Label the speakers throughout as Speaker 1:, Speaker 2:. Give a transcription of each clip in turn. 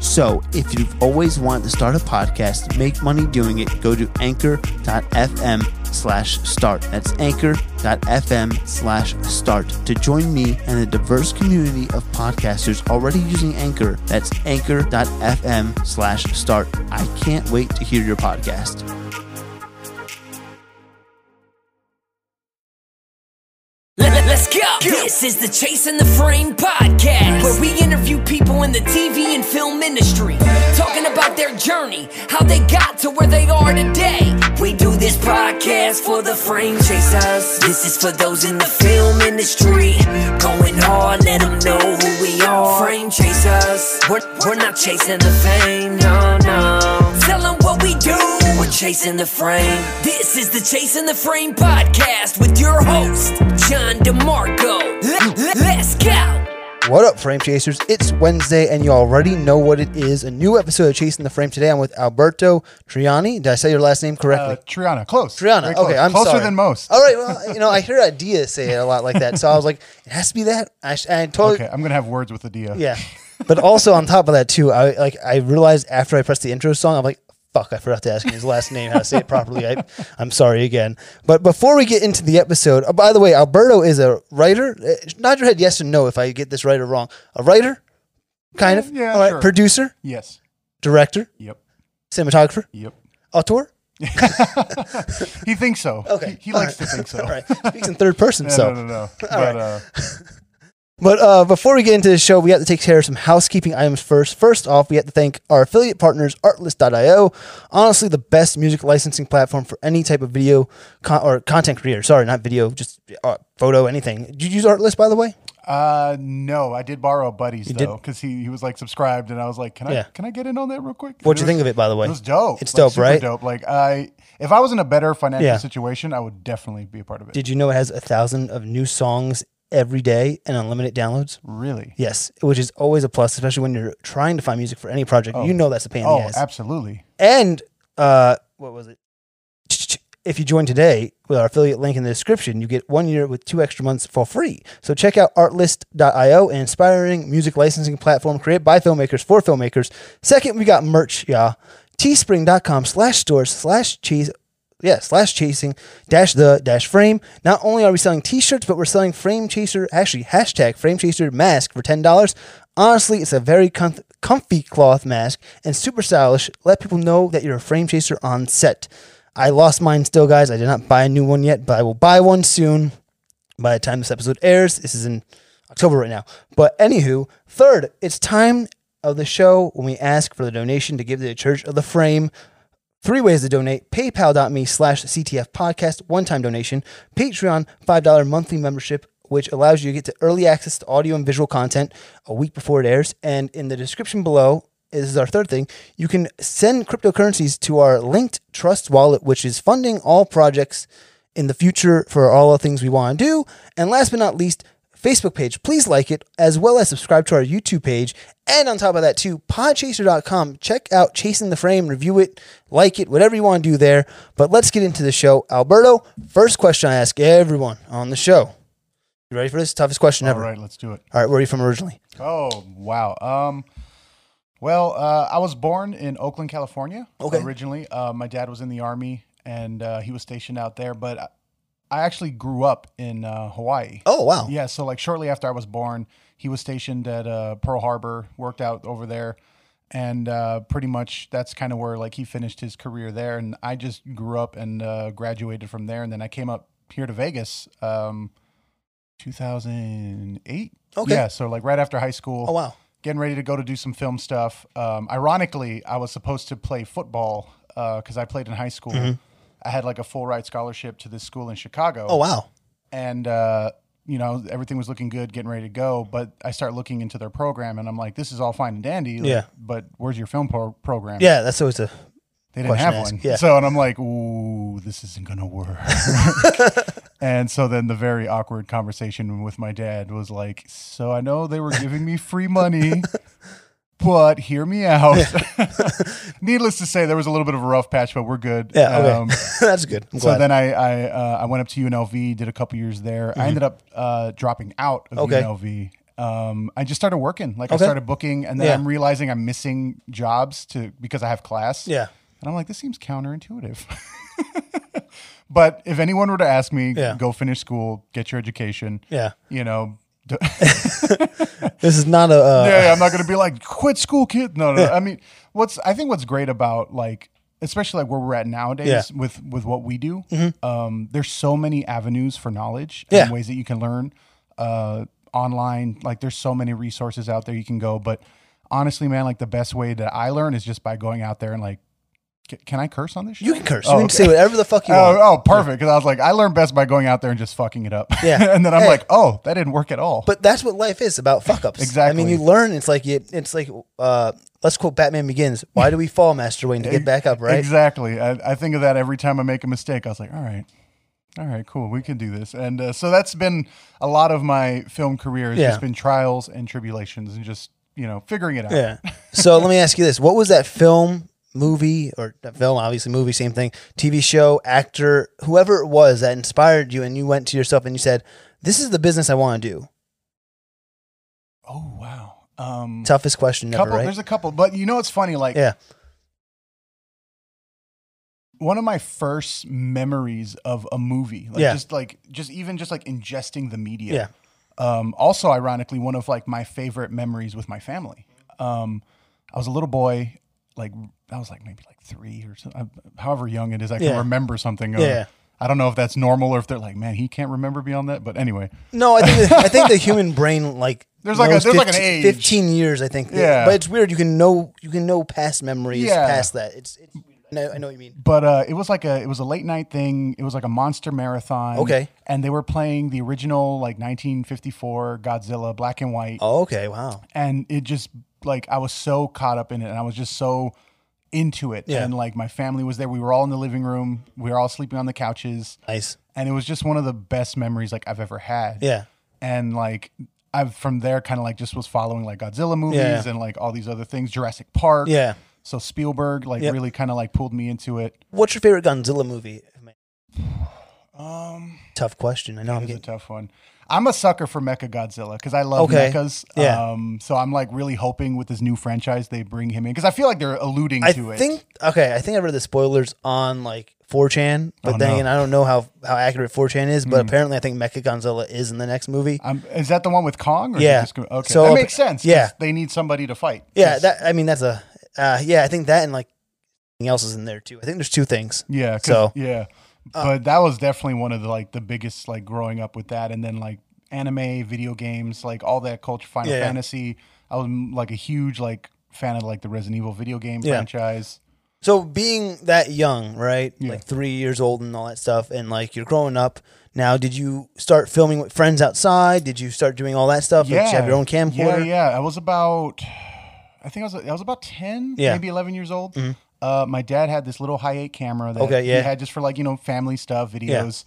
Speaker 1: So, if you've always wanted to start a podcast, make money doing it, go to anchor.fm slash start. That's anchor.fm slash start to join me and the diverse community of podcasters already using Anchor. That's anchor.fm slash start. I can't wait to hear your podcast.
Speaker 2: Let, us go. This is the Chase and the Frame podcast, where we interview people in the TV and film industry, talking about their journey, how they got to where they are today. We do this podcast for the frame chasers. This is for those in the film industry, going hard. Let them know who we are. Frame chasers. We're, we're not chasing the fame, no, no. Tell 'em what we do. We're chasing the frame. This is the Chasing the Frame podcast with your host, John DeMarco. Let, let, let's go.
Speaker 1: What up, Frame Chasers? It's Wednesday, and you already know what it is. A new episode of Chasing the Frame. Today I'm with Alberto Triani. Did I say your last name correctly?
Speaker 3: Uh, Triana, close.
Speaker 1: Triana.
Speaker 3: Very
Speaker 1: Okay,
Speaker 3: close.
Speaker 1: I'm
Speaker 3: closer
Speaker 1: sorry.
Speaker 3: than most.
Speaker 1: All right, well, you know, I hear Adia say it a lot like that, so I was like, it has to be that. I, sh- I totally,
Speaker 3: Okay, I'm gonna have words with Adia.
Speaker 1: yeah. But also on top of that too, I like I realized after I pressed the intro song, I'm like, fuck, I forgot to ask him his last name how to say it properly. I, I'm sorry again. But before we get into the episode, oh, by the way, Alberto is a writer. Uh, Nod your head yes and no if I get this right or wrong. A writer, kind of.
Speaker 3: Yeah,
Speaker 1: All right.
Speaker 3: sure.
Speaker 1: Producer,
Speaker 3: Yes.
Speaker 1: director,
Speaker 3: Yep.
Speaker 1: cinematographer,
Speaker 3: Yep.
Speaker 1: auteur.
Speaker 3: He thinks so.
Speaker 1: Okay.
Speaker 3: He, he likes to think so.
Speaker 1: All right, speaks in third person.
Speaker 3: No,
Speaker 1: so.
Speaker 3: no, no, no. But uh,
Speaker 1: But uh, before we get into the show, we have to take care of some housekeeping items first. First off, we have to thank our affiliate partners, Artlist.io, honestly the best music licensing platform for any type of video con- or content creator. Sorry, not video, just uh, photo, anything. Did you use Artlist, by the way?
Speaker 3: uh, no, I did borrow a buddy's
Speaker 1: did?
Speaker 3: though because he, he was like subscribed and I was like, can I
Speaker 1: Yeah.
Speaker 3: can I get in on that real quick?
Speaker 1: What'd you think of it, by the way?
Speaker 3: It was dope.
Speaker 1: It's
Speaker 3: Like,
Speaker 1: dope,
Speaker 3: super
Speaker 1: right?
Speaker 3: Dope. Like I, if I was in a better financial
Speaker 1: Yeah.
Speaker 3: situation, I would definitely be a part of it.
Speaker 1: Did you know it has a thousand of new songs every day and unlimited downloads?
Speaker 3: really?
Speaker 1: Yes, which is always a plus, especially when you're trying to find music for any project. You know that's a pain in
Speaker 3: Oh,
Speaker 1: the ass.
Speaker 3: absolutely.
Speaker 1: And uh, what was it? If you join today with our affiliate link in the description, you get one year with two extra months for free. So check out artlist.io, an inspiring music licensing platform created by filmmakers for filmmakers. Second, we got merch, y'all. Teespring.com slash stores slash cheese. Yeah, slash chasing dash the dash frame. Not only are we selling t shirts, but we're selling frame chaser, actually, hashtag frame chaser mask for $10. Honestly, it's a very comf- comfy cloth mask and super stylish. Let people know that you're a frame chaser on set. I lost mine still, guys. I did not buy a new one yet, but I will buy one soon by the time this episode airs. This is in October right now. But anywho, third, it's time of the show when we ask for the donation to give to the Church of the Frame. Three ways to donate paypal.me slash CTF podcast, one time donation, Patreon, $5 monthly membership, which allows you to get to early access to audio and visual content a week before it airs. And in the description below, this is our third thing. You can send cryptocurrencies to our linked trust wallet, which is funding all projects in the future for all the things we want to do. And last but not least, Facebook page. Please like it as well as subscribe to our YouTube page. And on top of that, too, podchaser.com. Check out Chasing the Frame, review it, like it, whatever you want to do there. But let's get into the show. Alberto, first question I ask everyone on the show. You ready for this? Toughest question
Speaker 3: All
Speaker 1: ever.
Speaker 3: right, let's do it.
Speaker 1: All right, where are you from originally?
Speaker 3: Oh wow. Um, well, uh, I was born in Oakland, California.
Speaker 1: Okay.
Speaker 3: Originally, uh, my dad was in the army and uh, he was stationed out there, but I- I actually grew up in uh, Hawaii.
Speaker 1: Oh, wow.
Speaker 3: Yeah. So like shortly after I was born, he was stationed at uh, Pearl Harbor, worked out over there, and uh, pretty much that's kind of where like he finished his career there and i just grew up and uh, graduated from there and then i came up here to vegas um, 2008
Speaker 1: Okay.
Speaker 3: yeah so like right after high school
Speaker 1: Oh wow.
Speaker 3: getting ready to go to do some film stuff um, ironically i was supposed to play football because i played in high school i had like a full ride scholarship to this school in chicago
Speaker 1: Mm-hmm. Oh wow.
Speaker 3: and uh, you know everything was looking good, getting ready to go. But I start looking into their program, and I'm like, this is all fine and dandy. like,
Speaker 1: Yeah.
Speaker 3: But where's your film pro- program?
Speaker 1: Yeah, that's always a
Speaker 3: They didn't have
Speaker 1: question
Speaker 3: one.
Speaker 1: asked, yeah.
Speaker 3: So and I'm like, ooh, this isn't gonna work. and so then the very awkward conversation with my dad was like, so I know they were giving me free money. But hear me out. Needless to say, there was a little bit of a rough patch, but we're good.
Speaker 1: yeah. Okay.
Speaker 3: Um,
Speaker 1: that's good. I'm
Speaker 3: so
Speaker 1: glad.
Speaker 3: then I I, uh, I went up to UNLV, did a couple years there. I ended up uh, dropping out of
Speaker 1: Mm-hmm. Okay.
Speaker 3: UNLV. Um, I just started working, like
Speaker 1: Okay.
Speaker 3: I started booking, and then
Speaker 1: Yeah.
Speaker 3: I'm realizing I'm missing jobs to because I have class.
Speaker 1: yeah.
Speaker 3: and I'm like, this seems counterintuitive. but if anyone were to ask me,
Speaker 1: Yeah.
Speaker 3: go finish school, get your education,
Speaker 1: Yeah.
Speaker 3: you know. d-
Speaker 1: This is not a uh,
Speaker 3: yeah, I'm not going to be like quit school, kid. No, no. I mean, what's I think what's great about like especially like where we're at nowadays
Speaker 1: Yeah. Mm-hmm.
Speaker 3: with with what we do. Um, there's so many avenues for knowledge
Speaker 1: Yeah.
Speaker 3: and ways that you can learn uh, online. Like there's so many resources out there you can go. But honestly, man, like the best way that I learn is just by going out there and like, c- can I curse on this? Show?
Speaker 1: you can curse.
Speaker 3: Oh,
Speaker 1: you can
Speaker 3: okay.
Speaker 1: say whatever the fuck you
Speaker 3: Oh,
Speaker 1: want.
Speaker 3: oh, perfect. Because I was like, I learned best by going out there and just fucking it up.
Speaker 1: Yeah.
Speaker 3: and then I'm
Speaker 1: Hey.
Speaker 3: like, oh, that didn't work at all.
Speaker 1: But that's what life is about fuck ups. I
Speaker 3: Exactly.
Speaker 1: mean, you learn. It's like you, it's like uh, let's quote Batman Begins. Why do we fall, Master Wayne, to get back up? Right.
Speaker 3: Exactly. I, I think of that every time I make a mistake. I was like, all right, all right, cool, we can do this. And uh, so that's been a lot of my film career. It's
Speaker 1: Yeah.
Speaker 3: just been trials and tribulations and just, you know, figuring it out.
Speaker 1: Yeah. So let me ask you this: What was that film, movie, or that film? Obviously, movie, same thing. TV show, actor, whoever it was that inspired you, and you went to yourself and you said, "This is the business I want to do."
Speaker 3: Oh, wow. Um,
Speaker 1: Toughest question
Speaker 3: couple,
Speaker 1: ever, right?
Speaker 3: There's a couple, but you know what's funny? Like,
Speaker 1: Yeah.
Speaker 3: one of my first memories of a movie, like
Speaker 1: Yeah.
Speaker 3: just like just even just like ingesting the media.
Speaker 1: Yeah.
Speaker 3: Um, also, ironically, one of like my favorite memories with my family. Um, I was a little boy, like I was like maybe like three or so, however young it is. I can
Speaker 1: Yeah.
Speaker 3: remember something. of-
Speaker 1: Yeah.
Speaker 3: I don't know if that's normal or if they're like, man, he can't remember beyond that. But anyway,
Speaker 1: No, I think the, I think the human brain like
Speaker 3: There's like a-
Speaker 1: knows
Speaker 3: there's like an age.
Speaker 1: fifteen years. I think.
Speaker 3: Yeah.
Speaker 1: But it's weird. You can know you can know past memories
Speaker 3: Yeah.
Speaker 1: past that. It's. it's no, I know what you mean.
Speaker 3: but uh, it was like a it was a late night thing. It was like a monster marathon.
Speaker 1: Okay.
Speaker 3: and they were playing the original like 1954 Godzilla black and white,
Speaker 1: Oh, okay. Wow.
Speaker 3: and it just like I was so caught up in it, and I was just so into it.
Speaker 1: Yeah.
Speaker 3: And like my family was there. We were all in the living room. We were all sleeping on the couches,
Speaker 1: Nice.
Speaker 3: and it was just one of the best memories like I've ever had.
Speaker 1: Yeah.
Speaker 3: and like. I've from there kind of like just was following like Godzilla movies
Speaker 1: Yeah.
Speaker 3: and like all these other things, Jurassic Park.
Speaker 1: Yeah.
Speaker 3: So Spielberg like
Speaker 1: Yep.
Speaker 3: really kind of like pulled me into it.
Speaker 1: What's your favorite Godzilla movie?
Speaker 3: Um,
Speaker 1: Tough question. I know I'm
Speaker 3: It's a
Speaker 1: getting.
Speaker 3: tough one. I'm a sucker for Mecha Godzilla because I love
Speaker 1: Okay.
Speaker 3: mechas.
Speaker 1: Yeah.
Speaker 3: Um, so I'm like really hoping with this new franchise they bring him in because I feel like they're alluding
Speaker 1: I
Speaker 3: to it.
Speaker 1: think okay. I think I read the spoilers on like 4chan, but then
Speaker 3: Oh, no. Hmm.
Speaker 1: again, I don't know how how accurate 4chan is. But apparently, I think Mecha Gonzilla is in the next movie.
Speaker 3: Um, is that the one with Kong? Or is it
Speaker 1: Yeah.
Speaker 3: just- okay.
Speaker 1: So-
Speaker 3: that makes sense. 'cause
Speaker 1: yeah.
Speaker 3: They need somebody to fight.
Speaker 1: yeah,
Speaker 3: 'Cause-
Speaker 1: that I mean that's a uh, yeah. I think that and like something else is in there too. I think there's two things.
Speaker 3: Yeah. 'cause-
Speaker 1: So- uh,
Speaker 3: yeah. But that was definitely one of the like the biggest like growing up with that, and then like anime, video games, like all that culture, Final
Speaker 1: Yeah, yeah.
Speaker 3: Fantasy. I was mm, like a huge like fan of like the Resident Evil video game
Speaker 1: Yeah.
Speaker 3: franchise.
Speaker 1: So being that young, right?
Speaker 3: Yeah.
Speaker 1: Like three years old and all that stuff, and like you're growing up now. Did you start filming with friends outside? Did you start doing all that stuff? Like, did you have your own camcorder?
Speaker 3: Yeah, yeah. I was about, I think I was I was about ten,
Speaker 1: Yeah. Mm-hmm.
Speaker 3: maybe eleven years old. Uh, my dad had this little high eight camera that
Speaker 1: Okay, yeah.
Speaker 3: he had just for like you know family stuff, videos,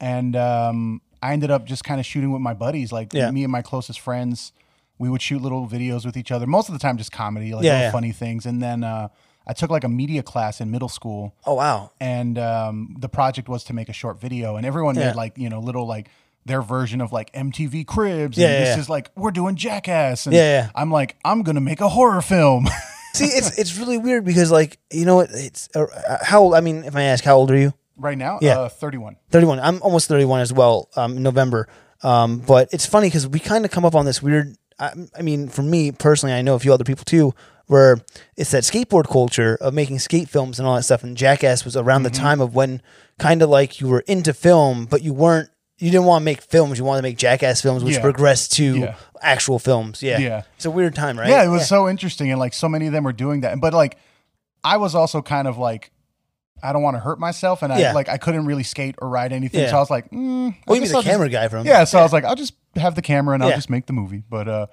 Speaker 3: and um, I ended up just kind of shooting with my buddies, like
Speaker 1: Yeah.
Speaker 3: me and my closest friends. We would shoot little videos with each other, most of the time just comedy, like
Speaker 1: Yeah,
Speaker 3: little
Speaker 1: yeah.
Speaker 3: funny things. And then uh, I took like a media class in middle school
Speaker 1: Oh wow.
Speaker 3: and um, the project was to make a short video and everyone
Speaker 1: Yeah.
Speaker 3: made like you know little like their version of like MTV Cribs
Speaker 1: Yeah,
Speaker 3: and
Speaker 1: yeah,
Speaker 3: this
Speaker 1: yeah.
Speaker 3: is like we're doing Jackass and
Speaker 1: Yeah, yeah.
Speaker 3: I'm like I'm gonna make a horror film
Speaker 1: See, it's it's really weird because like you know what? It's uh, how old? I mean, if I ask, how old are you?
Speaker 3: right now
Speaker 1: Yeah.
Speaker 3: uh, 31
Speaker 1: 31. I'm almost 31 as well. Um, in November. Um, but it's funny because we kind of come up on this weird. I, I mean, for me personally, I know a few other people too. where it's that skateboard culture of making skate films and all that stuff. And Jackass was around
Speaker 3: Mm-hmm.
Speaker 1: the time of when kind of like you were into film, but you weren't. You didn't want to make films. You wanted to make Jackass films, which
Speaker 3: Yeah.
Speaker 1: progressed to
Speaker 3: Yeah.
Speaker 1: actual films. Yeah.
Speaker 3: Yeah.
Speaker 1: It's a weird time, right?
Speaker 3: Yeah, it was so interesting, and like so many of them were doing that. But like, I was also kind of like, I don't want to hurt myself, and I
Speaker 1: Yeah.
Speaker 3: like I couldn't really skate or ride anything,
Speaker 1: Yeah.
Speaker 3: so I was like, mm,
Speaker 1: Well, you
Speaker 3: I
Speaker 1: mean
Speaker 3: guess
Speaker 1: the
Speaker 3: I'll just-
Speaker 1: camera guy from
Speaker 3: Yeah, so I was like, I'll just have the camera and I'll
Speaker 1: Yeah.
Speaker 3: just make the movie. But uh,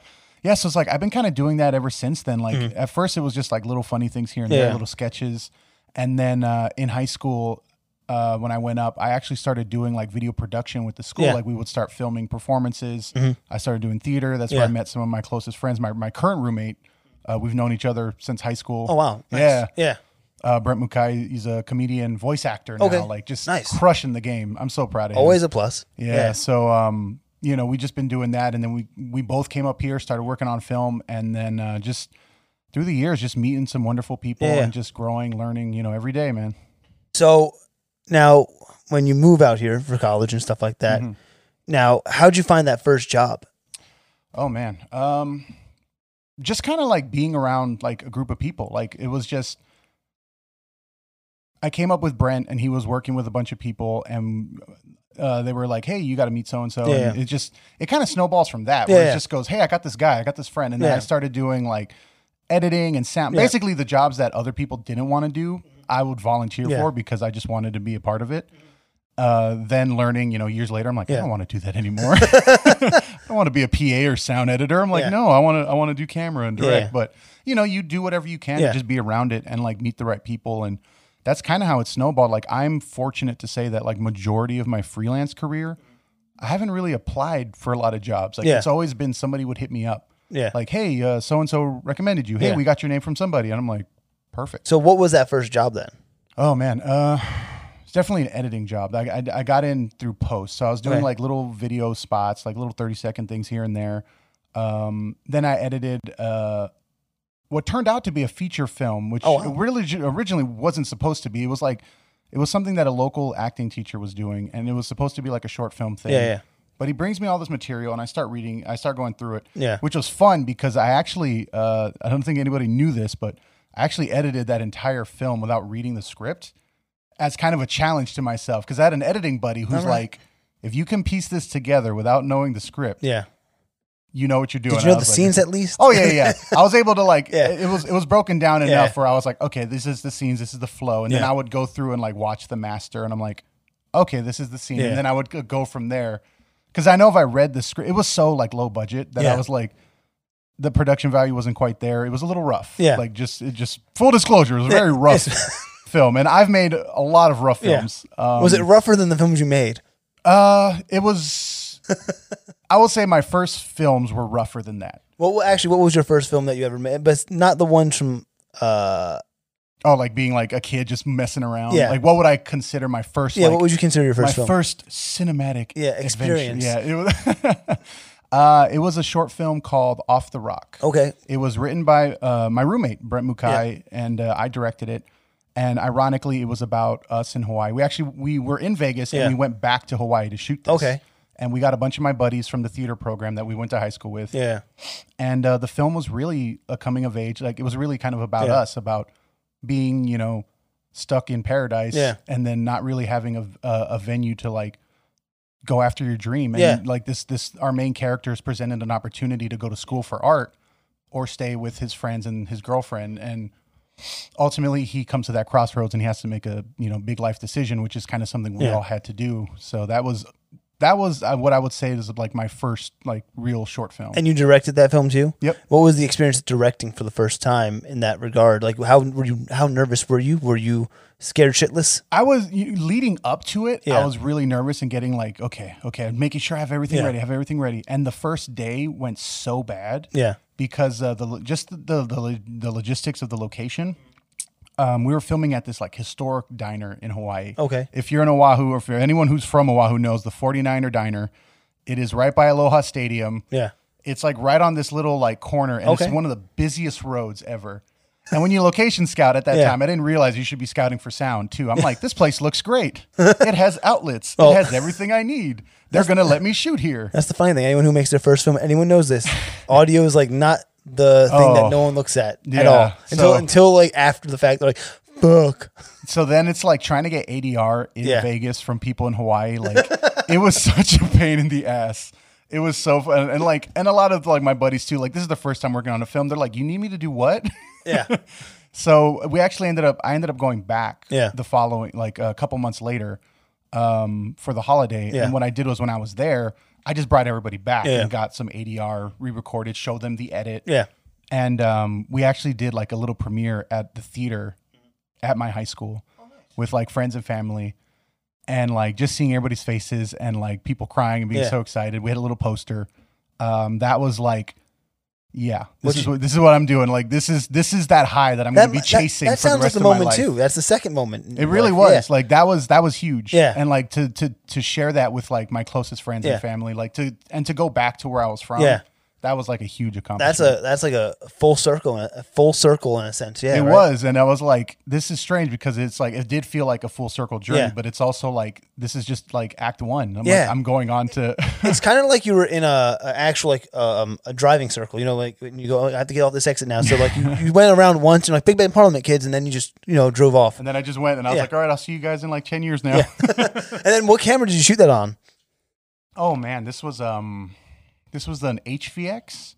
Speaker 3: yeah, so it's like I've been kind of doing that ever since then. Like at first, it was just like little funny things here and
Speaker 1: Mm-hmm. Yeah.
Speaker 3: there, little sketches, and then uh, in high school. Uh, when I went up, I actually started doing like video production with the school.
Speaker 1: Yeah. Mm-hmm.
Speaker 3: Like we would start filming performances. I started doing theater. That's where I
Speaker 1: Yeah.
Speaker 3: met some of my closest friends. My my current roommate, uh, we've known each other since high school.
Speaker 1: Oh wow. Nice.
Speaker 3: Yeah,
Speaker 1: Yeah.
Speaker 3: uh, Brent Mukai, he's a comedian, voice actor now.
Speaker 1: Okay.
Speaker 3: Like just
Speaker 1: Nice.
Speaker 3: crushing the game. I'm so proud of him.
Speaker 1: Always a plus.
Speaker 3: Yeah. So, um, you know, we just been doing that, and then we we both came up here, started working on film, and then uh, just through the years, just meeting some wonderful people
Speaker 1: Yeah.
Speaker 3: and just growing, learning. You know, every day, man.
Speaker 1: So now, when you move out here for college and stuff like that, now how'd you find that first job?
Speaker 3: Oh man. Um, just kind of like being around like a group of people. Like it was just. I came up with Brent, and he was working with a bunch of people, and uh, they were like, "Hey, you got to meet so and so."
Speaker 1: Yeah.
Speaker 3: And it just it kind of snowballs from that. Where
Speaker 1: Yeah.
Speaker 3: it just goes, "Hey, I got this guy, I got this friend," and then
Speaker 1: Yeah.
Speaker 3: I started doing like editing and sound.
Speaker 1: Yeah.
Speaker 3: Basically, the jobs that other people didn't want to do, I would volunteer
Speaker 1: Yeah.
Speaker 3: for because I just wanted to be a part of it. Uh, then learning, you know, years later, I'm like,
Speaker 1: Yeah.
Speaker 3: I don't want to do that anymore. I don't want to be a PA or sound editor. I'm like,
Speaker 1: Yeah.
Speaker 3: no, I want to, I want to do camera and direct.
Speaker 1: Yeah.
Speaker 3: But you know, you do whatever you can
Speaker 1: Yeah.
Speaker 3: to just be around it and like meet the right people, and that's kind of how it snowballed. Like, I'm fortunate to say that like majority of my freelance career, I haven't really applied for a lot of jobs. Like,
Speaker 1: Yeah.
Speaker 3: it's always been somebody would hit me up,
Speaker 1: Yeah.
Speaker 3: like, hey, so and so recommended you. Hey,
Speaker 1: Yeah.
Speaker 3: we got your name from somebody, and I'm like, perfect.
Speaker 1: so what was that first job then?
Speaker 3: Oh man, uh, it's definitely an editing job. I, I, I got in through post, so I was doing
Speaker 1: Okay.
Speaker 3: like little video spots, like little thirty second things here and there. Um, then I edited uh, what turned out to be a feature film, which
Speaker 1: Oh, wow.
Speaker 3: really originally wasn't supposed to be. It was like it was something that a local acting teacher was doing, and it was supposed to be like a short film thing.
Speaker 1: Yeah, yeah.
Speaker 3: But he brings me all this material, and I start reading. I start going through it,
Speaker 1: Yeah.
Speaker 3: which was fun because I actually uh, I don't think anybody knew this, but I actually edited that entire film without reading the script as kind of a challenge to myself because I had an editing buddy who's
Speaker 1: All right.
Speaker 3: like, if you can piece this together without knowing the script,
Speaker 1: Yeah.
Speaker 3: you know what you're doing.
Speaker 1: Did
Speaker 3: And
Speaker 1: you know
Speaker 3: I
Speaker 1: the
Speaker 3: was like,
Speaker 1: scenes at least?
Speaker 3: Oh yeah, yeah. I was able to like
Speaker 1: Yeah.
Speaker 3: it was it was broken down
Speaker 1: Yeah.
Speaker 3: enough where I was like, okay, this is the scenes, this is the flow, and then
Speaker 1: Yeah.
Speaker 3: I would go through and like watch the master, and I'm like, okay, this is the scene,
Speaker 1: Yeah.
Speaker 3: and then I would g- go from there because I know if I read the script, it was so like low budget that
Speaker 1: Yeah.
Speaker 3: I was like, the production value wasn't quite there. It was a little rough.
Speaker 1: Yeah.
Speaker 3: like just it just full disclosure, it was a very rough film, and I've made a lot of rough
Speaker 1: Yeah.
Speaker 3: films. Um,
Speaker 1: was it rougher than the films you made?
Speaker 3: Uh, it was. I will say my first films were rougher than that.
Speaker 1: Well, well, actually, what was your first film that you ever made? But it's not the ones from. Uh,
Speaker 3: Oh, like being like a kid just messing around.
Speaker 1: Yeah.
Speaker 3: Like what would I consider my first?
Speaker 1: yeah.
Speaker 3: like,
Speaker 1: what would you consider your first
Speaker 3: my
Speaker 1: film?
Speaker 3: first cinematic?
Speaker 1: Yeah,
Speaker 3: adventure?
Speaker 1: experience.
Speaker 3: Yeah, it was. uh, it was a short film called Off the Rock.
Speaker 1: okay.
Speaker 3: It was written by uh, my roommate Brent Mukai, and uh, I directed it. And ironically, it was about us in Hawaii. We actually we were in Vegas
Speaker 1: Yeah.
Speaker 3: and we went back to Hawaii to shoot this.
Speaker 1: Okay.
Speaker 3: And we got a bunch of my buddies from the theater program that we went to high school with
Speaker 1: Yeah.
Speaker 3: and uh, the film was really a coming of age like it was really kind of about
Speaker 1: Yeah.
Speaker 3: us about being you know stuck in paradise
Speaker 1: Yeah.
Speaker 3: and then not really having a, a, a venue to like go after your dream and
Speaker 1: Yeah.
Speaker 3: like this this our main character is presented an opportunity to go to school for art or stay with his friends and his girlfriend and ultimately he comes to that crossroads and he has to make a you know big life decision which is kind of something we
Speaker 1: Yeah.
Speaker 3: all had to do so that was that was uh, what i would say is like my first like real short film
Speaker 1: And you directed that film too.
Speaker 3: Yep.
Speaker 1: What was the experience of directing for the first time in that regard? Like, how were you? How nervous were you? Were you scared shitless?
Speaker 3: I was you, leading up to it.
Speaker 1: Yeah.
Speaker 3: I was really nervous and getting like, okay, okay, making sure I have everything
Speaker 1: Yeah.
Speaker 3: ready, have everything ready. And the first day went so bad
Speaker 1: Yeah.
Speaker 3: because uh, the lo- just the the, lo- the logistics of the location. Um, we were filming at this like historic diner in Hawaii.
Speaker 1: Okay.
Speaker 3: If you're in Oahu or if you're anyone who's from Oahu knows the 49er diner, it is right by Aloha Stadium
Speaker 1: Yeah.
Speaker 3: it's like right on this little like corner and
Speaker 1: Okay.
Speaker 3: it's one of the busiest roads ever and when you location scout at that
Speaker 1: Yeah.
Speaker 3: time i didn't realize you should be scouting for sound too i'm like this place looks great it has outlets
Speaker 1: Oh.
Speaker 3: it has everything i need they're gonna let me shoot here
Speaker 1: That's the funny thing. Anyone who makes their first film, anyone knows this. Audio is like not the thing
Speaker 3: Oh.
Speaker 1: that no one looks at at
Speaker 3: Yeah,
Speaker 1: all until
Speaker 3: so-
Speaker 1: until like after the fact. They're like, "Fuck."
Speaker 3: So then it's like trying to get ADR in
Speaker 1: Yeah.
Speaker 3: Vegas from people in Hawaii. Like it was such a pain in the ass. It was so fun. And like, and a lot of like my buddies too, like this is the first time working on a film. They're like, you need me to do what?
Speaker 1: Yeah,
Speaker 3: So we actually ended up. I ended up going back.
Speaker 1: Yeah.
Speaker 3: The following, like a couple months later, um, for the holiday.
Speaker 1: Yeah.
Speaker 3: And what I did was when I was there, I just brought everybody back
Speaker 1: Yeah.
Speaker 3: and got some ADR re-recorded, showed them the edit.
Speaker 1: yeah.
Speaker 3: And um, we actually did like a little premiere at the theater at my high school with like friends and family. And like just seeing everybody's faces and like people crying and being
Speaker 1: Yeah.
Speaker 3: so excited. We had a little poster. Um, that was like, yeah, this
Speaker 1: Which-
Speaker 3: is what this is what I'm doing. Like this is this is that high that I'm
Speaker 1: That
Speaker 3: gonna be
Speaker 1: that-
Speaker 3: chasing
Speaker 1: That,
Speaker 3: for the
Speaker 1: sounds
Speaker 3: rest
Speaker 1: like the
Speaker 3: of my
Speaker 1: moment
Speaker 3: life.
Speaker 1: too. That's the second moment. in
Speaker 3: It really
Speaker 1: life.
Speaker 3: was
Speaker 1: Yeah.
Speaker 3: like that was that was huge.
Speaker 1: Yeah.
Speaker 3: and like to to to share that with like my closest friends
Speaker 1: Yeah.
Speaker 3: and family, like to and to go back to where I was from.
Speaker 1: Yeah.
Speaker 3: that was like a huge accomplishment.
Speaker 1: That's a that's like a full circle, a full circle in a sense. Yeah,
Speaker 3: it
Speaker 1: right?
Speaker 3: was and i was like this is strange because it's like it did feel like a full circle journey
Speaker 1: Yeah.
Speaker 3: but it's also like this is just like act one i'm
Speaker 1: Yeah.
Speaker 3: like i'm going on to
Speaker 1: It's kind of like you were in a, a actual like um, a driving circle. You know, like when you go, "Oh, I have to get off this exit now. So like you, you went around once and like Big Bang Parliament kids, and then you just you know drove off.
Speaker 3: and then i just went and i was
Speaker 1: Yeah.
Speaker 3: like all right i'll see you guys in like 10 years now
Speaker 1: And then what camera did you shoot that on?
Speaker 3: oh man this was um this was an hvx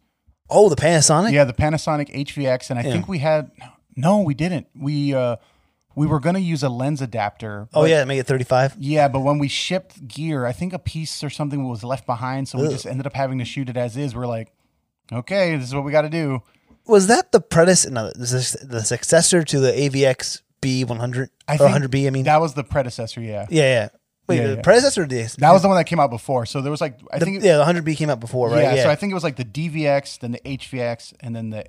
Speaker 1: Oh, the Panasonic.
Speaker 3: yeah the panasonic hvx and i
Speaker 1: Yeah.
Speaker 3: think we had no we didn't we uh we were gonna use a lens adapter
Speaker 1: Oh
Speaker 3: but-
Speaker 1: yeah, make it thirty five.
Speaker 3: yeah, but when we shipped gear, I think a piece or something was left behind, so we just ended up having to shoot it as is. We're like, okay, this is what we got to do.
Speaker 1: Was that the predecessor? No, this is the successor to the AVX B one hundred
Speaker 3: I
Speaker 1: or
Speaker 3: think
Speaker 1: hundred B. I mean,
Speaker 3: That was the predecessor, yeah.
Speaker 1: yeah, yeah. Wait,
Speaker 3: Yeah,
Speaker 1: the
Speaker 3: yeah.
Speaker 1: predecessor to this?
Speaker 3: That was the one that came out before. So there was like I
Speaker 1: The-
Speaker 3: think
Speaker 1: yeah, the hundred B came out before, right?
Speaker 3: yeah, So I think it was like the DVX, then the HVX, and then the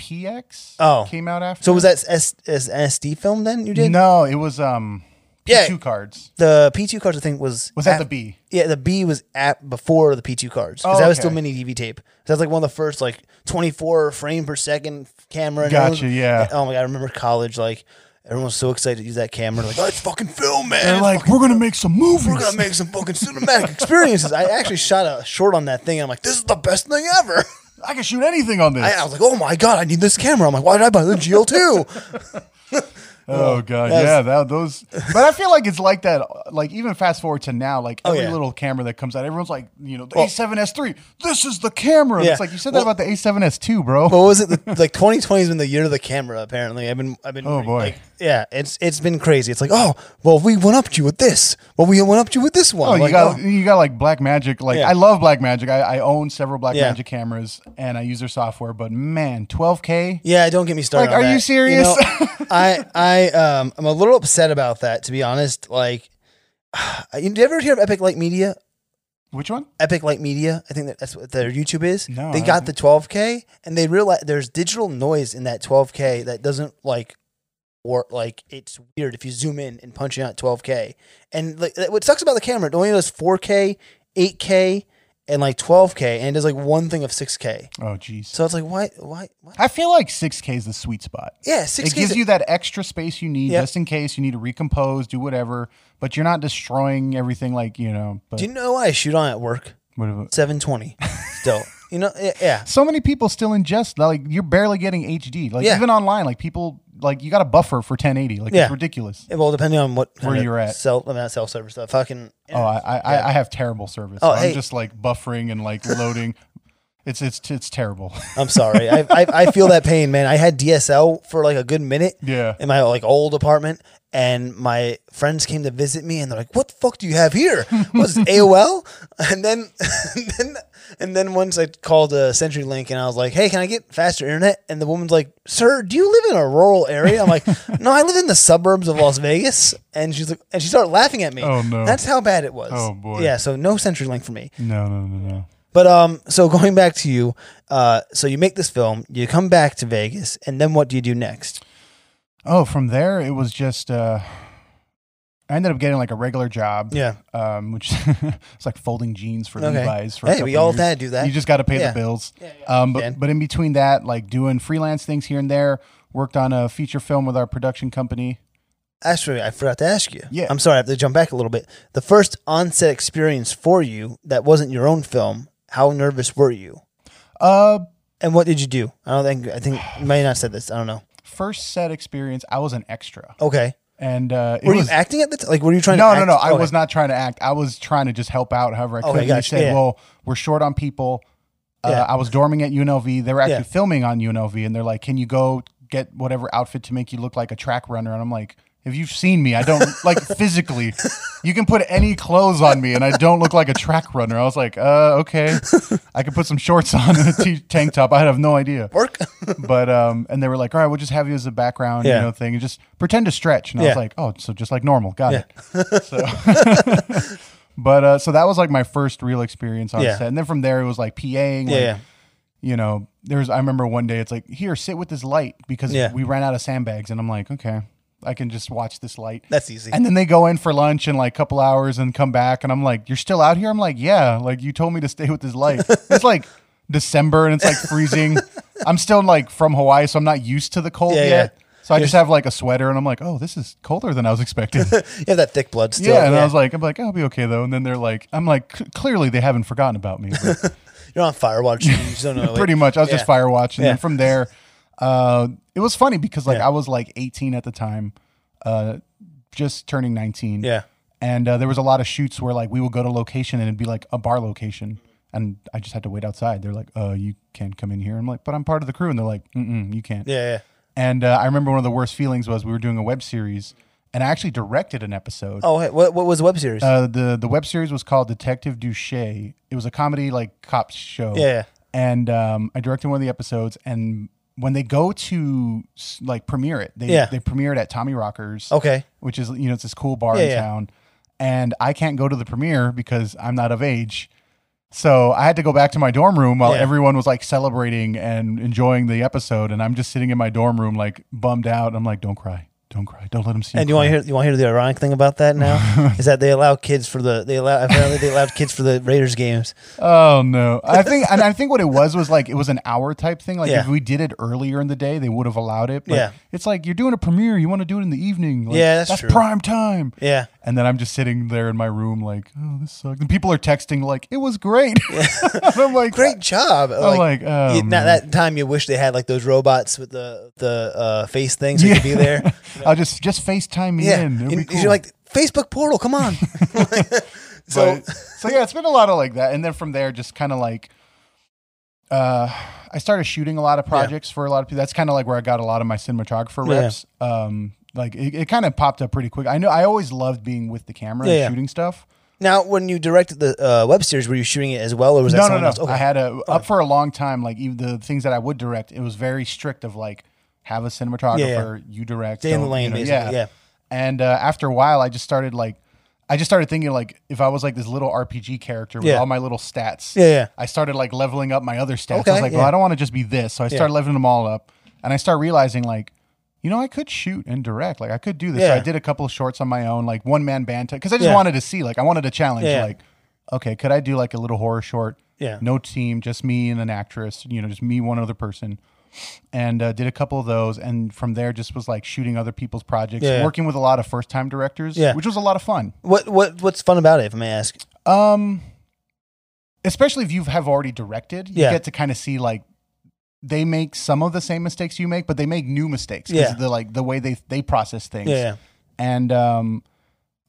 Speaker 3: HPX.
Speaker 1: Oh.
Speaker 3: came out after.
Speaker 1: So was that S, S, SD film then you did?
Speaker 3: No, it was um
Speaker 1: Yeah.
Speaker 3: two cards.
Speaker 1: The P2 cards, I think, was.
Speaker 3: Was that
Speaker 1: af-
Speaker 3: the B?
Speaker 1: Yeah, the B was at before the P2 cards. Because
Speaker 3: Oh,
Speaker 1: that was
Speaker 3: okay.
Speaker 1: still mini DV tape. That was like one of the first, like, 24 frame per second camera. and
Speaker 3: Gotcha,
Speaker 1: everyone-
Speaker 3: yeah.
Speaker 1: Oh my God, I remember college, like, everyone was so excited to use that camera. Like, let's fucking film, man.
Speaker 3: They're
Speaker 1: It's
Speaker 3: like,
Speaker 1: fucking-
Speaker 3: we're gonna make some movies.
Speaker 1: we're gonna make some fucking cinematic experiences. I actually shot a short on that thing. And I'm like, this is the best thing ever.
Speaker 3: I can shoot anything on this.
Speaker 1: I, I was like, oh my god, I need this camera. I'm like, why did I buy the GL2?
Speaker 3: oh
Speaker 1: that
Speaker 3: god,
Speaker 1: was-
Speaker 3: yeah, that, those. But I feel like it's like that. Like even fast forward to now, like every
Speaker 1: Oh, yeah.
Speaker 3: little camera that comes out, everyone's like, you know, the
Speaker 1: Well-
Speaker 3: A7S three. This is the camera.
Speaker 1: Yeah.
Speaker 3: It's like you said
Speaker 1: Well-
Speaker 3: that about the A7S two, bro.
Speaker 1: what was it? The, like 2020 has been the year of the camera. Apparently, I've been, I've been.
Speaker 3: Oh, boy.
Speaker 1: like, yeah, it's it's been crazy. It's like, oh, well, we went up to you with this. Well, we went up to you with this one.
Speaker 3: Oh,
Speaker 1: Like,
Speaker 3: you got
Speaker 1: oh.
Speaker 3: you got like Black Magic. Like
Speaker 1: Yeah.
Speaker 3: I love Black Magic. I, I own several Black
Speaker 1: Yeah.
Speaker 3: Magic cameras and I use their software. But man, 12k.
Speaker 1: Yeah, don't get me started.
Speaker 3: Like,
Speaker 1: on
Speaker 3: are you
Speaker 1: that.
Speaker 3: serious?
Speaker 1: know, I I um I'm a little upset about that to be honest. Like, you did you ever hear of Epic Light Media?
Speaker 3: Which one?
Speaker 1: Epic Light Media, I think that that's what their YouTube is.
Speaker 3: No,
Speaker 1: they
Speaker 3: I
Speaker 1: got the 12K and they realize there's digital noise in that 12K that doesn't like or like it's weird if you zoom in and punch out 12K. And like that- what sucks about the camera, it only does 4K, 8K, and like 12K, and it does like one thing of 6K.
Speaker 3: Oh, jeez.
Speaker 1: So it's like why why what?
Speaker 3: I feel like 6k is the sweet spot.
Speaker 1: Yeah, 6K.
Speaker 3: It gives you that extra space you need
Speaker 1: Yep.
Speaker 3: just in case you need to recompose, do whatever. But you're not destroying everything like you know. But
Speaker 1: Do you know what I shoot on at work?
Speaker 3: what about-
Speaker 1: 720. Still. You know, yeah, yeah.
Speaker 3: so many people still ingest like you're barely getting HD. Like
Speaker 1: Yeah.
Speaker 3: even online, like people like you got a buffer for 1080. Like
Speaker 1: Yeah.
Speaker 3: it's ridiculous.
Speaker 1: Well, depending on what kind
Speaker 3: Where
Speaker 1: of
Speaker 3: you're at.
Speaker 1: cell, I mean, not cell service, the fucking
Speaker 3: Oh, I, I, I have terrible service.
Speaker 1: Oh,
Speaker 3: I'm
Speaker 1: hey.
Speaker 3: just like buffering and like loading. It's it's it's terrible.
Speaker 1: I'm sorry. I, I I feel that pain, man. I had DSL for like a good minute.
Speaker 3: Yeah.
Speaker 1: In my like old apartment, and my friends came to visit me, and they're like, "What the fuck do you have here? Was it AOL?" And then, and then, and then once I called uh, CenturyLink, and I was like, "Hey, can I get faster internet?" And the woman's like, "Sir, do you live in a rural area?" I'm like, "No, I live in the suburbs of Las Vegas." And she's like, and she started laughing at me.
Speaker 3: Oh, no.
Speaker 1: That's how bad it was.
Speaker 3: Oh, boy.
Speaker 1: Yeah. So no CenturyLink for me.
Speaker 3: No, no, no, no.
Speaker 1: But um, so going back to you, uh, so you make this film, you come back to Vegas, and then what do you do next?
Speaker 3: Oh, from there it was just uh I ended up getting like a regular job.
Speaker 1: Yeah.
Speaker 3: Um, which it's like folding jeans for
Speaker 1: Okay.
Speaker 3: Levi's for a
Speaker 1: Hey, we
Speaker 3: couple
Speaker 1: all
Speaker 3: years.
Speaker 1: dad do that.
Speaker 3: You just gotta pay
Speaker 1: Yeah.
Speaker 3: the bills.
Speaker 1: yeah,
Speaker 3: um but,
Speaker 1: understand.
Speaker 3: but in between that, like doing freelance things here and there, worked on a feature film with our production company.
Speaker 1: Actually, I forgot to ask you.
Speaker 3: Yeah.
Speaker 1: I'm sorry, I have to jump back a little bit. The first on-set experience for you that wasn't your own film. How nervous were you?
Speaker 3: Uh
Speaker 1: And what did you do? I don't think I think you may not have said this. I don't know.
Speaker 3: First set experience, I was an extra,
Speaker 1: Okay.
Speaker 3: and uh, it
Speaker 1: Were
Speaker 3: was
Speaker 1: you acting at the time? Like, were you trying
Speaker 3: no,
Speaker 1: to? act?
Speaker 3: no, no. I
Speaker 1: Okay.
Speaker 3: was not trying to act. I was trying to just help out however I could.
Speaker 1: Okay,
Speaker 3: And
Speaker 1: Oh, gotcha,
Speaker 3: They said,
Speaker 1: yeah.
Speaker 3: "Well, we're short on people." Uh,
Speaker 1: Yeah.
Speaker 3: I was dorming at UNLV. They were actually
Speaker 1: Yeah.
Speaker 3: filming on UNLV, and they're like, "Can you go get whatever outfit to make you look like a track runner?" And I'm like, "If you've seen me, I don't like physically. You can put any clothes on me, and I don't look like a track runner." I was like, "Uh, okay. I could put some shorts on and a t- tank top. I have no idea."
Speaker 1: Work.
Speaker 3: but um, and they were like, all right, we'll just have you as a background,
Speaker 1: Yeah.
Speaker 3: you know, thing, and just pretend to stretch. And I
Speaker 1: Yeah.
Speaker 3: was like, oh, so just like normal, got it. So, but uh, so that was like my first real experience on
Speaker 1: Yeah.
Speaker 3: set, and then from there it was like PAing,
Speaker 1: yeah,
Speaker 3: like,
Speaker 1: yeah.
Speaker 3: you know, there's I remember one day it's like, here, sit with this light because
Speaker 1: Yeah.
Speaker 3: we ran out of sandbags, and I'm like, okay, I can just watch this light.
Speaker 1: That's easy.
Speaker 3: And then they go in for lunch in like a couple hours and come back. And I'm like, you're still out here? I'm like, yeah. Like, you told me to stay with this light. it's like December and it's like freezing. I'm still like from Hawaii, so I'm not used to the cold
Speaker 1: Yeah,
Speaker 3: yet.
Speaker 1: yeah.
Speaker 3: So I just have like a sweater and I'm like, oh, this is colder than I was expecting.
Speaker 1: you have that thick blood still.
Speaker 3: yeah. And I was like, I'm like, I'll be okay though. And then they're like, I'm like, "C- clearly they haven't forgotten about me. But
Speaker 1: you're on fire watch. You just don't know.
Speaker 3: pretty much. I was just
Speaker 1: Yeah.
Speaker 3: fire watching. And
Speaker 1: Yeah.
Speaker 3: then from there, uh, it was funny because like I was like 18 at the time, uh, just turning 19.
Speaker 1: Yeah.
Speaker 3: And uh, there was a lot of shoots where like we would go to location and it'd be like a bar location. And I just had to wait outside. They're like, uh, you can't come in here. I'm like, but I'm part of the crew. And they're like, mm-mm, you can't.
Speaker 1: Yeah, yeah.
Speaker 3: And uh, I remember one of the worst feelings was we were doing a web series and I actually directed an episode.
Speaker 1: Oh, hey, what what was the web series?
Speaker 3: Uh, the the web series was called Detective Duche. It was a comedy like cop show.
Speaker 1: Yeah.
Speaker 3: And um, I directed one of the episodes, and when they go to s- like premiere it, they
Speaker 1: Yeah.
Speaker 3: they premiere it at Tommy Rockers.
Speaker 1: okay.
Speaker 3: Which is you know it's this cool bar
Speaker 1: Yeah,
Speaker 3: in
Speaker 1: yeah.
Speaker 3: town, and I can't go to the premiere because I'm not of age. So I had to go back to my dorm room while
Speaker 1: Yeah.
Speaker 3: everyone was like celebrating and enjoying the episode, and I'm just sitting in my dorm room like bummed out. I'm like, don't cry, don't cry, don't let them see.
Speaker 1: And you
Speaker 3: cry."
Speaker 1: want to hear you want to hear the ironic thing about that now is that they allow kids for the they allow apparently they allowed kids for the Raiders games.
Speaker 3: Oh no! I think, and I think what it was was like it was an hour type thing. Like
Speaker 1: Yeah.
Speaker 3: if we did it earlier in the day, they would have allowed it. But
Speaker 1: Yeah.
Speaker 3: it's like you're doing a premiere, you want to do it in the evening. Like,
Speaker 1: Yeah, that's true.
Speaker 3: prime time.
Speaker 1: Yeah.
Speaker 3: And then I'm just sitting there in my room, like, oh, this sucks. And people are texting, like, it was great. and I'm like,
Speaker 1: Great job.
Speaker 3: I'm like, oh,
Speaker 1: you, now
Speaker 3: man.
Speaker 1: that time you wish they had like those robots with the the uh, face things so you could be there.
Speaker 3: I'll just just FaceTime me
Speaker 1: Yeah,
Speaker 3: in. It'll
Speaker 1: And
Speaker 3: be cool.
Speaker 1: you're like Facebook portal. Come on. so
Speaker 3: But- so yeah, it's been a lot of like that, and then from there, just kind of like, uh, I started shooting a lot of projects for a lot of people. That's kind of like where I got a lot of my cinematographer
Speaker 1: Yeah.
Speaker 3: reps. Um, like it, it kind of popped up pretty quick. I know I always loved being with the camera
Speaker 1: Yeah,
Speaker 3: and
Speaker 1: yeah.
Speaker 3: shooting stuff.
Speaker 1: now, when you directed the uh, web series, were you shooting it as well, or was that
Speaker 3: No, no,
Speaker 1: someone
Speaker 3: no.
Speaker 1: else? Okay.
Speaker 3: I had a up for a long time. Like even the things that I would direct, it was very strict of like have a cinematographer, you direct,
Speaker 1: Stay in the
Speaker 3: don't- you
Speaker 1: lane,
Speaker 3: know,
Speaker 1: basically, yeah.
Speaker 3: And uh, after a while, I just started like. I just started thinking like if I was like this little RPG character with
Speaker 1: Yeah.
Speaker 3: all my little stats,
Speaker 1: Yeah, yeah.
Speaker 3: I started like leveling up my other stats.
Speaker 1: Okay,
Speaker 3: I was like,
Speaker 1: yeah.
Speaker 3: well, I don't want to just be this. So I started leveling them all up. And I start realizing like, you know, I could shoot and direct. Like I could do this. So
Speaker 1: Yeah.
Speaker 3: I did a couple of shorts on my own, like one man band because I just
Speaker 1: Yeah.
Speaker 3: wanted to see, like I wanted a challenge.
Speaker 1: Yeah.
Speaker 3: Like, okay, could I do like a little horror short?
Speaker 1: Yeah.
Speaker 3: No team, just me and an actress, you know, just me, one other person. And uh, did a couple of those. And from there just was like shooting other people's projects,
Speaker 1: Yeah.
Speaker 3: working with a lot of first time directors,
Speaker 1: Yeah.
Speaker 3: which was a lot of fun.
Speaker 1: What what what's fun about it? If I may ask.
Speaker 3: Um, especially if you have already directed, you
Speaker 1: Yeah.
Speaker 3: get to kind of see like they make some of the same mistakes you make, but they make new mistakes
Speaker 1: Yeah.
Speaker 3: the like the way they they process things.
Speaker 1: Yeah, yeah.
Speaker 3: and um,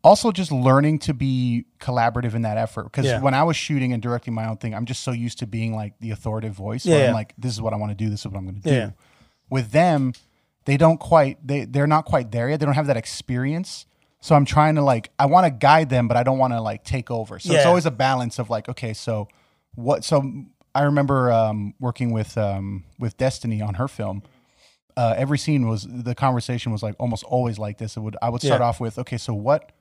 Speaker 3: also just learning to be collaborative in that effort. Because
Speaker 1: Yeah.
Speaker 3: when I was shooting and directing my own thing, I'm just so used to being like the authoritative voice.
Speaker 1: Yeah,
Speaker 3: where
Speaker 1: yeah.
Speaker 3: I'm like, this is what I want to do. This is what I'm going to do.
Speaker 1: Yeah.
Speaker 3: With them, they don't quite they they're not quite there yet. They don't have that experience. So I'm trying to like I want to guide them, but I don't want to like take over. So it's
Speaker 1: Yeah.
Speaker 3: always a balance of like, okay, so what? So I remember um, working with um, with Destiny on her film. Uh, every scene was the conversation was like almost always like this. It would I would start
Speaker 1: Yeah.
Speaker 3: off with, okay, so what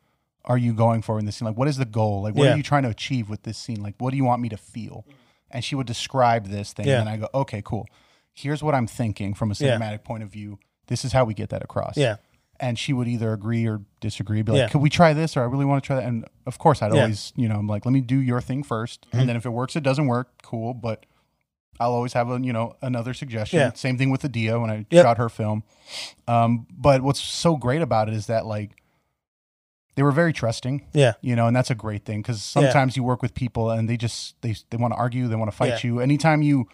Speaker 3: are you going for in this scene? Like, what is the goal? Like, what
Speaker 1: Yeah.
Speaker 3: are you trying to achieve with this scene? Like, what do you want me to feel? And she would describe this thing,
Speaker 1: Mm-hmm. Yeah.
Speaker 3: and I go, okay, cool. Here's what I'm thinking from a
Speaker 1: Yeah.
Speaker 3: cinematic point of view. This is how we get that across
Speaker 1: Yeah.
Speaker 3: and she would either agree or disagree. Be like,
Speaker 1: Yeah.
Speaker 3: "Could we try this?" Or "I really want to try that." And of course, I'd
Speaker 1: Yeah. Mm-hmm.
Speaker 3: always, you know, I'm like, "Let me do your thing 1st and then if it works, it doesn't work, cool." But I'll always have a, you know, another suggestion.
Speaker 1: Yeah.
Speaker 3: Same thing with the Dia when I
Speaker 1: Yep.
Speaker 3: shot her film. Um, but what's so great about it is that like they were very trusting
Speaker 1: Yeah.
Speaker 3: you know, and that's a great thing because
Speaker 1: Yeah.
Speaker 3: sometimes you work with people and they just they they want to argue, they want to fight
Speaker 1: Yeah.
Speaker 3: you. Anytime you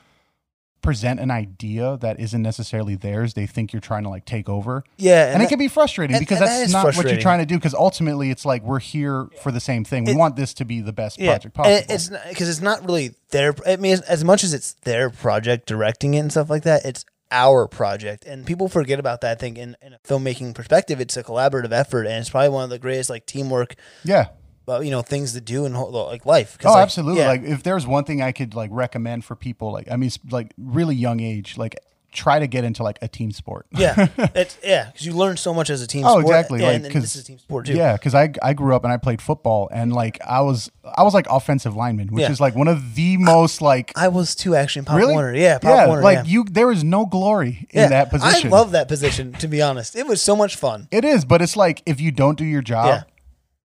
Speaker 3: present an idea that isn't necessarily theirs. They think you're trying to like take over.
Speaker 1: Yeah,
Speaker 3: And,
Speaker 1: and
Speaker 3: it can be frustrating
Speaker 1: and-
Speaker 3: because
Speaker 1: and that
Speaker 3: that's
Speaker 1: is
Speaker 3: not what you're
Speaker 1: frustrating.
Speaker 3: trying to do. Because ultimately, it's like we're here for the same thing. We want this to be the best
Speaker 1: yeah,
Speaker 3: project
Speaker 1: and
Speaker 3: possible.
Speaker 1: it- it's because it's not really their. I mean, as, as much as it's their project, directing it and stuff like that, it's our project, and people forget about that. I think in, in a filmmaking perspective, it's a collaborative effort, and it's probably one of the greatest like teamwork,
Speaker 3: yeah.
Speaker 1: uh, you know, things to do in whole- like life. 'Cause,
Speaker 3: Oh,
Speaker 1: like,
Speaker 3: absolutely.
Speaker 1: yeah.
Speaker 3: Like if there's one thing I could like recommend for people, like I mean, s- like really young age, like try to get into like a team sport.
Speaker 1: yeah, it's, yeah, because you learn so much as a team.
Speaker 3: Oh,
Speaker 1: sport,
Speaker 3: exactly,
Speaker 1: Yeah,
Speaker 3: like,
Speaker 1: and, and this
Speaker 3: 'cause-
Speaker 1: is a team sport too. Mm-hmm.
Speaker 3: Yeah, because I I grew up and I played football and like I was I was like offensive lineman, which
Speaker 1: Yeah.
Speaker 3: is like one of the most like
Speaker 1: I was too actually in Pop
Speaker 3: really
Speaker 1: Warner. Yeah, Pop
Speaker 3: yeah,
Speaker 1: Warner.
Speaker 3: like
Speaker 1: yeah.
Speaker 3: you there is no glory in
Speaker 1: Yeah,
Speaker 3: that position.
Speaker 1: I love that position. To be honest, it was so much fun.
Speaker 3: It is, but it's like if you don't do your job,
Speaker 1: Yeah.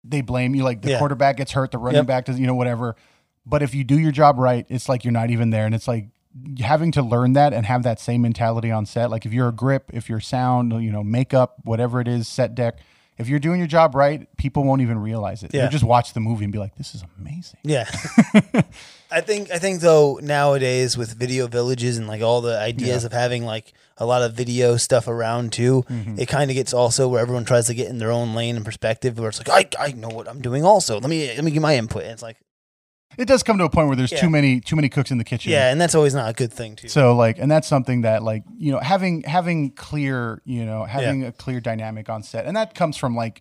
Speaker 3: they blame you. Like the
Speaker 1: Yeah.
Speaker 3: quarterback gets hurt, the running
Speaker 1: Yep.
Speaker 3: back does, you know, whatever. But if you do your job right, it's like you're not even there. And it's like having to learn that and have that same mentality on set. Like if you're a grip, if you're sound, you know, makeup, whatever it is, set deck. If you're doing your job right, people won't even realize it.
Speaker 1: Yeah.
Speaker 3: They'll just watch the movie and be like, "This is amazing."
Speaker 1: Yeah. I think I think though nowadays with video villages and like all the ideas of having like a lot of video stuff around too, it kind of gets also where everyone tries to get in their own lane and perspective where it's like I, I know what I'm doing also. Let me let me give my input. And it's like
Speaker 3: It does come to a point where there's
Speaker 1: Yeah.
Speaker 3: too many too many cooks in the kitchen.
Speaker 1: yeah, and that's always not a good thing too.
Speaker 3: So like, and that's something that like you know having having clear you know having a clear dynamic on set, and that comes from like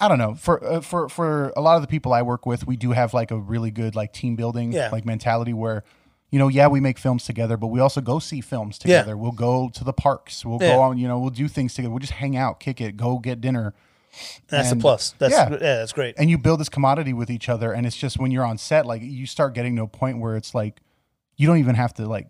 Speaker 3: I don't know for uh, for for a lot of the people I work with, we do have like a really good like team building
Speaker 1: Yeah.
Speaker 3: like mentality where. You know, yeah, we make films together, but we also go see films
Speaker 1: Yeah.
Speaker 3: together. We'll go to the parks. We'll
Speaker 1: Yeah.
Speaker 3: go on, you know, we'll do things together. We'll just hang out, kick it, go get dinner.
Speaker 1: that's
Speaker 3: and-
Speaker 1: the plus. That's yeah.
Speaker 3: yeah.
Speaker 1: that's great.
Speaker 3: And you build this commodity with each other. And it's just when you're on set, like you start getting to a point where it's like you don't even have to like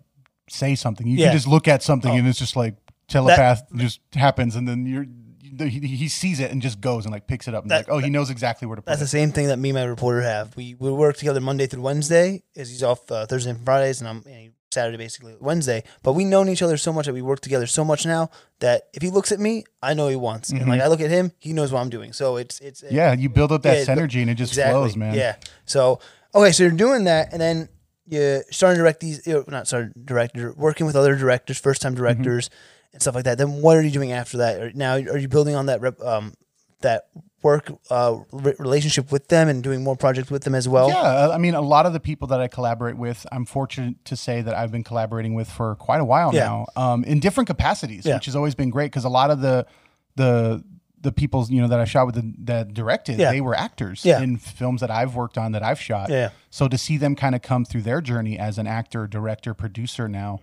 Speaker 3: say something. You
Speaker 1: Yeah. Oh.
Speaker 3: can just look at something and it's just like telepath just happens. And then you're, the- he, he sees it and just goes and like picks it up and
Speaker 1: That-
Speaker 3: like, oh, he knows exactly where to put
Speaker 1: That's
Speaker 3: it.
Speaker 1: the same thing that me and my reporter have. We we work together Monday through Wednesday. Is he's off uh, Thursday and Fridays, and I'm you know, Saturday basically Wednesday. But we've known each other so much that we work together so much now that if he looks at me, I know he wants, and like I look at him, he knows what I'm doing. So it's it's
Speaker 3: yeah. You build up that
Speaker 1: Yeah,
Speaker 3: synergy and it just
Speaker 1: exactly
Speaker 3: flows, man.
Speaker 1: yeah. So okay, so you're doing that, and then you're starting to direct these. You know, not starting to direct, you're working with other directors, first
Speaker 3: Mm-hmm.
Speaker 1: time directors, and stuff like that. Then what are you doing after that? Or now are you building on that rep, um that work uh, re- relationship with them and doing more projects with them as well?
Speaker 3: Yeah, uh, I- I mean, a lot of the people that I collaborate with, I'm fortunate to say that I've been collaborating with for quite a while
Speaker 1: Yeah.
Speaker 3: now, um, in different capacities,
Speaker 1: Yeah.
Speaker 3: which has always been great because a lot of the the the people you know that I shot with the, that directed,
Speaker 1: Yeah.
Speaker 3: they were actors
Speaker 1: Yeah.
Speaker 3: in films that I've worked on that I've shot.
Speaker 1: Yeah.
Speaker 3: So to see them kind of come through their journey as an actor, director, producer now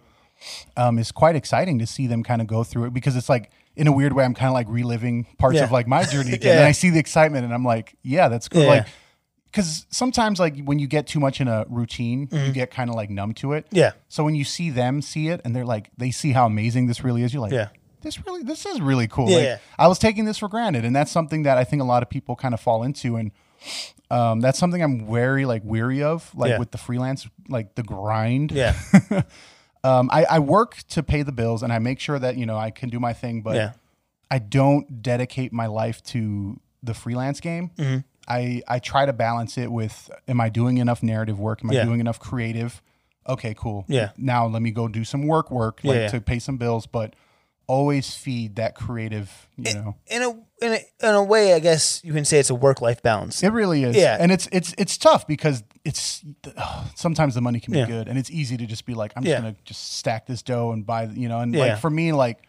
Speaker 3: um, is quite exciting to see them kind of go through it because it's like in a weird way I'm kind of like reliving parts
Speaker 1: Yeah.
Speaker 3: of like my journey again
Speaker 1: Yeah.
Speaker 3: and I see the excitement and I'm like yeah that's cool
Speaker 1: Yeah.
Speaker 3: like because sometimes like when you get too much in a routine you get kind of like numb to it
Speaker 1: Mm-hmm. Yeah.
Speaker 3: so when you see them see it and they're like they see how amazing this really is you're like
Speaker 1: Yeah.
Speaker 3: this really this is really cool
Speaker 1: Yeah,
Speaker 3: like
Speaker 1: yeah.
Speaker 3: I was taking this for granted and that's something that I think a lot of people kind of fall into and um, that's something I'm wary like weary of like
Speaker 1: Yeah.
Speaker 3: with the freelance like the grind
Speaker 1: Yeah.
Speaker 3: um, I, I work to pay the bills and I make sure that, you know, I can do my thing, but
Speaker 1: Yeah.
Speaker 3: I don't dedicate my life to the freelance game.
Speaker 1: Mm-hmm.
Speaker 3: I, I try to balance it with, am I doing enough narrative work? Am I
Speaker 1: Yeah.
Speaker 3: doing enough creative? Okay, cool.
Speaker 1: Yeah.
Speaker 3: Now let me go do some work, work
Speaker 1: Yeah,
Speaker 3: like
Speaker 1: yeah.
Speaker 3: to pay some bills, but always feed that creative, you know,
Speaker 1: In a in a in a way, I guess you can say it's a work life balance.
Speaker 3: it really is.
Speaker 1: Yeah.
Speaker 3: And it's, it's, it's tough because it's sometimes the money can be
Speaker 1: Yeah.
Speaker 3: good and it's easy to just be like, I'm
Speaker 1: Yeah.
Speaker 3: just going to just stack this dough and buy, you know, and
Speaker 1: Yeah.
Speaker 3: like for me, like,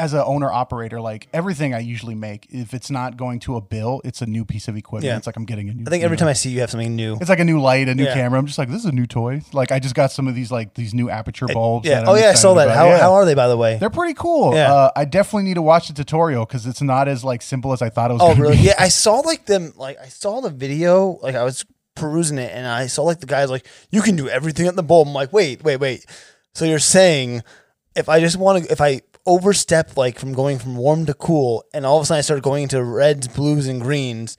Speaker 3: as an owner operator, like everything I usually make, if it's not going to a bill, it's a new piece of equipment.
Speaker 1: Yeah.
Speaker 3: It's like I'm getting a new.
Speaker 1: I think every
Speaker 3: you know,
Speaker 1: time I see you have something new.
Speaker 3: it's like a new light, a new
Speaker 1: Yeah.
Speaker 3: camera. I'm just like, this is a new toy. Like I just got some of these like these new aperture bulbs.
Speaker 1: Yeah.
Speaker 3: that
Speaker 1: Oh
Speaker 3: I'm
Speaker 1: yeah, I saw
Speaker 3: excited
Speaker 1: that.
Speaker 3: about.
Speaker 1: How
Speaker 3: Yeah.
Speaker 1: how are they by the way?
Speaker 3: They're pretty cool.
Speaker 1: Yeah.
Speaker 3: Uh, I definitely need to watch the tutorial because it's not as like simple as I thought it was.
Speaker 1: Oh,
Speaker 3: gonna
Speaker 1: really?
Speaker 3: Be.
Speaker 1: Yeah, I saw like them. Like I saw the video. Like I was perusing it, and I saw like the guys like you can do everything at the bowl. I'm like, wait, wait, wait. So you're saying if I just want to, if I overstep like from going from warm to cool, and all of a sudden I start going into reds, blues, and greens,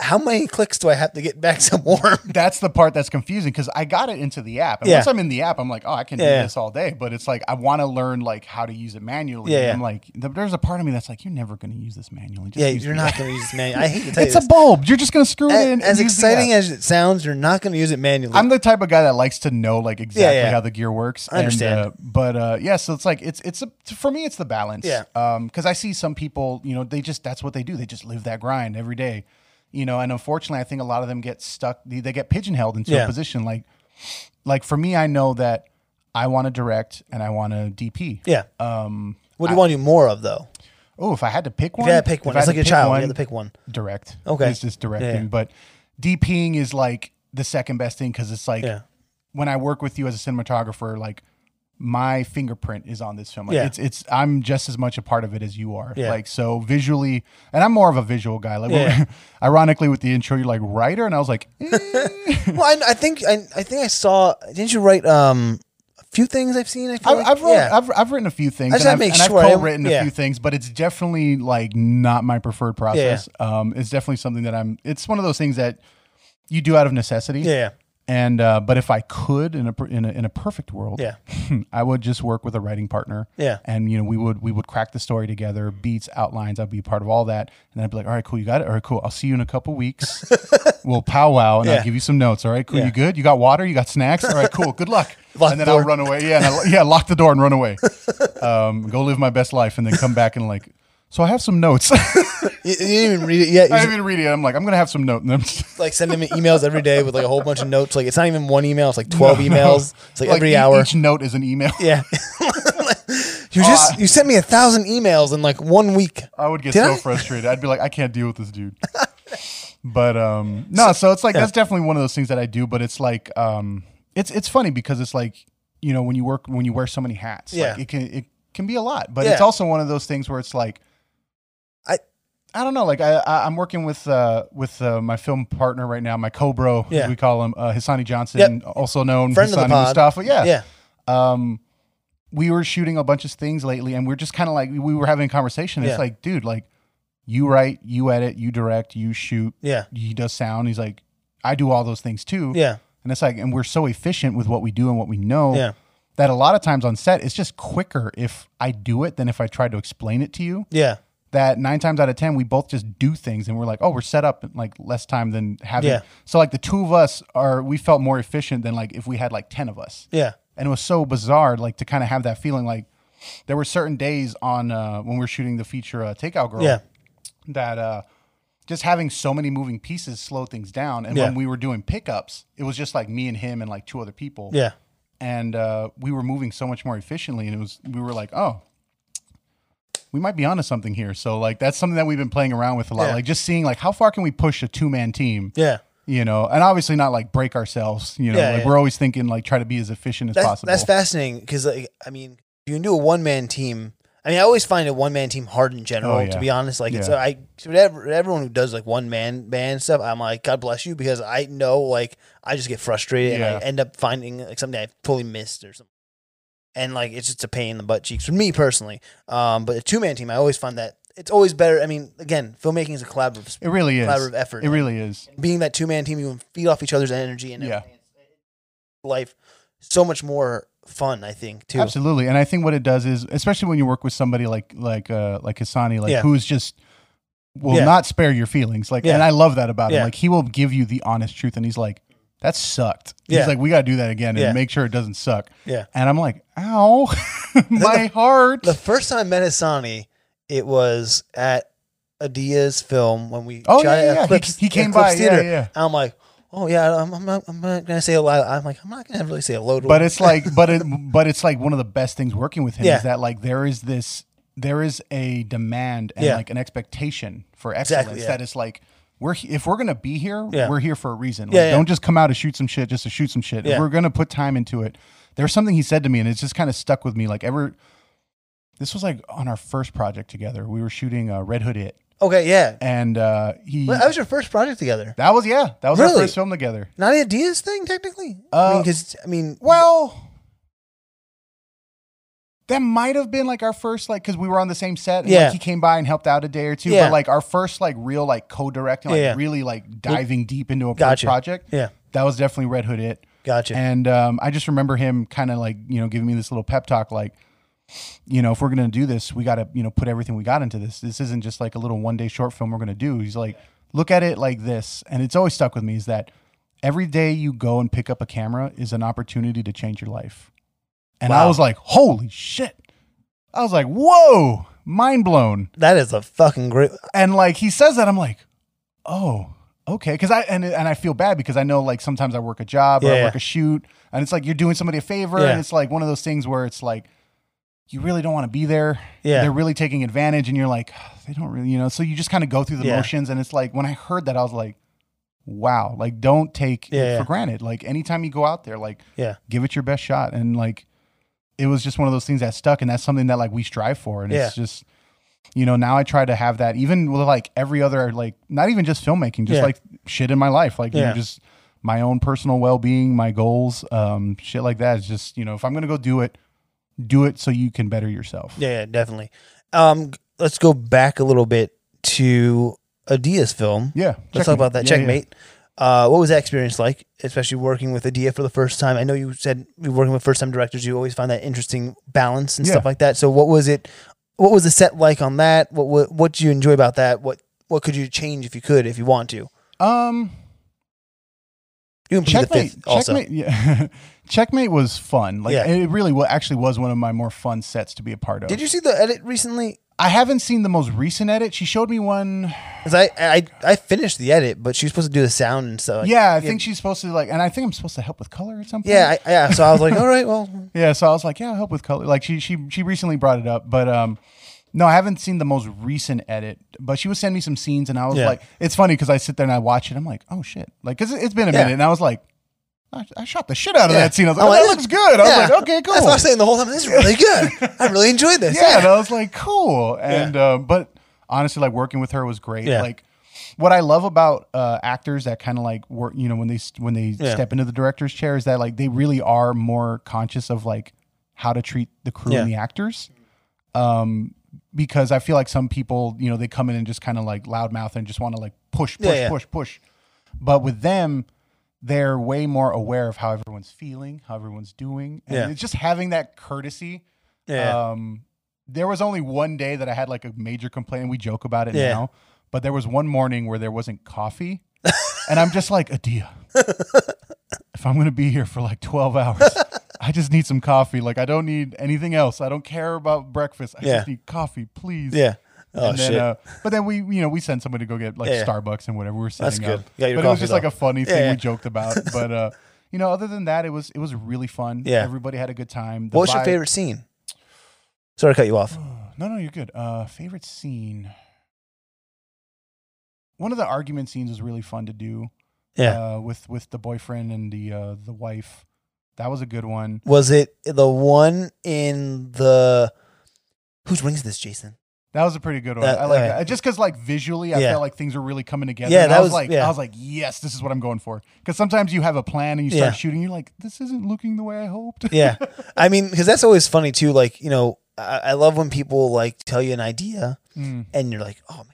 Speaker 1: how many clicks do I have to get back some warm?
Speaker 3: That's the part that's confusing because I got it into the app. And
Speaker 1: Yeah.
Speaker 3: once I'm in the app, I'm like, oh, I can do
Speaker 1: Yeah, yeah.
Speaker 3: this all day. But it's like I want to learn like how to use it manually.
Speaker 1: Yeah,
Speaker 3: And
Speaker 1: yeah.
Speaker 3: I'm like, th- there's a part of me that's like, you're never going to use this manually. Just
Speaker 1: yeah,
Speaker 3: use
Speaker 1: you're
Speaker 3: the
Speaker 1: not
Speaker 3: app."
Speaker 1: going to use it manually. I hate to tell
Speaker 3: It's
Speaker 1: you
Speaker 3: a
Speaker 1: this.
Speaker 3: bulb. You're just going to screw it in.
Speaker 1: A-
Speaker 3: and
Speaker 1: as
Speaker 3: use the
Speaker 1: exciting
Speaker 3: app.
Speaker 1: as it sounds, you're not going to use it manually.
Speaker 3: I'm the type of guy that likes to know like exactly
Speaker 1: yeah.
Speaker 3: how the gear works.
Speaker 1: I understand.
Speaker 3: And, uh, but uh, yeah, so it's like it's it's a, for me it's the balance.
Speaker 1: Yeah.
Speaker 3: Because I see some people, you know, they just that's what they do. They just live that grind every day. You know, and unfortunately, I think a lot of them get stuck. They, they get pigeonholed into
Speaker 1: Yeah.
Speaker 3: a position like, like for me, I know that I want to direct and I want to DP.
Speaker 1: yeah. Um, what do you want to do more of though?
Speaker 3: Oh, if I had to pick one,
Speaker 1: You gotta pick one.
Speaker 3: if I
Speaker 1: It's like
Speaker 3: had to
Speaker 1: your
Speaker 3: pick
Speaker 1: child. You have to pick one.
Speaker 3: direct.
Speaker 1: Okay.
Speaker 3: It's just directing.
Speaker 1: Yeah.
Speaker 3: But DPing is like the second best thing because it's like
Speaker 1: Yeah.
Speaker 3: when I work with you as a cinematographer, like my fingerprint is on this film. Like
Speaker 1: Yeah.
Speaker 3: it's it's I'm just as much a part of it as you are.
Speaker 1: Yeah.
Speaker 3: Like so visually and I'm more of a visual guy. Like
Speaker 1: Yeah.
Speaker 3: ironically with the intro, you're like writer, and I was like, eh.
Speaker 1: well, I, I think I, I think I saw. Didn't you write um a few things I've seen? I feel
Speaker 3: I've,
Speaker 1: like?
Speaker 3: I've, wrote,
Speaker 1: yeah.
Speaker 3: I've, I've written a few things,
Speaker 1: I
Speaker 3: and
Speaker 1: just
Speaker 3: I've,
Speaker 1: make
Speaker 3: and I've
Speaker 1: sure I-
Speaker 3: co-written a
Speaker 1: yeah.
Speaker 3: few things, but it's definitely like not my preferred process. Um, it's definitely something that I'm. It's one of those things that you do out of necessity.
Speaker 1: yeah,
Speaker 3: And uh, but if I could in a per- in a, in a perfect world,
Speaker 1: yeah,
Speaker 3: I would just work with a writing partner.
Speaker 1: Yeah.
Speaker 3: And you know, we would we would crack the story together, beats, outlines, I'd be a part of all that. And then I'd be like, all right, cool, you got it. All right, cool. I'll see you in a couple weeks. we'll powwow and
Speaker 1: Yeah.
Speaker 3: I'll give you some notes. All right, cool.
Speaker 1: Yeah.
Speaker 3: You good? You got water? You got snacks? All right, cool. Good luck.
Speaker 1: Lock
Speaker 3: and then
Speaker 1: the
Speaker 3: I'll
Speaker 1: door.
Speaker 3: run away. Yeah, and I, yeah, lock the door and run away. Um, go live my best life and then come back and like so I have some notes. I
Speaker 1: You, you didn't even read it yet. You
Speaker 3: didn't
Speaker 1: just,
Speaker 3: even read it. I'm like, I'm gonna have some notes. And I'm just-
Speaker 1: like sending me emails every day with like a whole bunch of notes. Like it's not even one email. It's like twelve emails. It's like, every
Speaker 3: e-
Speaker 1: hour.
Speaker 3: Each note is an email.
Speaker 1: yeah. you just you sent me a thousand emails in like one week.
Speaker 3: I would get
Speaker 1: Did
Speaker 3: so
Speaker 1: I?
Speaker 3: frustrated. I'd be like, I can't deal with this dude. but um no, so it's like that's definitely one of those things that I do, but it's like um it's it's funny because it's like, you know, when you work when you wear so many hats,
Speaker 1: Yeah.
Speaker 3: like it can it can be a lot. But it's
Speaker 1: Yeah.
Speaker 3: also one of those things where it's like
Speaker 1: I-
Speaker 3: I don't know. Like I, I, I'm working with uh, with uh, my film partner right now, my co-bro, as
Speaker 1: Yeah.
Speaker 3: we call him, uh, Hisani Johnson,
Speaker 1: Yep.
Speaker 3: also known
Speaker 1: Friend of the
Speaker 3: Hisani
Speaker 1: pod.
Speaker 3: Mustafa. Yeah,
Speaker 1: yeah.
Speaker 3: um, we were shooting a bunch of things lately, and we're just kind of like we were having a conversation. It's
Speaker 1: Yeah.
Speaker 3: like, dude, like you write, you edit, you direct, you shoot,
Speaker 1: Yeah.
Speaker 3: he does sound. He's like, I do all those things too.
Speaker 1: Yeah.
Speaker 3: and it's like, and we're so efficient with what we do and what we know.
Speaker 1: Yeah.
Speaker 3: That a lot of times on set, it's just quicker if I do it than if I try to explain it to you.
Speaker 1: Yeah.
Speaker 3: That nine times out of ten, we both just do things, and we're like, oh, we're set up in like less time than having.
Speaker 1: Yeah.
Speaker 3: So like the two of us are, we felt more efficient than like if we had like ten of us
Speaker 1: Yeah.
Speaker 3: and it was so bizarre like to kind of have that feeling like there were certain days on uh, when we were shooting the feature uh, takeout girl
Speaker 1: Yeah.
Speaker 3: that uh, just having so many moving pieces slowed things down and
Speaker 1: Yeah.
Speaker 3: when we were doing pickups it was just like me and him and like two other people
Speaker 1: Yeah.
Speaker 3: and uh, we were moving so much more efficiently and it was we were like oh we might be onto something here so like that's something that we've been playing around with a lot
Speaker 1: Yeah.
Speaker 3: like just seeing like how far can we push a two-man team
Speaker 1: Yeah.
Speaker 3: you know and obviously not like break ourselves you know
Speaker 1: Yeah,
Speaker 3: like
Speaker 1: yeah.
Speaker 3: we're always thinking like try to be as efficient as
Speaker 1: That's,
Speaker 3: possible
Speaker 1: That's fascinating because, like, I mean, you can do a one man team. I mean, I always find a one man team hard in general.
Speaker 3: Oh, yeah.
Speaker 1: To be honest, like, it's
Speaker 3: Yeah.
Speaker 1: I whatever everyone who does like one man band stuff, I'm like, God bless you, because I know like I just get frustrated
Speaker 3: Yeah.
Speaker 1: and I end up finding like something I totally missed or something. And like, it's just a pain in the butt cheeks for me personally. Um, but a two man team, I always find that it's always better. I mean, again, filmmaking is a collaborative
Speaker 3: It really is.
Speaker 1: collaborative effort.
Speaker 3: It really is.
Speaker 1: being that two man team, you can feed off each other's energy and
Speaker 3: Yeah.
Speaker 1: everything. It's life so much more fun. I think too.
Speaker 3: Absolutely. And I think what it does is, especially when you work with somebody like like uh like Hassani, like
Speaker 1: Yeah.
Speaker 3: who's just will
Speaker 1: Yeah.
Speaker 3: not spare your feelings. Like
Speaker 1: Yeah.
Speaker 3: and I love that about him.
Speaker 1: Yeah.
Speaker 3: Like he will give you the honest truth and he's like, That sucked.
Speaker 1: Yeah.
Speaker 3: He's like, We gotta do that again and
Speaker 1: Yeah.
Speaker 3: make sure it doesn't suck.
Speaker 1: Yeah.
Speaker 3: And I'm like, Ow my heart.
Speaker 1: The first time I met Asani, it was at Adia's film when we
Speaker 3: Oh,
Speaker 1: shot
Speaker 3: yeah,
Speaker 1: it at
Speaker 3: yeah. He-
Speaker 1: Eclipse-
Speaker 3: he came
Speaker 1: Eclipse
Speaker 3: by. Yeah,
Speaker 1: Theater.
Speaker 3: yeah.
Speaker 1: I'm like, oh yeah, I'm, I'm, not, I'm not gonna say a lot. I'm like, I'm not gonna really say a load.
Speaker 3: but it's like but it but it's like one of the best things working with him
Speaker 1: Yeah.
Speaker 3: is that like there is this there is a demand and
Speaker 1: Yeah.
Speaker 3: like an expectation for excellence
Speaker 1: Exactly, yeah.
Speaker 3: that is like we're he- if we're gonna be here
Speaker 1: Yeah.
Speaker 3: we're here for a reason like,
Speaker 1: Yeah, yeah.
Speaker 3: don't just come out and shoot some shit just to shoot some shit
Speaker 1: Yeah.
Speaker 3: if we're gonna put time into it there's something he said to me and it's just kind of stuck with me like ever this was like on our first project together we were shooting uh, Red Hood it
Speaker 1: okay, yeah.
Speaker 3: and uh, he
Speaker 1: Well, that was your first project together.
Speaker 3: that was yeah that was our
Speaker 1: Really?
Speaker 3: first film together
Speaker 1: Not Adia's thing, technically. I
Speaker 3: Uh,
Speaker 1: mean, because I mean,
Speaker 3: well that might have been like our first like because we were on the same set. And,
Speaker 1: Yeah.
Speaker 3: like, he came by and helped out a day or two.
Speaker 1: Yeah.
Speaker 3: But like our first like real like co-directing, like
Speaker 1: Yeah.
Speaker 3: really like diving deep into a
Speaker 1: Gotcha.
Speaker 3: project.
Speaker 1: Yeah.
Speaker 3: that was definitely Red Hood. It
Speaker 1: Gotcha.
Speaker 3: And um, I just remember him kind of like you know giving me this little pep talk like. You know, if we're gonna do this, we gotta, you know, put everything we got into this. This isn't just like a little one day short film we're gonna do. He's like, look at it like this. And it's always stuck with me is that every day you go and pick up a camera is an opportunity to change your life. And I
Speaker 1: Wow.
Speaker 3: was like, holy shit. I was like, whoa, mind blown.
Speaker 1: That is a fucking great.
Speaker 3: And like he says that, I'm like, oh, okay. Cause I and and I feel bad because I know like sometimes I work a job or
Speaker 1: Yeah.
Speaker 3: I work a shoot, and it's like you're doing somebody a favor,
Speaker 1: Yeah.
Speaker 3: and it's like one of those things where it's like you really don't want to be there.
Speaker 1: Yeah.
Speaker 3: They're really taking advantage, and you're like, they don't really, you know. So you just kind of go through the
Speaker 1: Yeah.
Speaker 3: motions, and it's like when I heard that, I was like, wow, like don't take
Speaker 1: Yeah,
Speaker 3: it
Speaker 1: yeah.
Speaker 3: for granted. Like anytime you go out there, like
Speaker 1: Yeah.
Speaker 3: give it your best shot and like it was just one of those things that stuck and that's something that like we strive for and it's just you know now i try to have that even with like every other like not even just filmmaking just
Speaker 1: Yeah.
Speaker 3: like shit in my life like you
Speaker 1: Yeah.
Speaker 3: know just my own personal well-being my goals um shit like that is just you know if i'm gonna go do it do it so you can better yourself
Speaker 1: Yeah, yeah definitely. Um, g- let's go back a little bit to Adia's film.
Speaker 3: yeah
Speaker 1: Let's
Speaker 3: checkmate.
Speaker 1: talk about that.
Speaker 3: Yeah, yeah.
Speaker 1: Checkmate. Uh, what was that experience like, especially working with Adia for the first time? I know you said you're working with first time directors. You always find that interesting balance and
Speaker 3: Yeah.
Speaker 1: stuff like that. So, what was it? What was the set like on that? What what what do you enjoy about that? What what could you change if you could, if you want to?
Speaker 3: um
Speaker 1: You can play the
Speaker 3: Checkmate.
Speaker 1: fifth also.
Speaker 3: Checkmate. Yeah. Checkmate was fun. Like
Speaker 1: Yeah.
Speaker 3: it really wa- actually was one of my more fun sets to be a part of.
Speaker 1: Did you see the edit recently?
Speaker 3: I haven't seen the most recent edit. She showed me one.
Speaker 1: 'Cause I, I I finished the edit, but she was supposed to do the sound and stuff.
Speaker 3: yeah, I think she's supposed to like, and I think I'm supposed to help with color or something.
Speaker 1: Yeah, I, yeah. So I was like, all right, well,
Speaker 3: yeah. So I was like, yeah, I'll help with color. Like she she she recently brought it up, but um, no, I haven't seen the most recent edit. But she was sending me some scenes, and I was
Speaker 1: Yeah.
Speaker 3: like, it's funny because I sit there and I watch it. I'm like, oh shit, like because it's been a
Speaker 1: Yeah.
Speaker 3: minute, and I was like. I, I shot the shit out of
Speaker 1: Yeah.
Speaker 3: that scene. I was like,
Speaker 1: I'm
Speaker 3: oh,
Speaker 1: like,
Speaker 3: that
Speaker 1: this-
Speaker 3: looks good. I
Speaker 1: yeah.
Speaker 3: was like, okay, cool.
Speaker 1: That's what I was saying the whole time. This is really good. I really enjoyed this.
Speaker 3: yeah, and I was like, cool. And um, but honestly, like working with her was great.
Speaker 1: Yeah.
Speaker 3: Like what I love about uh, actors that kind of like work, you know, when they s- when they
Speaker 1: Yeah.
Speaker 3: step into the director's chair is that like they really are more conscious of like how to treat the crew and
Speaker 1: Yeah.
Speaker 3: the actors. Um, because I feel like some people, you know, they come in and just kind of like loudmouth and just want to like push, push,
Speaker 1: Yeah, yeah.
Speaker 3: push, push. But with them, they're way more aware of how everyone's feeling, how everyone's doing. And
Speaker 1: Yeah.
Speaker 3: it's just having that courtesy
Speaker 1: yeah.
Speaker 3: um, there was only one day that I had like a major complaint. and We joke about it
Speaker 1: Yeah.
Speaker 3: now, but there was one morning where there wasn't coffee, and I'm just like, Adia, if I'm gonna be here for like 12 hours, I just need some coffee. Like I don't need anything else. I don't care about breakfast. I
Speaker 1: Yeah.
Speaker 3: just need coffee, please.
Speaker 1: yeah. Oh
Speaker 3: and then,
Speaker 1: shit.
Speaker 3: Uh, but then we, you know, we sent somebody to go get like
Speaker 1: Yeah.
Speaker 3: Starbucks and whatever we were setting
Speaker 1: That's good.
Speaker 3: up.
Speaker 1: You got your
Speaker 3: but it was
Speaker 1: coffee,
Speaker 3: just
Speaker 1: though.
Speaker 3: like a funny thing
Speaker 1: Yeah.
Speaker 3: we joked about. But uh, you know, other than that, it was it was really fun.
Speaker 1: Yeah.
Speaker 3: everybody had a good time. The
Speaker 1: What's your
Speaker 3: vibe-
Speaker 1: favorite scene? Sorry to cut you off.
Speaker 3: No, no, you're good. Uh, favorite scene. One of the argument scenes was really fun to do.
Speaker 1: Yeah.
Speaker 3: Uh, with with the boyfriend and the uh, the wife, that was a good one.
Speaker 1: Was it the one in the whose ring is this, Jason?
Speaker 3: That was a pretty good one.
Speaker 1: That-
Speaker 3: I like
Speaker 1: yeah.
Speaker 3: that. Just because like visually, I
Speaker 1: Yeah.
Speaker 3: felt like things were really coming together.
Speaker 1: Yeah,
Speaker 3: and
Speaker 1: that
Speaker 3: I was,
Speaker 1: was-
Speaker 3: like,
Speaker 1: yeah.
Speaker 3: I was like, yes, this is what I'm going for. Because sometimes you have a plan and you
Speaker 1: Yeah.
Speaker 3: start shooting, you're like, this isn't looking the way I hoped.
Speaker 1: Yeah. I mean, because that's always funny too. Like you know, I, I love when people like tell you an idea
Speaker 3: Mm.
Speaker 1: and you're like, oh man,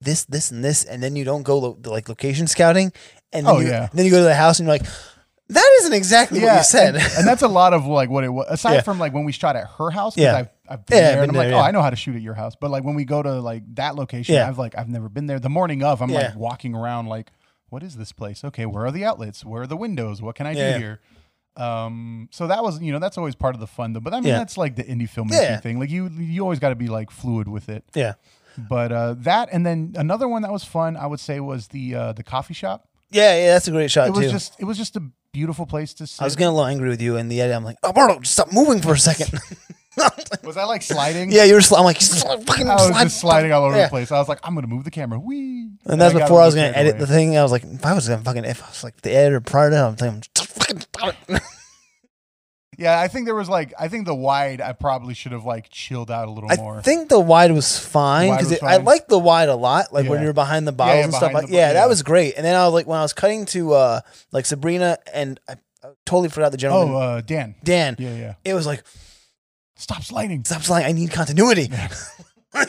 Speaker 1: this, this, and this, and then you don't go lo- like location scouting, and then
Speaker 3: Oh,
Speaker 1: you,
Speaker 3: yeah.
Speaker 1: then you go to the house and you're like, that isn't exactly what you said.
Speaker 3: And, and that's a lot of like what it was. Aside
Speaker 1: Yeah.
Speaker 3: from like when we shot at her house,
Speaker 1: Yeah.
Speaker 3: yeah. I've, I've been
Speaker 1: Yeah, I've
Speaker 3: there
Speaker 1: been
Speaker 3: and I'm like,
Speaker 1: there,
Speaker 3: oh,
Speaker 1: yeah.
Speaker 3: I know how to shoot at your house. But like when we go to like that location,
Speaker 1: Yeah.
Speaker 3: I've like I've never been there. The morning of, I'm
Speaker 1: Yeah.
Speaker 3: like walking around like, what is this place? Okay, where are the outlets? Where are the windows? What can I
Speaker 1: Yeah.
Speaker 3: do here? Um, so that was you know that's always part of the fun though. But I mean
Speaker 1: Yeah.
Speaker 3: that's like the indie filmmaking
Speaker 1: Yeah.
Speaker 3: thing. Like you you always got to be like fluid with it.
Speaker 1: yeah.
Speaker 3: But uh, that and then another one that was fun I would say was the uh, the coffee shop.
Speaker 1: Yeah, yeah, that's a great shot
Speaker 3: It was
Speaker 1: too.
Speaker 3: just it was just a beautiful place to sit.
Speaker 1: I was getting a little angry with you in the edit. I'm like, oh, Bardo, just stop moving for a second.
Speaker 3: was I like sliding?
Speaker 1: yeah, you were. Sli- I'm like, sli- fucking
Speaker 3: I was
Speaker 1: slide-
Speaker 3: just sliding all over
Speaker 1: Yeah.
Speaker 3: the place. I was like, I'm gonna move the camera. Wee.
Speaker 1: And that's
Speaker 3: got
Speaker 1: before I was
Speaker 3: really
Speaker 1: gonna edit the
Speaker 3: carried away.
Speaker 1: thing. I was like, if I was gonna fucking, if I was like the editor prior to that, I'm thinking, just fucking stop it.
Speaker 3: Yeah, I think there was like, I think the wide, I probably should have like chilled out a little
Speaker 1: I
Speaker 3: more.
Speaker 1: think the wide was fine
Speaker 3: Wide
Speaker 1: because
Speaker 3: was
Speaker 1: I
Speaker 3: fine.
Speaker 1: liked the wide a lot. Like when
Speaker 3: Yeah.
Speaker 1: you were behind the bottles
Speaker 3: yeah,
Speaker 1: and stuff.
Speaker 3: behind
Speaker 1: Like,
Speaker 3: the bo-
Speaker 1: yeah,
Speaker 3: yeah.
Speaker 1: that was great. And then I was like, when I was cutting to uh like Sabrina and I, I totally forgot the gentleman
Speaker 3: oh, uh, Dan.
Speaker 1: Dan.
Speaker 3: Yeah, yeah.
Speaker 1: It was like,
Speaker 3: Stop sliding.
Speaker 1: Stop lying. I need continuity.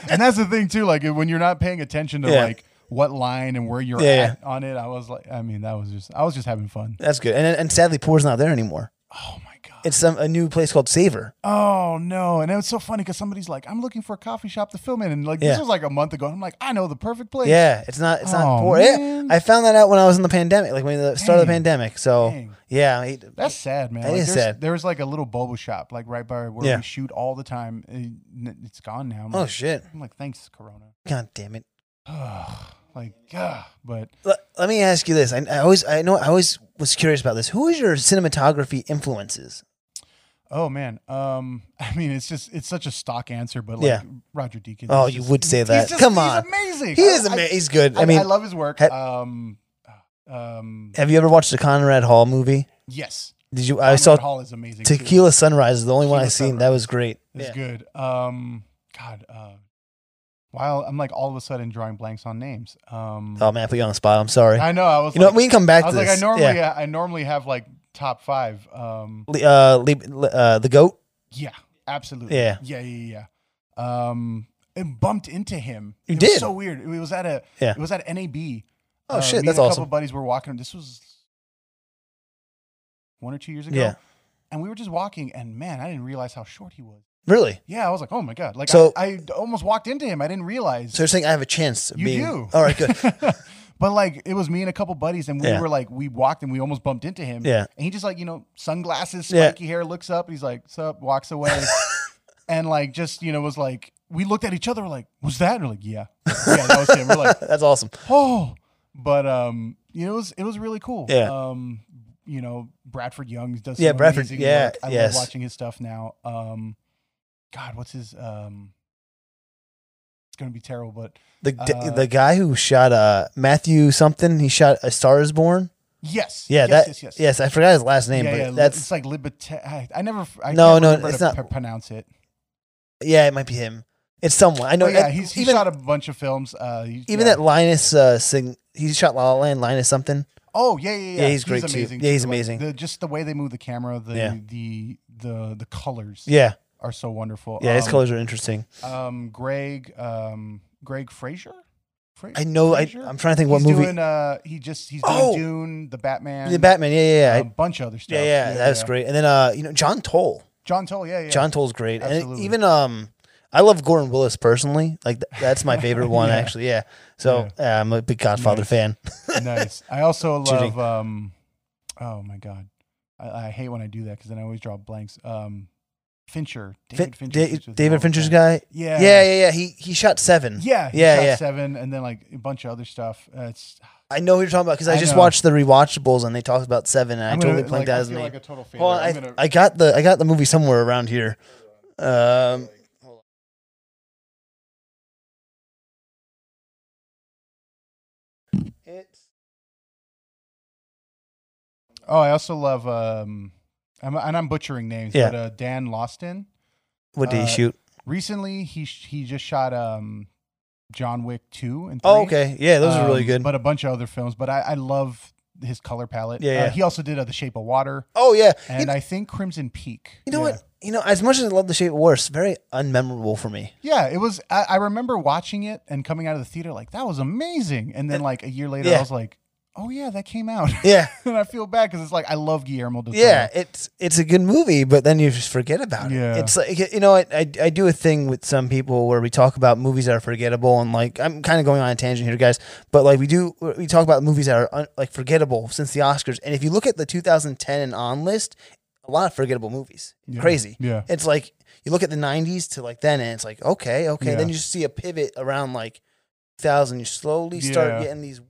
Speaker 3: And that's the thing too. Like when you're not paying attention to
Speaker 1: Yeah.
Speaker 3: like what line and where you're
Speaker 1: Yeah, yeah.
Speaker 3: at on it, I was like, I mean, that was just, I was just having fun.
Speaker 1: That's good. And and sadly, Poor's not there anymore.
Speaker 3: Oh my god.
Speaker 1: It's some a new place called Savor.
Speaker 3: Oh no! And it was so funny because somebody's like, "I'm looking for a coffee shop to film in," and like this
Speaker 1: Yeah.
Speaker 3: was like a month ago. And I'm like, "I know the perfect place."
Speaker 1: Yeah, it's not it's not
Speaker 3: Oh,
Speaker 1: Poor. Yeah,
Speaker 3: man.
Speaker 1: I found that out when I was in the pandemic, like when the start of the
Speaker 3: Dang.
Speaker 1: pandemic. So
Speaker 3: Dang.
Speaker 1: yeah, I-
Speaker 3: That's sad, man.
Speaker 1: That
Speaker 3: like,
Speaker 1: is
Speaker 3: there's,
Speaker 1: sad.
Speaker 3: There was like a little boba shop, like right by where
Speaker 1: Yeah.
Speaker 3: we shoot all the time. and n- It's gone now. I'm
Speaker 1: oh
Speaker 3: like,
Speaker 1: shit.
Speaker 3: I'm like, thanks, Corona.
Speaker 1: God damn it.
Speaker 3: like, yeah, but
Speaker 1: Let, let me ask you this. I, I always I know I always was curious about this. Who is your cinematography influences?
Speaker 3: oh man, um, I mean, it's just it's such a stock answer, but like
Speaker 1: Yeah.
Speaker 3: Roger Deakins.
Speaker 1: Oh,
Speaker 3: is
Speaker 1: you
Speaker 3: just-
Speaker 1: would say that.
Speaker 3: He's just,
Speaker 1: Come
Speaker 3: he's
Speaker 1: on.
Speaker 3: amazing.
Speaker 1: He
Speaker 3: I-
Speaker 1: is
Speaker 3: I-
Speaker 1: amazing. He's good.
Speaker 3: I,
Speaker 1: I mean,
Speaker 3: I love his work.
Speaker 1: ha-
Speaker 3: um, um,
Speaker 1: have you ever watched the Conrad Hall movie?
Speaker 3: yes,
Speaker 1: Did you? I
Speaker 3: Conrad
Speaker 1: saw
Speaker 3: Hall is amazing. too.
Speaker 1: Tequila Sunrise. Is the only one I
Speaker 3: Tequila
Speaker 1: seen.
Speaker 3: Sunrise.
Speaker 1: That was great.
Speaker 3: is
Speaker 1: Yeah.
Speaker 3: good. Um, God, uh, while I'm like all of a sudden drawing blanks on names. Um,
Speaker 1: Oh man, I put you on the spot. I'm sorry.
Speaker 3: I know. I was.
Speaker 1: you know
Speaker 3: like,
Speaker 1: what? We can come back
Speaker 3: I was
Speaker 1: to
Speaker 3: like,
Speaker 1: this.
Speaker 3: I normally,
Speaker 1: yeah.
Speaker 3: I normally have like top five. Um,
Speaker 1: Le- uh, Le- Le- uh, the goat.
Speaker 3: yeah, absolutely.
Speaker 1: Yeah.
Speaker 3: yeah, yeah, yeah. Um, and bumped into him.
Speaker 1: You
Speaker 3: It was
Speaker 1: did?
Speaker 3: so weird. It was at a.
Speaker 1: Yeah.
Speaker 3: It was at NAB.
Speaker 1: Oh, shit,
Speaker 3: me and
Speaker 1: that's
Speaker 3: a
Speaker 1: awesome.
Speaker 3: Couple buddies were walking. This was one or two years ago.
Speaker 1: Yeah.
Speaker 3: And we were just walking, and man, I didn't realize how short he was.
Speaker 1: Really?
Speaker 3: Yeah, I was like, oh my god! Like,
Speaker 1: So-
Speaker 3: I, I almost walked into him. I didn't realize.
Speaker 1: So you're saying I have a chance? Of
Speaker 3: You
Speaker 1: being...
Speaker 3: do.
Speaker 1: All right, good.
Speaker 3: but like it was me and a couple buddies, and we
Speaker 1: Yeah.
Speaker 3: were like, we walked and we almost bumped into him.
Speaker 1: Yeah.
Speaker 3: And he just like, you know, sunglasses,
Speaker 1: Yeah.
Speaker 3: spiky hair, looks up, he's like, sup, walks away. and like just, you know, was like, we looked at each other, we're like, was that? And we're like, yeah. Yeah, that was him. We're like,
Speaker 1: That's awesome.
Speaker 3: oh. But um, you know, it was it was really cool.
Speaker 1: Yeah.
Speaker 3: Um, you know, Bradford Young does
Speaker 1: Yeah,
Speaker 3: some
Speaker 1: Bradford,
Speaker 3: amazing
Speaker 1: yeah,
Speaker 3: work. I
Speaker 1: yes.
Speaker 3: love watching his stuff now. Um God, what's his um it's gonna be terrible, but
Speaker 1: The d
Speaker 3: Uh,
Speaker 1: the guy who shot uh Matthew something, he shot A Star Is Born.
Speaker 3: Yes.
Speaker 1: Yeah,
Speaker 3: yes,
Speaker 1: that
Speaker 3: yes, yes.
Speaker 1: I forgot his last name,
Speaker 3: yeah,
Speaker 1: but
Speaker 3: yeah. li-
Speaker 1: that's
Speaker 3: it's like libertarian. I, I never. f- I
Speaker 1: No,
Speaker 3: can't
Speaker 1: no,
Speaker 3: remember
Speaker 1: it's
Speaker 3: to
Speaker 1: not-
Speaker 3: pr- pronounce it.
Speaker 1: yeah, it might be him. It's someone I know.
Speaker 3: No, Oh, yeah,
Speaker 1: and
Speaker 3: he's he
Speaker 1: even
Speaker 3: shot a bunch of films. Uh, he-
Speaker 1: even
Speaker 3: yeah.
Speaker 1: that Linus uh, sing. He shot La La Land, Linus something.
Speaker 3: Oh yeah, yeah, yeah.
Speaker 1: he's great too.
Speaker 3: amazing
Speaker 1: Yeah, he's
Speaker 3: Like,
Speaker 1: amazing.
Speaker 3: the, just the way they move the camera, the
Speaker 1: Yeah.
Speaker 3: the the the colors,
Speaker 1: Yeah,
Speaker 3: are so wonderful.
Speaker 1: yeah, his
Speaker 3: Um,
Speaker 1: colors are interesting.
Speaker 3: Um, Greg, um, Greg Fraser. Fra-
Speaker 1: I know. I,
Speaker 3: Fraser?
Speaker 1: I'm trying to think what
Speaker 3: he's
Speaker 1: movie.
Speaker 3: Doing, uh, he just he's doing
Speaker 1: Oh!
Speaker 3: Dune, the Batman,
Speaker 1: the Batman. Yeah, yeah, yeah.
Speaker 3: a bunch of other stuff.
Speaker 1: yeah, yeah, that was great. And then uh, you know, John Toll.
Speaker 3: John Toll, yeah, yeah.
Speaker 1: John Toll's great. And
Speaker 3: Absolutely.
Speaker 1: even um I love Gordon Willis personally. Like th- that's my favorite one
Speaker 3: Yeah.
Speaker 1: actually. Yeah. So yeah, I'm a big Godfather
Speaker 3: Nice.
Speaker 1: fan.
Speaker 3: nice. I also
Speaker 1: Shooting.
Speaker 3: love. Um, oh my god, I, I hate when I do that because then I always draw blanks. Um, Fincher,
Speaker 1: Fin-
Speaker 3: David Fincher,
Speaker 1: Da-
Speaker 3: used to do it all
Speaker 1: David
Speaker 3: the
Speaker 1: Fincher's
Speaker 3: time.
Speaker 1: guy.
Speaker 3: Yeah,
Speaker 1: Yeah, yeah, yeah, He he shot seven.
Speaker 3: yeah, he
Speaker 1: yeah,
Speaker 3: shot
Speaker 1: yeah.
Speaker 3: Seven, and then like a bunch of other stuff. Uh, it's
Speaker 1: I know what you're talking about because I,
Speaker 3: I
Speaker 1: just
Speaker 3: know.
Speaker 1: watched the rewatchables and they talked about seven and i
Speaker 3: I'm
Speaker 1: totally
Speaker 3: gonna,
Speaker 1: blanked
Speaker 3: like,
Speaker 1: out
Speaker 3: I
Speaker 1: his
Speaker 3: feel
Speaker 1: name.
Speaker 3: like a total failure.
Speaker 1: Hold on,
Speaker 3: I'm
Speaker 1: I,
Speaker 3: gonna-
Speaker 1: I got the I got the movie somewhere around here. Um, it's
Speaker 3: oh, I also love. Um, I'm, and I'm butchering names,
Speaker 1: Yeah.
Speaker 3: but uh, Dan Loston.
Speaker 1: what did
Speaker 3: Uh,
Speaker 1: he shoot?
Speaker 3: Recently, he sh- he just shot um, John Wick two and three.
Speaker 1: Oh, okay, yeah, those are really
Speaker 3: um,
Speaker 1: good.
Speaker 3: But a bunch of other films. But I, I love his color palette.
Speaker 1: Yeah,
Speaker 3: Uh,
Speaker 1: yeah.
Speaker 3: he also did uh, The Shape of Water.
Speaker 1: oh yeah,
Speaker 3: and
Speaker 1: you know,
Speaker 3: I think Crimson Peak.
Speaker 1: you know
Speaker 3: yeah.
Speaker 1: what? You know, as much as I love The Shape of Water, it's very unmemorable for me.
Speaker 3: Yeah, it was. I, I remember watching it and coming out of the theater like that was amazing, and then like a year later,
Speaker 1: Uh, Yeah.
Speaker 3: I was like, oh yeah, that came out,
Speaker 1: Yeah,
Speaker 3: and I feel bad because it's like I love Guillermo del Toro.
Speaker 1: yeah, it's it's a good movie, but then you just forget about it.
Speaker 3: Yeah.
Speaker 1: It's like you know, I, I I do a thing with some people where we talk about movies that are forgettable, and like I'm kind of going on a tangent here, guys, but like we do we talk about movies that are un, like forgettable since the Oscars, and if you look at the 2010 and on list, a lot of forgettable movies,
Speaker 3: Yeah.
Speaker 1: crazy.
Speaker 3: Yeah.
Speaker 1: It's like you look at the 90s to like then, and it's like okay, okay, then
Speaker 3: Yeah.
Speaker 1: you just see a pivot around like 2000. You slowly start
Speaker 3: Yeah.
Speaker 1: getting these.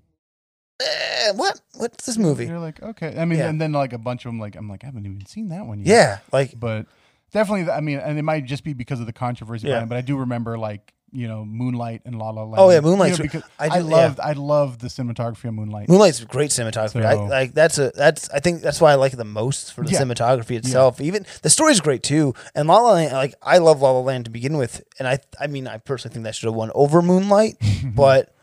Speaker 1: "Eh, what? What's this movie?
Speaker 3: You're like okay, I mean,
Speaker 1: Yeah.
Speaker 3: and then like a bunch of them, like I'm like I haven't even seen that one yet.
Speaker 1: Yeah, like
Speaker 3: but definitely, th- I mean, and it might just be because of the controversy
Speaker 1: Yeah.
Speaker 3: behind it, but I do remember like. You know, Moonlight and La La Land.
Speaker 1: Oh, yeah,
Speaker 3: You know,
Speaker 1: Moonlight's-
Speaker 3: because
Speaker 1: I
Speaker 3: I,
Speaker 1: do- yeah.
Speaker 3: loved, I loved the cinematography of Moonlight.
Speaker 1: Moonlight's great cinematography. I,
Speaker 3: So-
Speaker 1: like that's a that's I think that's why I like it the most for the
Speaker 3: Yeah.
Speaker 1: cinematography itself. Even the story's great too. And La La Land, like I love La La Land to begin with, and I I mean I personally think that should have won over Moonlight, but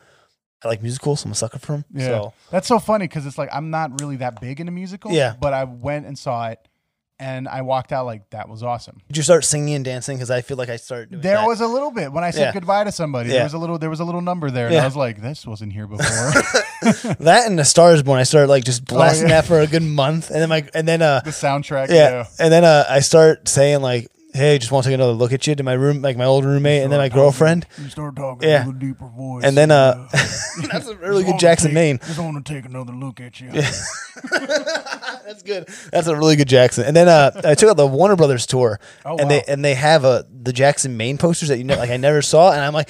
Speaker 1: I like musicals. I'm a sucker for them.
Speaker 3: Yeah.
Speaker 1: So
Speaker 3: That's so funny because it's like I'm not really that big into musicals.
Speaker 1: Yeah.
Speaker 3: But I went and saw it and I walked out like that was awesome.
Speaker 1: Did you start singing and dancing? Because I feel like I started doing
Speaker 3: There
Speaker 1: that.
Speaker 3: was a little bit when I said
Speaker 1: Yeah.
Speaker 3: goodbye to somebody.
Speaker 1: Yeah.
Speaker 3: There was a little. There was a little number there, and
Speaker 1: Yeah.
Speaker 3: I was like, "This wasn't here before."
Speaker 1: that and the Stars Born. I started like just blasting
Speaker 3: Oh, yeah.
Speaker 1: that for a good month, and then like and then uh
Speaker 3: the soundtrack.
Speaker 1: yeah, and then uh, I start saying like, hey, just want to take another look at you to my room, like my old roommate, and then my girlfriend,
Speaker 3: You start talking
Speaker 1: Yeah.
Speaker 3: with a deeper voice.
Speaker 1: and then uh, that's a really good Jackson Maine.
Speaker 3: Just want to take another look at you.
Speaker 1: That's good. That's a really good Jackson. And then uh, I took out the Warner Brothers tour,
Speaker 3: Oh,
Speaker 1: and
Speaker 3: wow.
Speaker 1: they and they have uh, the Jackson Maine posters that you know, like I never saw, and I'm like,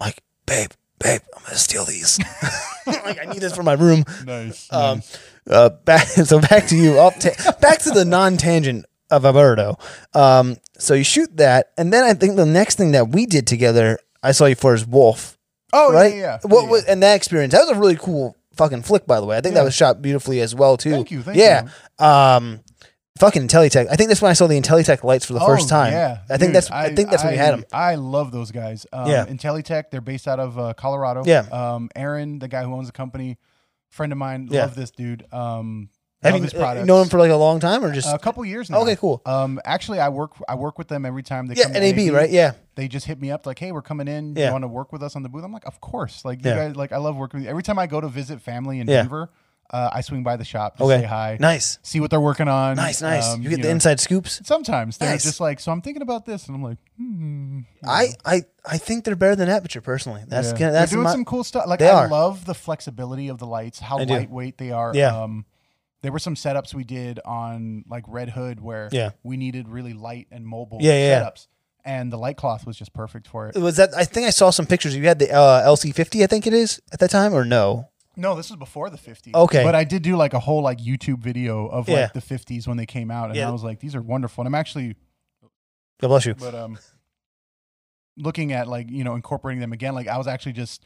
Speaker 1: I'm like, babe, babe, I'm gonna steal these. like I need this for my room.
Speaker 3: Nice.
Speaker 1: Um, uh, back, so back to you. Off ta- back to the non-tangent of Alberto. Um, so you shoot that, and then I think the next thing that we did together, I saw you for is Wolf,
Speaker 3: oh
Speaker 1: right?
Speaker 3: yeah, yeah.
Speaker 1: What
Speaker 3: yeah.
Speaker 1: was and that experience? That was a really cool fucking flick, by the way. I think that was shot beautifully as well too.
Speaker 3: Thank you, thank
Speaker 1: yeah. Um, fucking Intellitech. I think that's when I saw the Intellitech lights for the first
Speaker 3: Oh,
Speaker 1: time.
Speaker 3: Yeah,
Speaker 1: I think
Speaker 3: Dude,
Speaker 1: that's. I, think that's when we had them.
Speaker 3: I love those guys. Um,
Speaker 1: Yeah.
Speaker 3: Intellitech. They're based out of uh, Colorado.
Speaker 1: Yeah.
Speaker 3: Um, Aaron, the guy who owns the company, friend of mine.
Speaker 1: Yeah.
Speaker 3: Love this dude. Um,
Speaker 1: Have
Speaker 3: love
Speaker 1: you
Speaker 3: his
Speaker 1: uh,
Speaker 3: products.
Speaker 1: known him for like a long time or just?
Speaker 3: Uh, a couple years now.
Speaker 1: Okay, cool.
Speaker 3: Um, actually, I work I work with them every time they
Speaker 1: yeah,
Speaker 3: come. to
Speaker 1: NAB,
Speaker 3: NAB.
Speaker 1: right? Yeah.
Speaker 3: They just hit me up like, "Hey, we're coming in.
Speaker 1: Yeah.
Speaker 3: You want to work with us on the booth?" I'm like, "Of course!" Like you
Speaker 1: Yeah.
Speaker 3: guys, like I love working with you. Every time I go to visit family in
Speaker 1: Yeah.
Speaker 3: Denver, uh, I swing by the shop, just
Speaker 1: Okay.
Speaker 3: say hi,
Speaker 1: Nice.
Speaker 3: see what they're working on.
Speaker 1: Nice, nice.
Speaker 3: Um,
Speaker 1: you get the
Speaker 3: know,
Speaker 1: inside scoops.
Speaker 3: Sometimes they're
Speaker 1: Nice.
Speaker 3: just like, "So I'm thinking about this," and I'm like, "Hmm."
Speaker 1: I, I, I think they're better than Aperture personally. That's
Speaker 3: Yeah.
Speaker 1: gonna, that's
Speaker 3: they're doing
Speaker 1: my,
Speaker 3: some cool stuff. Like
Speaker 1: They
Speaker 3: I
Speaker 1: are.
Speaker 3: love the flexibility of the lights, how
Speaker 1: I do.
Speaker 3: lightweight they are.
Speaker 1: Yeah.
Speaker 3: Um, there were some setups we did on like Red Hood where
Speaker 1: Yeah.
Speaker 3: we needed really light and mobile
Speaker 1: Yeah, yeah, yeah.
Speaker 3: setups, and the light cloth was just perfect for it.
Speaker 1: was that I think I saw some pictures. You had the uh, LC50, I think it is at that time, or no?
Speaker 3: No, this was before the 50.
Speaker 1: Okay.
Speaker 3: but I did do like a whole like YouTube video of
Speaker 1: Yeah.
Speaker 3: like the 50s when they came out, and
Speaker 1: Yeah.
Speaker 3: I was like, these are wonderful. And I'm actually
Speaker 1: God bless you.
Speaker 3: but um looking at like you know incorporating them again like i was actually just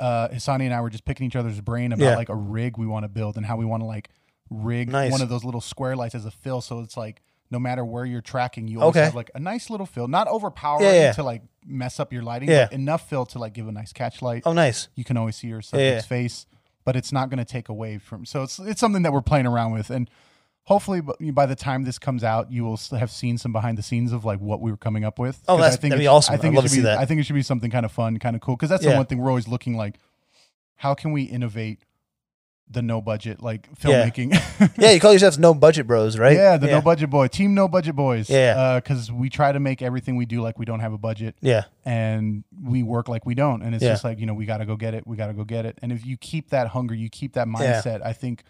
Speaker 3: uh Hisani and i were just picking each other's brain about
Speaker 1: Yeah.
Speaker 3: like a rig we want to build and how we want to like rig
Speaker 1: Nice.
Speaker 3: one of those little square lights as a fill so it's like no matter where you're tracking you always
Speaker 1: Okay.
Speaker 3: have like a nice little fill not overpowering
Speaker 1: Yeah, yeah.
Speaker 3: to like mess up your lighting
Speaker 1: Yeah.
Speaker 3: but enough fill to like give a nice catch light
Speaker 1: Oh, nice.
Speaker 3: you can always see your
Speaker 1: Yeah, yeah.
Speaker 3: subject's face, but it's not going to take away from. So it's it's something that we're playing around with, and hopefully b- by the time this comes out, you will s- have seen some behind the scenes of like what we were coming up with.
Speaker 1: Oh,
Speaker 3: 'Cause
Speaker 1: that's- that'd
Speaker 3: it
Speaker 1: be
Speaker 3: sh-
Speaker 1: awesome.
Speaker 3: I
Speaker 1: I'd
Speaker 3: think it
Speaker 1: love to
Speaker 3: should
Speaker 1: see
Speaker 3: be,
Speaker 1: that.
Speaker 3: I think it should be something kind of fun, kind of cool, because that's
Speaker 1: Yeah.
Speaker 3: the one thing we're always looking like. How can we innovate the no budget like filmmaking? Yeah.
Speaker 1: Yeah, you call yourselves no budget bros, right?
Speaker 3: the no budget boy team, no budget boys.
Speaker 1: Yeah.
Speaker 3: because we try to make everything we do like we don't have a budget
Speaker 1: Yeah,
Speaker 3: and we work like we don't. And it's
Speaker 1: Yeah.
Speaker 3: just like, you know, we got to go get it. We got to go get it. And if you keep that hunger, you keep that
Speaker 1: Yeah.
Speaker 3: mindset, I think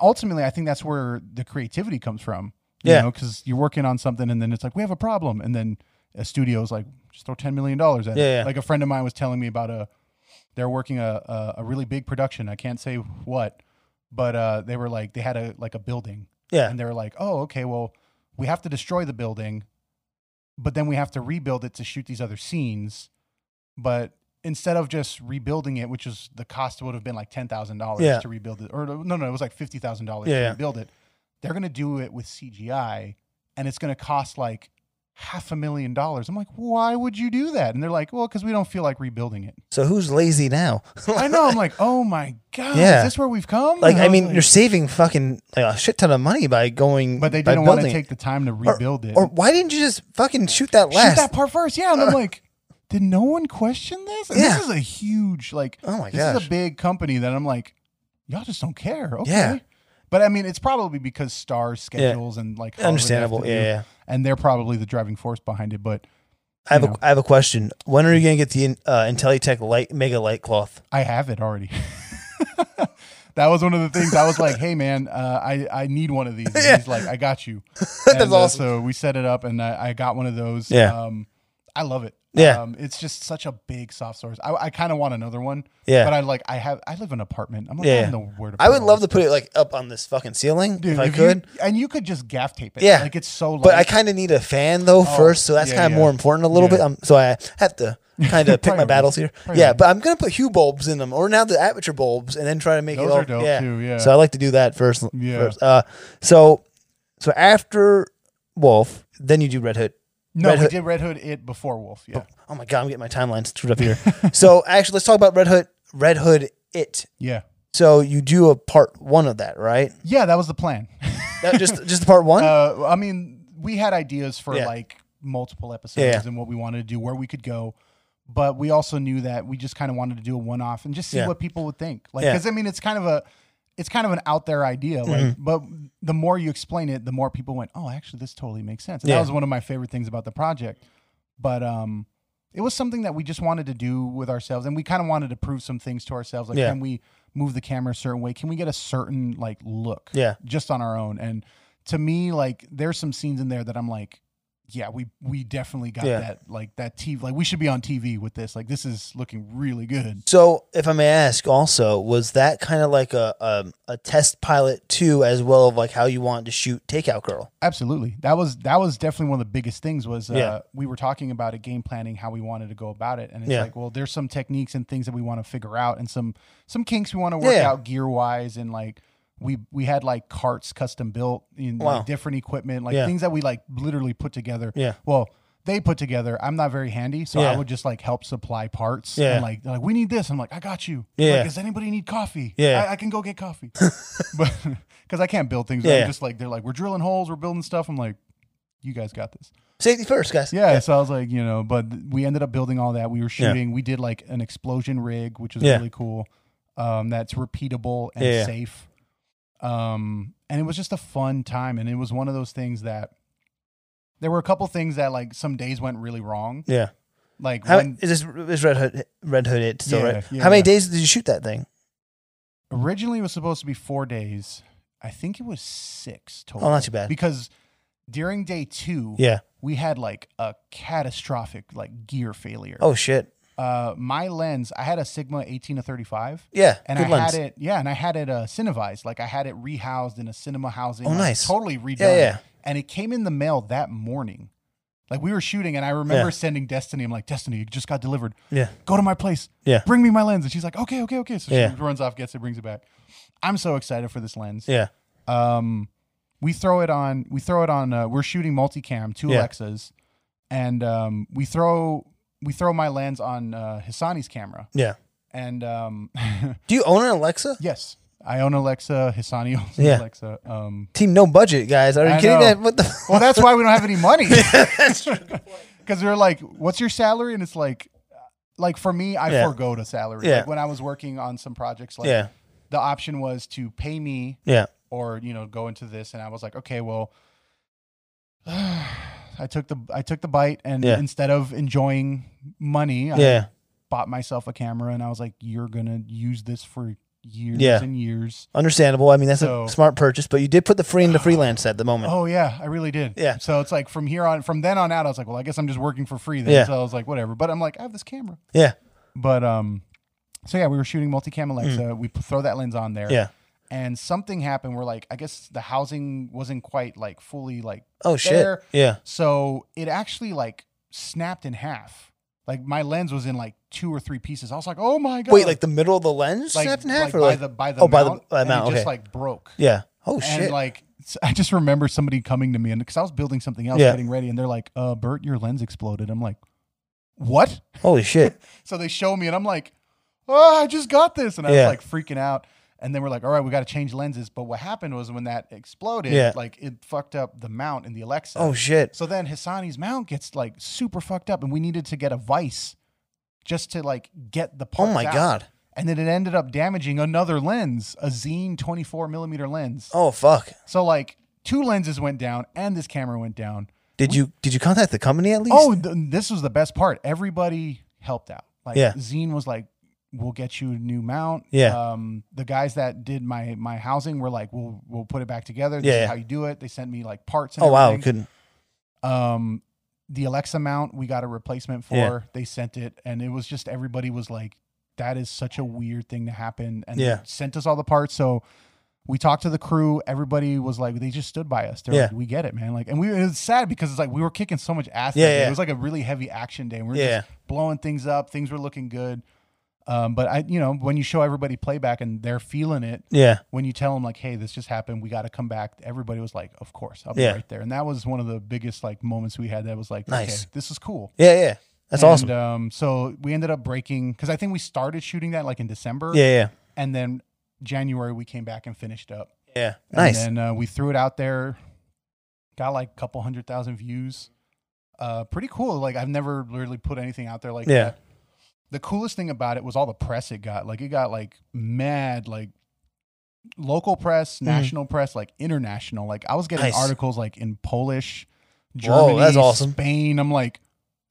Speaker 3: ultimately, I think that's where the creativity comes from. You
Speaker 1: Yeah.
Speaker 3: Because you're working on something and then it's like, we have a problem. And then a studio's like, just throw $10 million at it.
Speaker 1: Yeah, yeah.
Speaker 3: Like a friend of mine was telling me about a, they're working a, a, a really big production. I can't say what, but uh, they were like, they had a, like a building
Speaker 1: yeah,
Speaker 3: and they were like, "Oh, okay, well, we have to destroy the building, but then we have to rebuild it to shoot these other scenes." But instead of just rebuilding it, which is the cost would have been like ten thousand
Speaker 1: Yeah.
Speaker 3: dollars to rebuild it, or no, no, it was like fifty thousand dollars
Speaker 1: Yeah,
Speaker 3: to
Speaker 1: yeah.
Speaker 3: rebuild it. They're gonna do it with CGI, and it's gonna cost like half a million dollars. I'm like, why would you do that? And they're like, well, because we don't feel like rebuilding it.
Speaker 1: So who's lazy now?
Speaker 3: I know. I'm like, oh my god,
Speaker 1: Yeah.
Speaker 3: is this where we've come?
Speaker 1: like,
Speaker 3: And
Speaker 1: I
Speaker 3: was
Speaker 1: mean,
Speaker 3: like-
Speaker 1: you're saving fucking like, a shit ton of money by going,
Speaker 3: but they
Speaker 1: by
Speaker 3: didn't want to
Speaker 1: building it.
Speaker 3: take the time to rebuild it.
Speaker 1: Or why didn't you just fucking shoot that
Speaker 3: shoot
Speaker 1: last? Uh.
Speaker 3: that part first. Yeah. And I'm like, did no one question this? And
Speaker 1: Yeah.
Speaker 3: This is a huge, like,
Speaker 1: Oh my
Speaker 3: this is
Speaker 1: gosh.
Speaker 3: a big company that I'm like, y'all just don't care. Okay.
Speaker 1: Yeah.
Speaker 3: But I mean, it's probably because star schedules and like however they have
Speaker 1: Understandable.
Speaker 3: to
Speaker 1: Yeah,
Speaker 3: do,
Speaker 1: yeah.
Speaker 3: And they're probably the driving force behind it. But
Speaker 1: I have
Speaker 3: you know.
Speaker 1: a, I have a question. When are you gonna get the uh, Intellitech light mega light cloth?
Speaker 3: I have it already. that was one of the things I was like, hey, man, uh, I, I need one of these. And He's like, I got you. That's
Speaker 1: awesome.
Speaker 3: so we set it up and I, I got one of those.
Speaker 1: Yeah.
Speaker 3: Um, I love it.
Speaker 1: Yeah.
Speaker 3: Um, it's just such a big soft source. I, I kind of want another one.
Speaker 1: Yeah.
Speaker 3: But I like, I have, I live in an apartment. I'm like, I
Speaker 1: Yeah.
Speaker 3: don't know where to
Speaker 1: I would
Speaker 3: all
Speaker 1: love
Speaker 3: this
Speaker 1: to put it like up on this fucking ceiling
Speaker 3: stuff.
Speaker 1: if I
Speaker 3: Dude, you-
Speaker 1: could.
Speaker 3: and you could just gaff tape it.
Speaker 1: Yeah.
Speaker 3: Like it's so light. Oh,
Speaker 1: But I kind of need a fan though first, so that's
Speaker 3: yeah,
Speaker 1: kind of
Speaker 3: yeah.
Speaker 1: more important a little bit.
Speaker 3: Yeah.
Speaker 1: Um, so I have to kind of pick my
Speaker 3: Priorities.
Speaker 1: battles here. Yeah, but I'm gonna put hue bulbs in them, or now the aperture bulbs, and then try to make it
Speaker 3: Those
Speaker 1: all.
Speaker 3: are dope,
Speaker 1: yeah.
Speaker 3: too, yeah.
Speaker 1: So I like to do that first.
Speaker 3: Yeah.
Speaker 1: first. Uh, so, so after Wolf, then you do Red Hood.
Speaker 3: no,
Speaker 1: Red
Speaker 3: we
Speaker 1: Hood-
Speaker 3: did Red Hood it before Wolf. Yeah.
Speaker 1: Oh my god, I'm getting my timeline screwed up here. so actually, let's talk about Red Hood. Red Hood, it.
Speaker 3: Yeah.
Speaker 1: So you do a part one of that, right?
Speaker 3: Yeah. That was the plan.
Speaker 1: That- just just the part one.
Speaker 3: Uh, I mean, we had ideas for
Speaker 1: Yeah.
Speaker 3: like multiple episodes
Speaker 1: Yeah.
Speaker 3: and what we wanted to do, where we could go, but we also knew that we just kind of wanted to do a one-off and just see
Speaker 1: Yeah.
Speaker 3: what people would think. Like,
Speaker 1: Yeah.
Speaker 3: because I mean, it's kind of a, it's kind of an out there idea. Like,
Speaker 1: Mm-hmm.
Speaker 3: but the more you explain it, the more people went, "Oh, actually, this totally makes sense." And
Speaker 1: Yeah.
Speaker 3: That was one of my favorite things about the project. But um, it was something that we just wanted to do with ourselves, and we kind of wanted to prove some things to ourselves. Like,
Speaker 1: Yeah.
Speaker 3: can we move the camera a certain way? Can we get a certain like look?
Speaker 1: yeah,
Speaker 3: just on our own. And to me, like there's some scenes in there that I'm like, yeah, we we definitely got
Speaker 1: Yeah.
Speaker 3: that like that TV like we should be on TV with this. Like this is looking really good.
Speaker 1: So, if I may ask, also, was that kind of like a um, a test pilot too, as well of like how you want to shoot Takeout Girl?
Speaker 3: Absolutely. That was that was definitely one of the biggest things was uh,
Speaker 1: Yeah.
Speaker 3: we were talking about it, game planning, how we wanted to go about it. And it's
Speaker 1: Yeah.
Speaker 3: like, well, there's some techniques and things that we want to figure out and some some kinks we want to work
Speaker 1: Yeah.
Speaker 3: out gear wise and like we we had like carts custom built in like,
Speaker 1: Wow.
Speaker 3: different equipment, like
Speaker 1: Yeah.
Speaker 3: things that we like literally put together.
Speaker 1: Yeah.
Speaker 3: well they put together i'm not very handy so
Speaker 1: Yeah.
Speaker 3: i would just like help supply parts
Speaker 1: Yeah.
Speaker 3: and like, they're like we need this i'm like i got you
Speaker 1: Yeah.
Speaker 3: like, does anybody need coffee
Speaker 1: Yeah.
Speaker 3: i, I can go get coffee but because i can't build things
Speaker 1: Yeah.
Speaker 3: i'm just like they're like we're drilling holes we're building stuff i'm like you guys got this
Speaker 1: Safety first, guys.
Speaker 3: yeah, so i was like you know but th- we ended up building all that we were shooting we did like an explosion rig which is
Speaker 1: Yeah.
Speaker 3: really cool um, that's repeatable and
Speaker 1: Yeah.
Speaker 3: safe um, and it was just a fun time and it was one of those things that there were a couple things that like some days went really wrong
Speaker 1: yeah.
Speaker 3: like
Speaker 1: How
Speaker 3: when
Speaker 1: is this is Red Hood Red Hood it still
Speaker 3: Yeah,
Speaker 1: right?
Speaker 3: yeah,
Speaker 1: how many
Speaker 3: yeah.
Speaker 1: days did you shoot that thing?
Speaker 3: originally it was supposed to be four days i think it was six total
Speaker 1: Oh, not too bad.
Speaker 3: because during day two
Speaker 1: yeah.
Speaker 3: we had like a catastrophic like gear failure
Speaker 1: Oh shit.
Speaker 3: uh, my lens i had a sigma 18 to 35
Speaker 1: Yeah.
Speaker 3: and
Speaker 1: good
Speaker 3: I
Speaker 1: lens.
Speaker 3: had it, yeah, and I had it uh, cinevised, like I had it rehoused in a cinema housing,
Speaker 1: Oh,
Speaker 3: like,
Speaker 1: nice.
Speaker 3: totally redone,
Speaker 1: Yeah, yeah.
Speaker 3: and it came in the mail that morning. Like we were shooting, and I remember
Speaker 1: Yeah.
Speaker 3: sending Destiny. I'm like, Destiny, it just got delivered.
Speaker 1: Yeah.
Speaker 3: Go to my place.
Speaker 1: Yeah.
Speaker 3: Bring me my lens. And she's like, okay, okay, okay. So
Speaker 1: Yeah.
Speaker 3: she runs off, gets it, brings it back. I'm so excited for this lens.
Speaker 1: Yeah.
Speaker 3: Um, we throw it on. We throw it on. Uh, we're shooting multicam, two
Speaker 1: Yeah.
Speaker 3: Alexas, and um, we throw we throw my lens on uh, Hassani's camera,
Speaker 1: Yeah.
Speaker 3: and um,
Speaker 1: Do you own an Alexa?
Speaker 3: Yes, I own Alexa. Hisani owns
Speaker 1: Yeah.
Speaker 3: Alexa. Um,
Speaker 1: Team no budget, guys. Are you
Speaker 3: I
Speaker 1: kidding?
Speaker 3: know.
Speaker 1: That? What the?
Speaker 3: well, that's why we don't have any money. Because they're like, "What's your salary?" And it's like, uh, like for me, I
Speaker 1: Yeah.
Speaker 3: forgo to salary.
Speaker 1: Yeah.
Speaker 3: Like when I was working on some projects, like
Speaker 1: Yeah.
Speaker 3: the option was to pay me
Speaker 1: Yeah.
Speaker 3: or you know go into this, and I was like, okay, well. I took the I took the bite and
Speaker 1: Yeah.
Speaker 3: instead of enjoying money, I
Speaker 1: Yeah.
Speaker 3: bought myself a camera and I was like, "You're gonna use this for years
Speaker 1: Yeah.
Speaker 3: and years."
Speaker 1: Understandable. I mean, that's
Speaker 3: So-
Speaker 1: a smart purchase, but you did put the free into freelance at the moment.
Speaker 3: Oh yeah, I really did.
Speaker 1: Yeah.
Speaker 3: So it's like from here on, from then on out, I was like, well, I guess I'm just working for free then.
Speaker 1: Yeah.
Speaker 3: So I was like, whatever. But I'm like, I have this camera.
Speaker 1: Yeah.
Speaker 3: But um, so yeah, we were shooting multicam Alexa. We p- throw that lens on there.
Speaker 1: Mm. Yeah.
Speaker 3: And something happened where like I guess the housing wasn't quite like fully like
Speaker 1: Oh shit.
Speaker 3: There.
Speaker 1: Yeah.
Speaker 3: so it actually like snapped in half. Like my lens was in like two or three pieces. I was like, oh my god.
Speaker 1: Wait, like the middle of the lens snapped in half,
Speaker 3: like
Speaker 1: or
Speaker 3: by
Speaker 1: like
Speaker 3: the by the
Speaker 1: oh, by the-
Speaker 3: mount,
Speaker 1: by the
Speaker 3: and it
Speaker 1: mount, okay.
Speaker 3: just like broke.
Speaker 1: yeah. Oh
Speaker 3: And
Speaker 1: shit.
Speaker 3: like, s- I just remember somebody coming to me and because I was building something else,
Speaker 1: Yeah.
Speaker 3: getting ready, and they're like, "Uh, Bert, your lens exploded." I'm like, "What?"
Speaker 1: Holy shit.
Speaker 3: So they show me, and I'm like, "Oh, I just got this," and I
Speaker 1: Yeah.
Speaker 3: was like freaking out. And then we're like, "All right, we got to change lenses." But what happened was when that exploded,
Speaker 1: Yeah.
Speaker 3: like it fucked up the mount in the Alexa.
Speaker 1: Oh shit.
Speaker 3: So then Hassani's mount gets like super fucked up, and we needed to get a vice just to like get the
Speaker 1: Oh
Speaker 3: parts
Speaker 1: my
Speaker 3: out.
Speaker 1: god.
Speaker 3: And then it ended up damaging another lens, a Zine 24 millimeter lens.
Speaker 1: Oh fuck.
Speaker 3: So like two lenses went down and this camera went down.
Speaker 1: Did you did you contact the company at least?
Speaker 3: Oh, th- this was the best part. Everybody helped out. Like
Speaker 1: Yeah.
Speaker 3: Zine was like, "We'll get you a new mount."
Speaker 1: Yeah.
Speaker 3: Um, the guys that did my my housing were like, "We'll we'll put it back together. This
Speaker 1: Yeah,
Speaker 3: is
Speaker 1: yeah.
Speaker 3: how you do it." They sent me like parts. And
Speaker 1: oh wow.
Speaker 3: everything.
Speaker 1: Couldn't.
Speaker 3: Um, the Alexa mount we got a replacement for.
Speaker 1: Yeah.
Speaker 3: They sent it, and it was just everybody was like, "That is such a weird thing to happen." And
Speaker 1: Yeah.
Speaker 3: they sent us all the parts. So we talked to the crew. Everybody was like, they just stood by us. They're like,
Speaker 1: Yeah.
Speaker 3: we get it, man. Like, and we it was sad because it's like we were kicking so much ass.
Speaker 1: Yeah,
Speaker 3: that day.
Speaker 1: yeah.
Speaker 3: It was like a really heavy action day. And we were
Speaker 1: Yeah.
Speaker 3: just blowing things up. Things were looking good. Um, but I, you know, when you show everybody playback and they're feeling it,
Speaker 1: Yeah.
Speaker 3: when you tell them like, hey, this just happened, we got to come back. Everybody was like, of course, I'll be
Speaker 1: Yeah.
Speaker 3: right there. And that was one of the biggest like moments we had. That was like,
Speaker 1: Nice.
Speaker 3: okay, this is cool.
Speaker 1: Yeah. Yeah. That's
Speaker 3: And,
Speaker 1: awesome.
Speaker 3: Um, so we ended up breaking because I uh, think we started shooting that like in December.
Speaker 1: yeah. Yeah.
Speaker 3: And then January we came back and finished up.
Speaker 4: Yeah.
Speaker 1: Nice.
Speaker 3: And then, uh, we threw it out there, got like a couple hundred thousand views. Uh, pretty cool. Like I've never really put anything out there like
Speaker 1: Yeah.
Speaker 3: that. The coolest thing about it was all the press it got. Like it got like mad, like local press, national press, like international. Like I was getting
Speaker 1: Mm-hmm. Nice.
Speaker 3: articles like in Polish,
Speaker 1: Whoa,
Speaker 3: Germany,
Speaker 1: that's awesome.
Speaker 3: Spain. I'm like,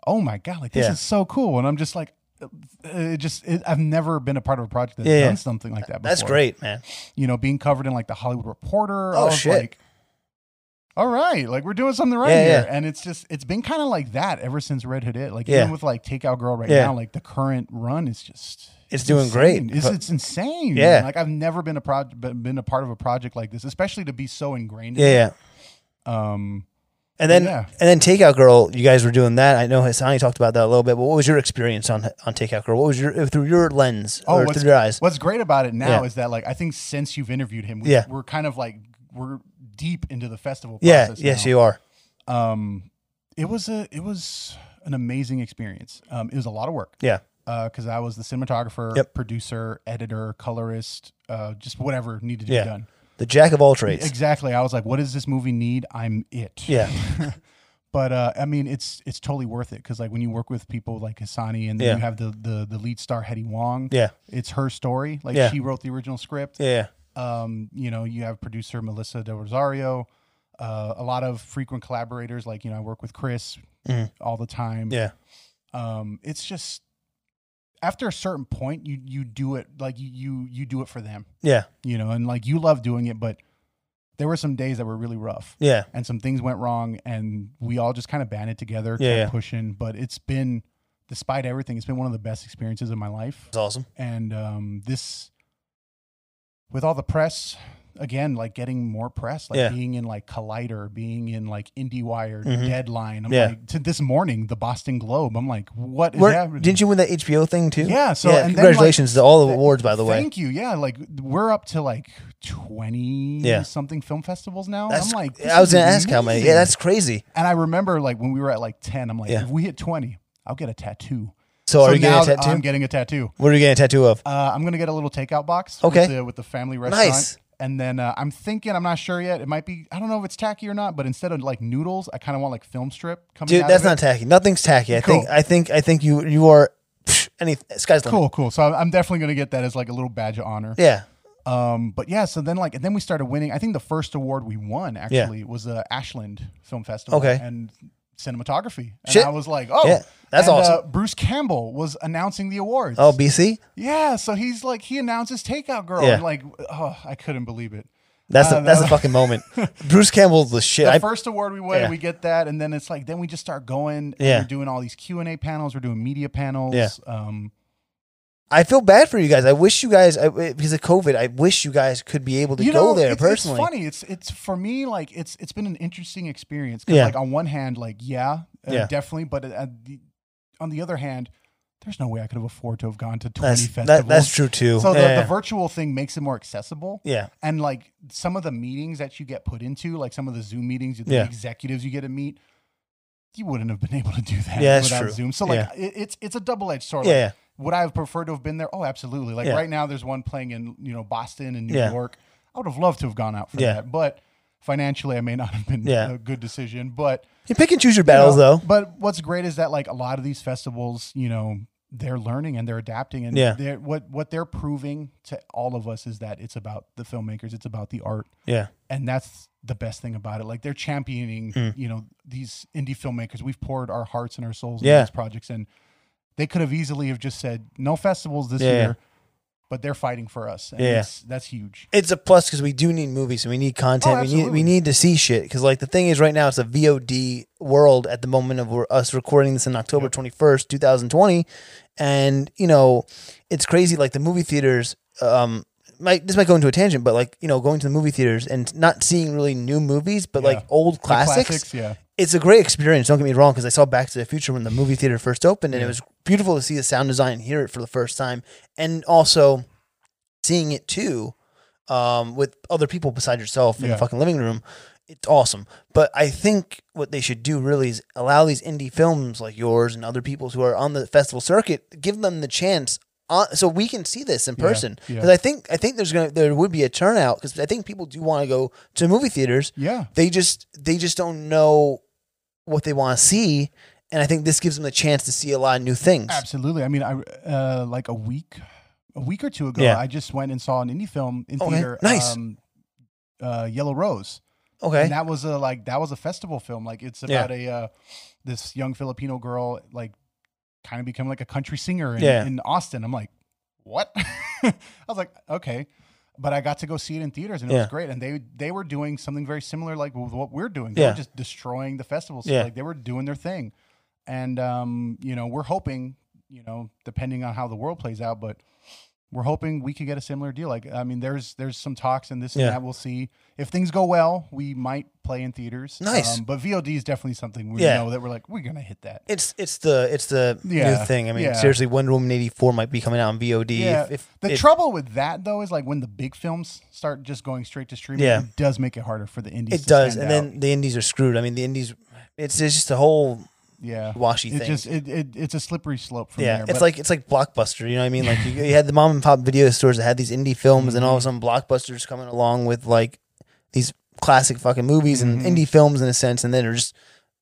Speaker 3: oh my god, like this
Speaker 1: Yeah.
Speaker 3: is so cool. And I'm just like, uh, it just it, I've never been a part of a project that's
Speaker 1: Yeah, yeah.
Speaker 3: done something like that. Before
Speaker 4: That's great, man.
Speaker 3: you know, being covered in like the Hollywood Reporter.
Speaker 1: Oh,
Speaker 3: I was
Speaker 1: shit.
Speaker 3: like, all right, like we're doing something right
Speaker 1: Yeah,
Speaker 3: here.
Speaker 1: yeah.
Speaker 3: And it's just it's been kind of like that ever since Red Hood it. Like
Speaker 1: Yeah.
Speaker 3: even with like Takeout Girl right
Speaker 1: Yeah.
Speaker 3: now, like the current run is just
Speaker 1: It's doing great,
Speaker 3: insane. It's,
Speaker 1: but-
Speaker 3: it's insane.
Speaker 1: Yeah.
Speaker 3: man. Like I've never been a project been a part of a project like this, especially to be so ingrained in
Speaker 1: Yeah, yeah.
Speaker 3: it. Um
Speaker 1: And then
Speaker 3: Yeah.
Speaker 1: and then Takeout Girl, you guys were doing that. I know Hassani talked about that a little bit, but what was your experience on on Takeout Girl? What was your through your lens
Speaker 3: Oh,
Speaker 1: or
Speaker 3: what's-
Speaker 1: through your eyes?
Speaker 3: What's great about it now
Speaker 1: Yeah.
Speaker 3: is that like I think since you've interviewed him, we,
Speaker 1: Yeah.
Speaker 3: we're kind of like we're deep into the festival
Speaker 1: Yeah,
Speaker 3: process.
Speaker 1: yes,
Speaker 3: now.
Speaker 1: you are.
Speaker 3: um, it was a it was an amazing experience. Um, it was a lot of work.
Speaker 1: Yeah.
Speaker 3: because uh, I was the cinematographer,
Speaker 1: Yep.
Speaker 3: producer, editor, colorist, uh, just whatever needed to
Speaker 1: Yeah.
Speaker 3: be done.
Speaker 1: The jack of all trades.
Speaker 3: Exactly. I was like, "What does this movie need? I'm it."
Speaker 1: Yeah.
Speaker 3: but uh, I mean, it's it's totally worth it because like when you work with people like Hassani and then
Speaker 1: Yeah.
Speaker 3: you have the the the lead star Hetty Wong.
Speaker 1: Yeah.
Speaker 3: It's her story. Like
Speaker 1: Yeah.
Speaker 3: she wrote the original script
Speaker 1: Yeah.
Speaker 3: um, you know, you have producer Melissa Del Rosario, uh, a lot of frequent collaborators. Like, you know, I work with Chris
Speaker 1: Mhm.
Speaker 3: all the time.
Speaker 1: Yeah.
Speaker 3: Um, it's just after a certain point, you, you do it like you, you, you do it for them,
Speaker 1: Yeah.
Speaker 3: you know, and like you love doing it, but there were some days that were really rough
Speaker 1: Yeah.
Speaker 3: and some things went wrong and we all just kind of banded together,
Speaker 1: Yeah,
Speaker 3: kept
Speaker 1: yeah.
Speaker 3: pushing, but it's been, despite everything, it's been one of the best experiences of my life
Speaker 1: It's awesome.
Speaker 3: and um, this with all the press again like getting more press like
Speaker 1: Yeah.
Speaker 3: being in like collider being in like indiewire
Speaker 1: Mhm.
Speaker 3: deadline i'm
Speaker 1: Yeah.
Speaker 3: like to this morning the boston globe i'm like what is
Speaker 1: Where-
Speaker 3: happening
Speaker 1: didn't you win that HBO thing too?
Speaker 3: Yeah, so- and then, like,
Speaker 1: congratulations to all the awards, by the way.
Speaker 3: thank you yeah like we're up to like 20
Speaker 1: Yeah.
Speaker 3: something film festivals now
Speaker 1: That's,
Speaker 3: i'm like this
Speaker 1: I was
Speaker 3: is
Speaker 1: gonna ask how many. Yeah,
Speaker 3: amazing.
Speaker 1: that's crazy.
Speaker 3: and i remember like when we were at like 10 i'm like
Speaker 1: Yeah.
Speaker 3: if we hit 20 i'll get a tattoo
Speaker 1: So, are you
Speaker 3: now
Speaker 1: getting a tattoo?
Speaker 3: i'm getting a tattoo
Speaker 1: what are you getting a tattoo of?
Speaker 3: Uh, I'm gonna get a little takeout box.
Speaker 1: Okay.
Speaker 3: With the, with the family restaurant.
Speaker 1: Nice.
Speaker 3: And then uh, I'm thinking, I'm not sure yet. It might be, I don't know if it's tacky or not, but instead of like noodles, I kind of want like film strip coming.
Speaker 1: Dude,
Speaker 3: out
Speaker 1: that's
Speaker 3: of
Speaker 1: not
Speaker 3: it.
Speaker 1: tacky. Nothing's tacky. I think
Speaker 3: Cool.
Speaker 1: I think I think you you are psh, any sky's the limit.
Speaker 3: cool. Cool. So I'm I'm definitely gonna get that as like a little badge of honor.
Speaker 1: Yeah.
Speaker 3: Um. But yeah. So then like, and then we started winning. I think the first award we won actually was the Ashland Film Festival.
Speaker 1: Okay.
Speaker 3: And cinematography. And
Speaker 1: Shit.
Speaker 3: I was like, oh,
Speaker 1: Yeah, that's
Speaker 3: And, uh,
Speaker 1: awesome.
Speaker 3: Bruce Campbell was announcing the awards.
Speaker 1: Oh, BC?
Speaker 3: yeah. So he's like, he announces Takeout Girl.
Speaker 1: Yeah.
Speaker 3: And like, oh, I couldn't believe it.
Speaker 1: That's the,
Speaker 3: Uh, no.
Speaker 1: that's the fucking moment. Bruce Campbell's the shit.
Speaker 3: the
Speaker 1: I,
Speaker 3: first award we win,
Speaker 1: Yeah.
Speaker 3: we get that, and then it's like then we just start going. and
Speaker 1: Yeah.
Speaker 3: we're doing all these Q and A panels. We're doing media panels.
Speaker 1: Yeah.
Speaker 3: um,
Speaker 1: I feel bad for you guys. I wish you guys I, because of COVID. I wish you guys could be able to
Speaker 3: you
Speaker 1: go
Speaker 3: know,
Speaker 1: there
Speaker 3: it's,
Speaker 1: personally.
Speaker 3: It's funny. It's it's for me like it's it's been an interesting experience. 'cause,
Speaker 1: Yeah.
Speaker 3: like on one hand, like yeah, uh,
Speaker 1: Yeah.
Speaker 3: definitely, but uh, the, on the other hand, there's no way I could have afforded to have gone to twenty
Speaker 1: That's
Speaker 3: festivals.
Speaker 1: that, that's true too.
Speaker 3: So
Speaker 1: yeah,
Speaker 3: the, the virtual thing makes it more accessible.
Speaker 1: yeah,
Speaker 3: and like some of the meetings that you get put into, like some of the Zoom meetings, the
Speaker 1: Yeah.
Speaker 3: executives you get to meet, you wouldn't have been able to do that
Speaker 1: Yeah, that's
Speaker 3: without
Speaker 1: true.
Speaker 3: Zoom. So like it, it's it's a double edged sword.
Speaker 1: Yeah,
Speaker 3: Like,
Speaker 1: yeah.
Speaker 3: Would I have preferred to have been there? Oh, absolutely. Like
Speaker 1: Yeah.
Speaker 3: right now, there's one playing in you know Boston and New
Speaker 1: Yeah.
Speaker 3: York. I would have loved to have gone out for
Speaker 1: Yeah.
Speaker 3: that, but financially, I may not have been
Speaker 1: Yeah.
Speaker 3: a good decision. But
Speaker 1: you pick and choose your battles though.
Speaker 3: know, But what's great is that like a lot of these festivals, you know, they're learning and they're adapting, and
Speaker 1: Yeah.
Speaker 3: they're, what what they're proving to all of us is that it's about the filmmakers, it's about the art,
Speaker 1: Yeah,
Speaker 3: and that's the best thing about it. Like they're championing,
Speaker 1: Hmm.
Speaker 3: you know, these indie filmmakers. We've poured our hearts and our souls
Speaker 1: Yeah.
Speaker 3: into these projects, and they could have easily have just said no festivals this
Speaker 1: Yeah, yeah.
Speaker 3: year, but they're fighting for us, and
Speaker 1: Yeah.
Speaker 3: it's- that's huge.
Speaker 1: it's a plus because we do need movies and we need content.
Speaker 3: Oh,
Speaker 1: we need we
Speaker 3: absolutely.
Speaker 1: need to see shit because like the thing is right now it's a VOD world at the moment of we're- us recording this in October twenty first, two thousand twenty, and you know it's crazy. Like the movie theaters, um, might this might go into a tangent, but like you know going to the movie theaters and not seeing really new movies, but like old
Speaker 3: The
Speaker 1: classics.
Speaker 3: yeah.
Speaker 1: it's a great experience. Don't get me wrong, because I saw Back to the Future when the movie theater first opened, and it
Speaker 3: Yeah.
Speaker 1: was beautiful to see the sound design and hear it for the first time, and also seeing it too um, with other people beside yourself in the
Speaker 3: Yeah.
Speaker 1: fucking living room. It's awesome. But I think what they should do really is allow these indie films like yours and other people's who are on the festival circuit, give them the chance on, so we can see this in person.
Speaker 3: yeah.
Speaker 1: Because I think I think there's gonna there would be a turnout because I think people do want to go to movie theaters.
Speaker 3: Yeah.
Speaker 1: They just they just don't know what they want to see, and I think this gives them the chance to see a lot of new things.
Speaker 3: Absolutely. I mean, I uh, like a week, a week or two ago,
Speaker 1: Yeah.
Speaker 3: I just went and saw an indie film in
Speaker 1: Okay,
Speaker 3: theater.
Speaker 1: nice.
Speaker 3: Um, uh, Yellow Rose.
Speaker 1: Okay.
Speaker 3: And that was a like that was a festival film. Like it's
Speaker 1: Yeah.
Speaker 3: about a uh, this young Filipino girl like kind of becoming like a country singer in,
Speaker 1: Yeah.
Speaker 3: in Austin. I'm like, what? I was like, okay. But I got to go see it in theaters and it
Speaker 1: Yeah.
Speaker 3: was great. And they they were doing something very similar like with what we're doing. They
Speaker 1: Yeah.
Speaker 3: were just destroying the festival. So
Speaker 1: Yeah.
Speaker 3: like they were doing their thing. And um, you know, we're hoping, you know, depending on how the world plays out, but we're hoping we could get a similar deal. Like, I mean, there's there's some talks and this
Speaker 1: Yeah.
Speaker 3: and that. We'll see if things go well. We might play in theaters. Um,
Speaker 1: Nice.
Speaker 3: but VOD is definitely something we
Speaker 1: Yeah.
Speaker 3: know that we're like we're gonna hit that.
Speaker 1: It's it's the it's the new
Speaker 3: Yeah,
Speaker 1: thing. I mean,
Speaker 3: yeah.
Speaker 1: seriously, Wonder Woman eighty four might be coming out on VOD.
Speaker 3: Yeah.
Speaker 1: If, if,
Speaker 3: the
Speaker 1: if-
Speaker 3: trouble with that though is like when the big films start just going straight to streaming,
Speaker 1: Yeah.
Speaker 3: it does make it harder for the indies.
Speaker 1: it
Speaker 3: to
Speaker 1: does, and
Speaker 3: stand out.
Speaker 1: then the indies are screwed. I mean, the indies, it's, it's just a whole
Speaker 3: yeah,
Speaker 1: washy
Speaker 3: it
Speaker 1: thing.
Speaker 3: just it, it it's a slippery slope from
Speaker 1: yeah,
Speaker 3: there.
Speaker 1: it's
Speaker 3: but-
Speaker 1: like it's like Blockbuster. You know what I mean? Like you, you had the mom and pop video stores that had these indie films, and all of a
Speaker 3: Mm-hmm.
Speaker 1: sudden Blockbuster's coming along with like these classic fucking movies
Speaker 3: Mm-hmm.
Speaker 1: and indie films in a sense, and then they're just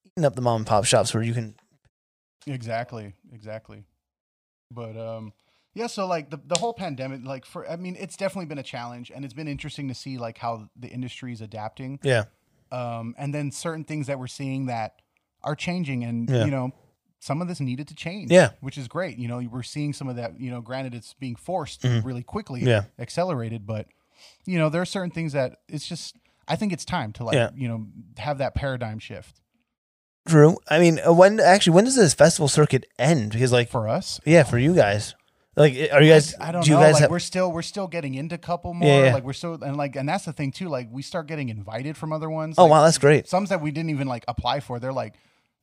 Speaker 1: eating up the mom and pop shops where you can.
Speaker 3: Exactly, exactly. But um yeah, so like the the whole pandemic like for I mean, it's definitely been a challenge and it's been interesting to see like how the industry is adapting.
Speaker 1: Yeah,
Speaker 3: Um and then certain things that we're seeing that are changing and
Speaker 1: Yeah.
Speaker 3: you know, some of this needed to change.
Speaker 1: Yeah.
Speaker 3: Which is great. You know, we're seeing some of that, you know, granted it's being forced really quickly,
Speaker 1: Mm-hmm. Yeah.
Speaker 3: accelerated, but you know, there are certain things that it's just I think it's time to like,
Speaker 1: Yeah.
Speaker 3: you know, have that paradigm shift
Speaker 1: true. I mean, uh, when actually, when does this festival circuit end? Because like,
Speaker 3: for us.
Speaker 1: yeah, for you guys, like, are you guys?
Speaker 3: I don't
Speaker 1: do you
Speaker 3: know.
Speaker 1: guys
Speaker 3: like
Speaker 1: have,
Speaker 3: we're still we're still getting into couple more.
Speaker 1: Yeah, yeah.
Speaker 3: Like we're still and like and that's the thing too. Like we start getting invited from other ones.
Speaker 1: oh
Speaker 3: like,
Speaker 1: wow, that's great.
Speaker 3: Some that we didn't even like apply for. They're like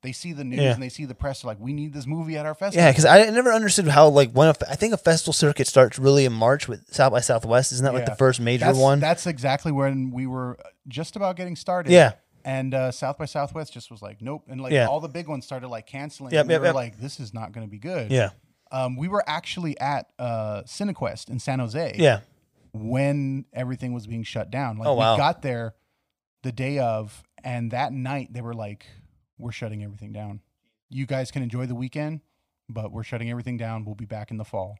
Speaker 3: they see the news
Speaker 1: Yeah.
Speaker 3: and they see the press. They're like we need this movie at our festival.
Speaker 1: Yeah, because I never understood how like when a, I think a festival circuit starts really in March with South by Southwest. Isn't that like
Speaker 3: Yeah.
Speaker 1: the first major
Speaker 3: that's,
Speaker 1: one?
Speaker 3: That's exactly when we were uh, just about getting started.
Speaker 1: Yeah.
Speaker 3: And uh, South by Southwest just was like nope, and like
Speaker 1: Yeah.
Speaker 3: all the big ones started like canceling.
Speaker 1: Yep,
Speaker 3: and we
Speaker 1: yep,
Speaker 3: were
Speaker 1: yep.
Speaker 3: like this is not going to be good.
Speaker 1: yeah,
Speaker 3: Um, we were actually at uh, Cinequest in San Jose.
Speaker 1: yeah,
Speaker 3: when everything was being shut down. Like
Speaker 1: Oh, wow.
Speaker 3: we got there the day of, and that night they were like, "We're shutting everything down. You guys can enjoy the weekend, but we're shutting everything down. We'll be back in the fall."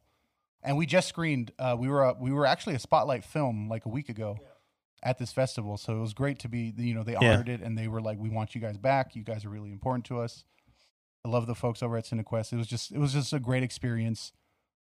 Speaker 3: And we just screened. Uh, we were uh, we were actually a spotlight film like a week ago at this festival, so it was great to be. You know, they
Speaker 1: Yeah.
Speaker 3: honored it, and they were like, "We want you guys back. You guys are really important to us." I love the folks over at Cinequest. It was just it was just a great experience.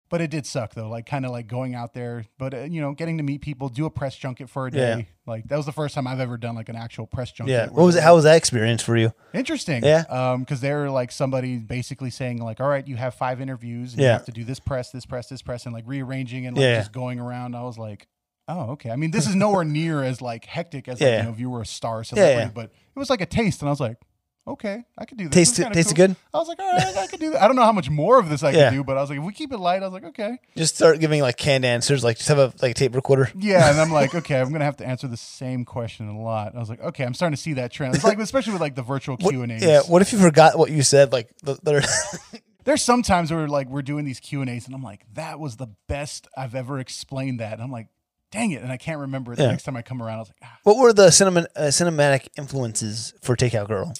Speaker 3: But it did suck though, like kind of like going out there, but uh, you know, getting to meet people, do a press junket for a
Speaker 1: Yeah.
Speaker 3: day. Like that was the first time I've ever done like an actual press junket.
Speaker 1: yeah.
Speaker 3: where
Speaker 1: What was
Speaker 3: they-
Speaker 1: it? How was that experience for you?
Speaker 3: interesting?
Speaker 1: Yeah.
Speaker 3: um, because they're like somebody basically saying like, all right, you have five interviews, and
Speaker 1: Yeah.
Speaker 3: you have to do this press, this press, this press, and like rearranging and like
Speaker 1: Yeah.
Speaker 3: just going around. I was like, oh, okay. I mean, this is nowhere near as like hectic as like,
Speaker 1: Yeah.
Speaker 3: you know if you were a star
Speaker 1: Yeah, yeah.
Speaker 3: celebrity, but it was like a taste, and I was like. Okay, I could do this.
Speaker 1: Taste-
Speaker 3: This is kinda
Speaker 1: tasted
Speaker 3: cool.
Speaker 1: good?
Speaker 3: I was like, all right, I could do that. I don't know how much more of this I
Speaker 1: Yeah.
Speaker 3: could do, but I was like, if we keep it light, I was like, okay.
Speaker 1: Just start giving like canned answers. Like just have a like tape recorder.
Speaker 3: Yeah, and I'm like, okay, I'm gonna have to answer the same question a lot. I was like, okay, I'm starting to see that trend. It's like, especially with like the virtual
Speaker 1: What-
Speaker 3: Q and A's.
Speaker 1: yeah. What if you forgot what you said? Like the, the
Speaker 3: There's sometimes where like we're doing these Q and A's, and I'm like, that was the best I've ever explained that. And I'm like, dang it, and I can't remember it
Speaker 1: Yeah.
Speaker 3: the next time I come around. I was like, ah,
Speaker 1: what were the cinnamon uh, cinematic influences for Takeout Girl?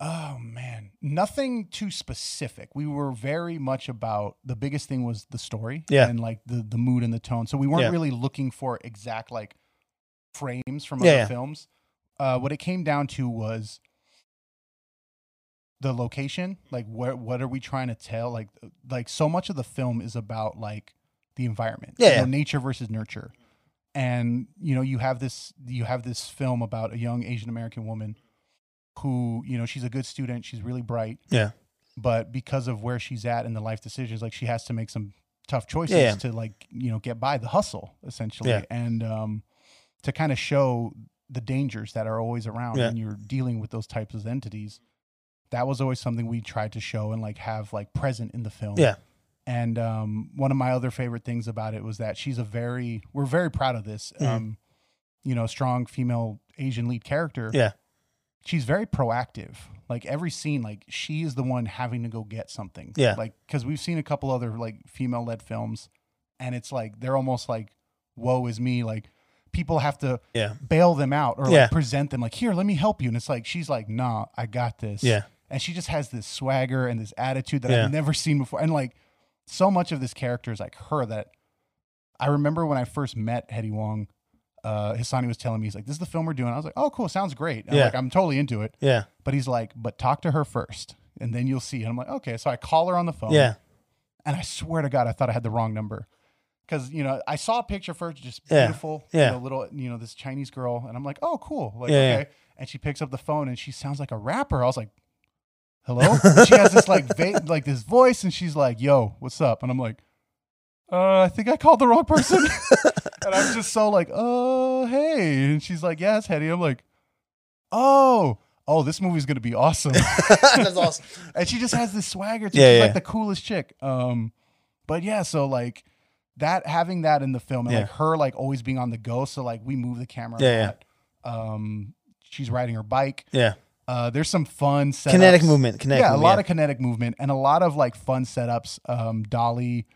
Speaker 3: oh man, nothing too specific. We were very much about the biggest thing was the story,
Speaker 1: Yeah.
Speaker 3: and like the the mood and the tone. So we weren't
Speaker 1: Yeah.
Speaker 3: really looking for exact like frames from
Speaker 1: Yeah,
Speaker 3: other
Speaker 1: yeah.
Speaker 3: films. Uh, what it came down to was the location. Like, what what are we trying to tell? Like, like so much of the film is about like the environment.
Speaker 1: Yeah,
Speaker 3: you know,
Speaker 1: yeah.
Speaker 3: nature versus nurture. And you know, you have this you have this film about a young Asian American woman who you know she's a good student. She's really bright.
Speaker 1: Yeah.
Speaker 3: But because of where she's at and the life decisions, like she has to make some tough choices
Speaker 1: Yeah.
Speaker 3: to like you know get by the hustle essentially,
Speaker 1: Yeah.
Speaker 3: and um, to kind of show the dangers that are always around
Speaker 1: Yeah.
Speaker 3: when you're dealing with those types of entities. That was always something we tried to show and like have like present in the film.
Speaker 1: Yeah.
Speaker 3: And um, one of my other favorite things about it was that she's a very we're very proud of this.
Speaker 1: Mhm.
Speaker 3: Um, you know, strong female Asian lead character
Speaker 1: Yeah.
Speaker 3: she's very proactive. Like every scene, like she is the one having to go get something.
Speaker 1: Yeah.
Speaker 3: Like because we've seen a couple other like female led films, and it's like they're almost like, "Woe is me!" Like people have to
Speaker 1: Yeah.
Speaker 3: bail them out or
Speaker 1: Yeah.
Speaker 3: like present them like, "Here, let me help you." And it's like she's like, "Nah, I got this."
Speaker 1: Yeah.
Speaker 3: And she just has this swagger and this attitude that
Speaker 1: Yeah.
Speaker 3: I've never seen before, and like so much of this character is like her that I remember when I first met Hetty Wong, uh, Hisani was telling me, he's like, this is the film we're doing. I was like, oh, cool. Sounds great. And I'm
Speaker 1: Yeah.
Speaker 3: like, I'm totally into it.
Speaker 1: Yeah.
Speaker 3: But he's like, but talk to her first and then you'll see. And I'm like, okay. So I call her on the phone.
Speaker 1: Yeah.
Speaker 3: And I swear to God, I thought I had the wrong number. Cause you know, I saw a picture first, just
Speaker 1: Yeah.
Speaker 3: beautiful,
Speaker 1: Yeah.
Speaker 3: you know, little, you know, this Chinese girl. And I'm like, oh, cool. Like,
Speaker 1: Yeah, yeah.
Speaker 3: okay. And she picks up the phone and she sounds like a rapper. I was like, hello? she has this like, va- like this voice and she's like, yo, what's up? And I'm like, uh, I think I called the wrong person. and I'm just so like, oh, hey. And she's like, yes, Hetty. I'm like, oh, oh, this movie's going to be awesome.
Speaker 1: That's awesome.
Speaker 3: and she just has this swagger. Too.
Speaker 1: Yeah,
Speaker 3: she's
Speaker 1: yeah.
Speaker 3: like the coolest chick. Um, but yeah, so like that, having that in the film and
Speaker 1: Yeah.
Speaker 3: like her like always being on the go. So like we move the camera. a
Speaker 1: Yeah, yeah.
Speaker 3: lot. Um, she's riding her bike.
Speaker 1: Yeah.
Speaker 3: Uh, there's some fun setups.
Speaker 1: Kinetic movement. Kinetic
Speaker 3: yeah, a
Speaker 1: movement,
Speaker 3: lot of kinetic movement and a lot of like fun setups. Um, Dolly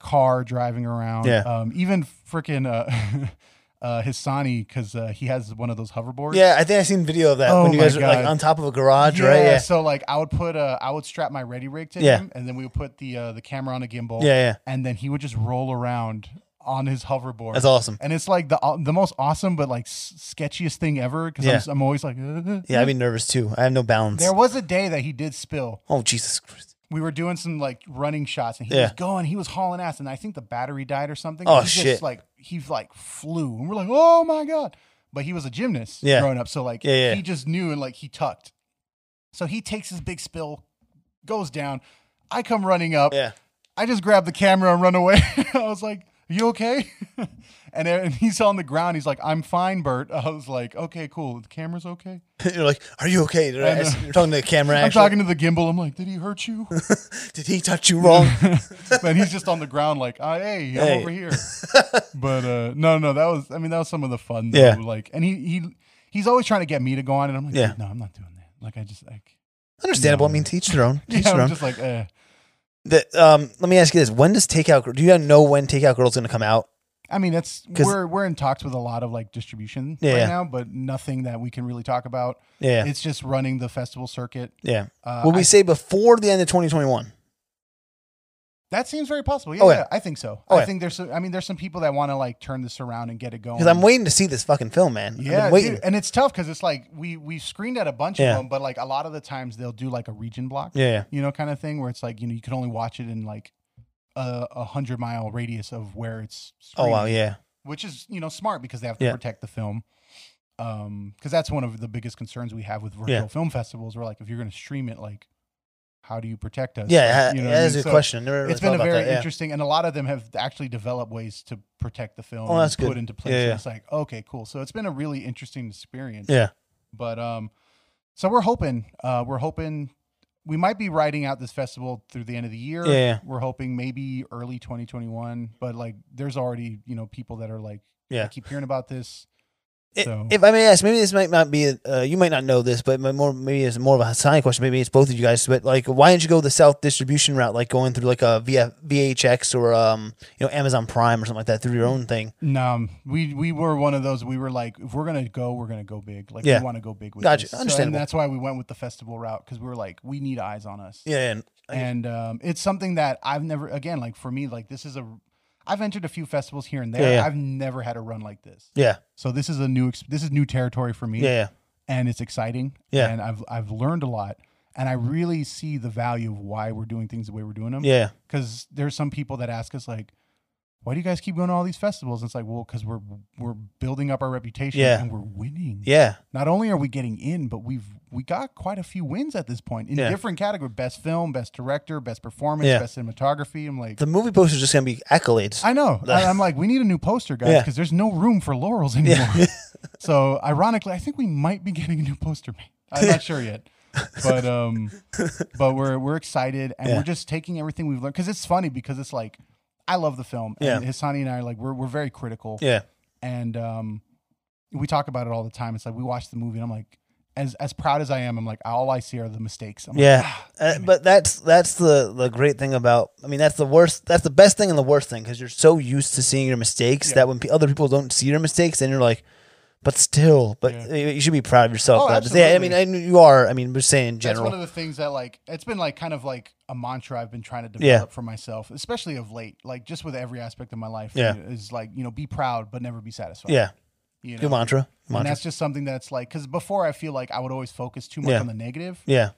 Speaker 3: car driving around.
Speaker 1: Yeah.
Speaker 3: Um, even freaking uh, uh, Hisani because uh, he has one of those hoverboards.
Speaker 1: Yeah, I think I seen video of that
Speaker 3: Oh
Speaker 1: when you
Speaker 3: my
Speaker 1: guys were like
Speaker 3: God.
Speaker 1: on top of a garage, right? Yeah.
Speaker 3: So like I would put uh I would strap my ready rig to
Speaker 1: Yeah.
Speaker 3: him and then we would put the uh the camera on a gimbal.
Speaker 1: Yeah, yeah.
Speaker 3: And then he would just roll around on his hoverboard.
Speaker 1: That's awesome.
Speaker 3: And it's like the uh, the most awesome but like s- sketchiest thing ever because
Speaker 1: Yeah.
Speaker 3: I'm, I'm always like "Uh,
Speaker 1: Yeah, I'd be nervous too. I have no balance.
Speaker 3: There was a day that he did spill.
Speaker 1: oh Jesus Christ.
Speaker 3: We were doing some like running shots and he
Speaker 1: Yeah.
Speaker 3: was going, he was hauling ass, and I think the battery died or something.
Speaker 1: Oh,
Speaker 3: he
Speaker 1: shit.
Speaker 3: Just, like he like flew, and we're like, oh my god! But he was a gymnast
Speaker 1: Yeah.
Speaker 3: growing up, so like
Speaker 1: Yeah, yeah.
Speaker 3: he just knew and like he tucked. So he takes his big spill, goes down. I come running up.
Speaker 1: Yeah.
Speaker 3: I just grab the camera and run away. I was like, "You okay?" and, uh, and he's on the ground. He's like, "I'm fine, Bert." I was like, "Okay, cool. The camera's okay."
Speaker 1: You're like, are you okay? Did I
Speaker 3: I know.
Speaker 1: ask- You're talking to the camera.
Speaker 3: I'm
Speaker 1: Actually,
Speaker 3: talking to the gimbal. I'm like, "Did he hurt you?"
Speaker 1: did he touch you wrong?
Speaker 3: and he's just on the ground like, ah, hey, I'm
Speaker 1: Hey.
Speaker 3: over here. but uh, no, no, that was I mean that was some of the fun. Though.
Speaker 1: Yeah.
Speaker 3: Like, and he he he's always trying to get me to go on, and I'm like,
Speaker 1: Yeah.
Speaker 3: no, I'm not doing that. Like, I just like,
Speaker 1: Understandable. I
Speaker 3: No.
Speaker 1: mean, teach their own. Teach
Speaker 3: yeah,
Speaker 1: their
Speaker 3: I'm
Speaker 1: own.
Speaker 3: just like, eh.
Speaker 1: That, um, let me ask you this: When does Takeout? Girl- Do you know when Takeout Girl's going to come out?
Speaker 3: I mean, that's
Speaker 1: 'Cause-
Speaker 3: we're we're in talks with a lot of like distribution
Speaker 1: Yeah.
Speaker 3: right now, but nothing that we can really talk about.
Speaker 1: Yeah,
Speaker 3: It's just running the festival circuit.
Speaker 1: yeah.
Speaker 3: Uh,
Speaker 1: Will we
Speaker 3: I-
Speaker 1: say before the end of 2021?
Speaker 3: that seems very possible. Yeah,
Speaker 1: Oh, yeah.
Speaker 3: yeah. I think so.
Speaker 1: Oh,
Speaker 3: I
Speaker 1: yeah.
Speaker 3: think there's. Some, I mean, there's some people that want to like turn this around and get it going.
Speaker 1: Because I'm waiting to see this fucking film, man.
Speaker 3: Oh. Yeah,
Speaker 1: I'm waiting.
Speaker 3: dude, and it's tough because it's like we we screened at a bunch
Speaker 1: Yeah.
Speaker 3: of them, but like a lot of the times they'll do like a region block,
Speaker 1: Yeah, yeah,
Speaker 3: you know, kind of thing where it's like you know you can only watch it in like a, a hundred mile radius of where it's.
Speaker 1: Oh wow,
Speaker 3: screened,
Speaker 1: yeah,
Speaker 3: which is you know smart because they have to
Speaker 1: Yeah.
Speaker 3: protect the film, um, because that's one of the biggest concerns we have with virtual
Speaker 1: Yeah.
Speaker 3: film festivals. We're like, if you're going to stream it, like, how do you protect us?
Speaker 1: yeah.
Speaker 3: Like, you know what I
Speaker 1: that is
Speaker 3: mean?
Speaker 1: a good
Speaker 3: So
Speaker 1: question. I never really
Speaker 3: it's been
Speaker 1: thought
Speaker 3: a
Speaker 1: about
Speaker 3: very
Speaker 1: that, yeah.
Speaker 3: interesting, and a lot of them have actually developed ways to protect the film.
Speaker 1: Oh, that's
Speaker 3: and
Speaker 1: good.
Speaker 3: Put into place.
Speaker 1: Yeah,
Speaker 3: And
Speaker 1: yeah.
Speaker 3: It's like okay, cool. So it's been a really interesting experience.
Speaker 1: Yeah,
Speaker 3: But um, so we're hoping, uh, we're hoping we might be riding out this festival through the end of the year.
Speaker 1: Yeah, yeah.
Speaker 3: We're hoping maybe early 2021. But like, there's already you know people that are like,
Speaker 1: Yeah.
Speaker 3: I keep hearing about this.
Speaker 1: I-
Speaker 3: So-
Speaker 1: If I may ask, maybe this might not be, uh, you might not know this, but my- more maybe it's more of a sign question. Maybe it's both of you guys, but like, why didn't you go the self distribution route, like going through like a VF, VHX or um, you know, Amazon Prime or something like that through your own thing?
Speaker 3: No, Um, we we were one of those. We were like, if we're gonna go, we're gonna go big. Like,
Speaker 1: Yeah.
Speaker 3: we want to go big with
Speaker 1: Gotcha.
Speaker 3: this. So- and
Speaker 1: Understandable.
Speaker 3: that's why we went with the festival route because we were like, we need eyes on us.
Speaker 1: Yeah, and
Speaker 3: and um, it's something that I've never again like for me like this is a I've entered a few festivals here and there
Speaker 1: Yeah, yeah.
Speaker 3: I've never had a run like this
Speaker 1: yeah,
Speaker 3: so this is a new ex- this is new territory for me
Speaker 1: yeah, yeah,
Speaker 3: and it's exciting
Speaker 1: Yeah.
Speaker 3: and I've I've learned a lot and I really see the value of why we're doing things the way we're doing them
Speaker 1: yeah,
Speaker 3: because there's some people that ask us like why do you guys keep going to all these festivals it's like well because we're we're building up our reputation
Speaker 1: Yeah.
Speaker 3: and we're winning
Speaker 1: yeah,
Speaker 3: not only are we getting in, but we've we got quite a few wins at this point in
Speaker 1: Yeah.
Speaker 3: different categories: best film, best director, best performance,
Speaker 1: Yeah.
Speaker 3: best cinematography. I'm like,
Speaker 1: The movie poster's just gonna be accolades.
Speaker 3: I know. I, am like, we need a new poster, guys,
Speaker 1: Yeah.
Speaker 3: because there's no room for laurels anymore. so, ironically, I think we might be getting a new poster. made. I'm not sure yet, but um, but we're we're excited and
Speaker 1: Yeah.
Speaker 3: we're just taking everything we've learned because it's funny because it's like I love the film. And
Speaker 1: Yeah.
Speaker 3: Hisani and I are like we're we're very critical
Speaker 1: yeah,
Speaker 3: and um, we talk about it all the time. It's like we watch the movie, and I'm like, as as proud as I am, I'm like all I see are the mistakes. I'm like,
Speaker 1: Yeah,
Speaker 3: "Ah,
Speaker 1: uh, but that's that's the the great thing about. I mean, that's the worst. That's the best thing and the worst thing because you're so used to seeing your mistakes
Speaker 3: Yeah.
Speaker 1: that when pe other people don't see your mistakes, then you're like, but still, but
Speaker 3: Yeah.
Speaker 1: y- you should be proud of yourself.
Speaker 3: Oh,
Speaker 1: for that. yeah, I mean,
Speaker 3: absolutely.
Speaker 1: and you are. I mean, we're saying in
Speaker 3: that's
Speaker 1: general.
Speaker 3: one of the things that like it's been like kind of like a mantra I've been trying to
Speaker 1: Yeah.
Speaker 3: develop for myself, especially of late. Like just with every aspect of my life,
Speaker 1: Yeah.
Speaker 3: is like you know be proud but never be satisfied.
Speaker 1: yeah,
Speaker 3: you know?
Speaker 1: good mantra.
Speaker 3: And
Speaker 1: Mantra.
Speaker 3: that's just something that's like because before I feel like I would always focus too much
Speaker 1: Yeah.
Speaker 3: on the negative.
Speaker 1: Yeah,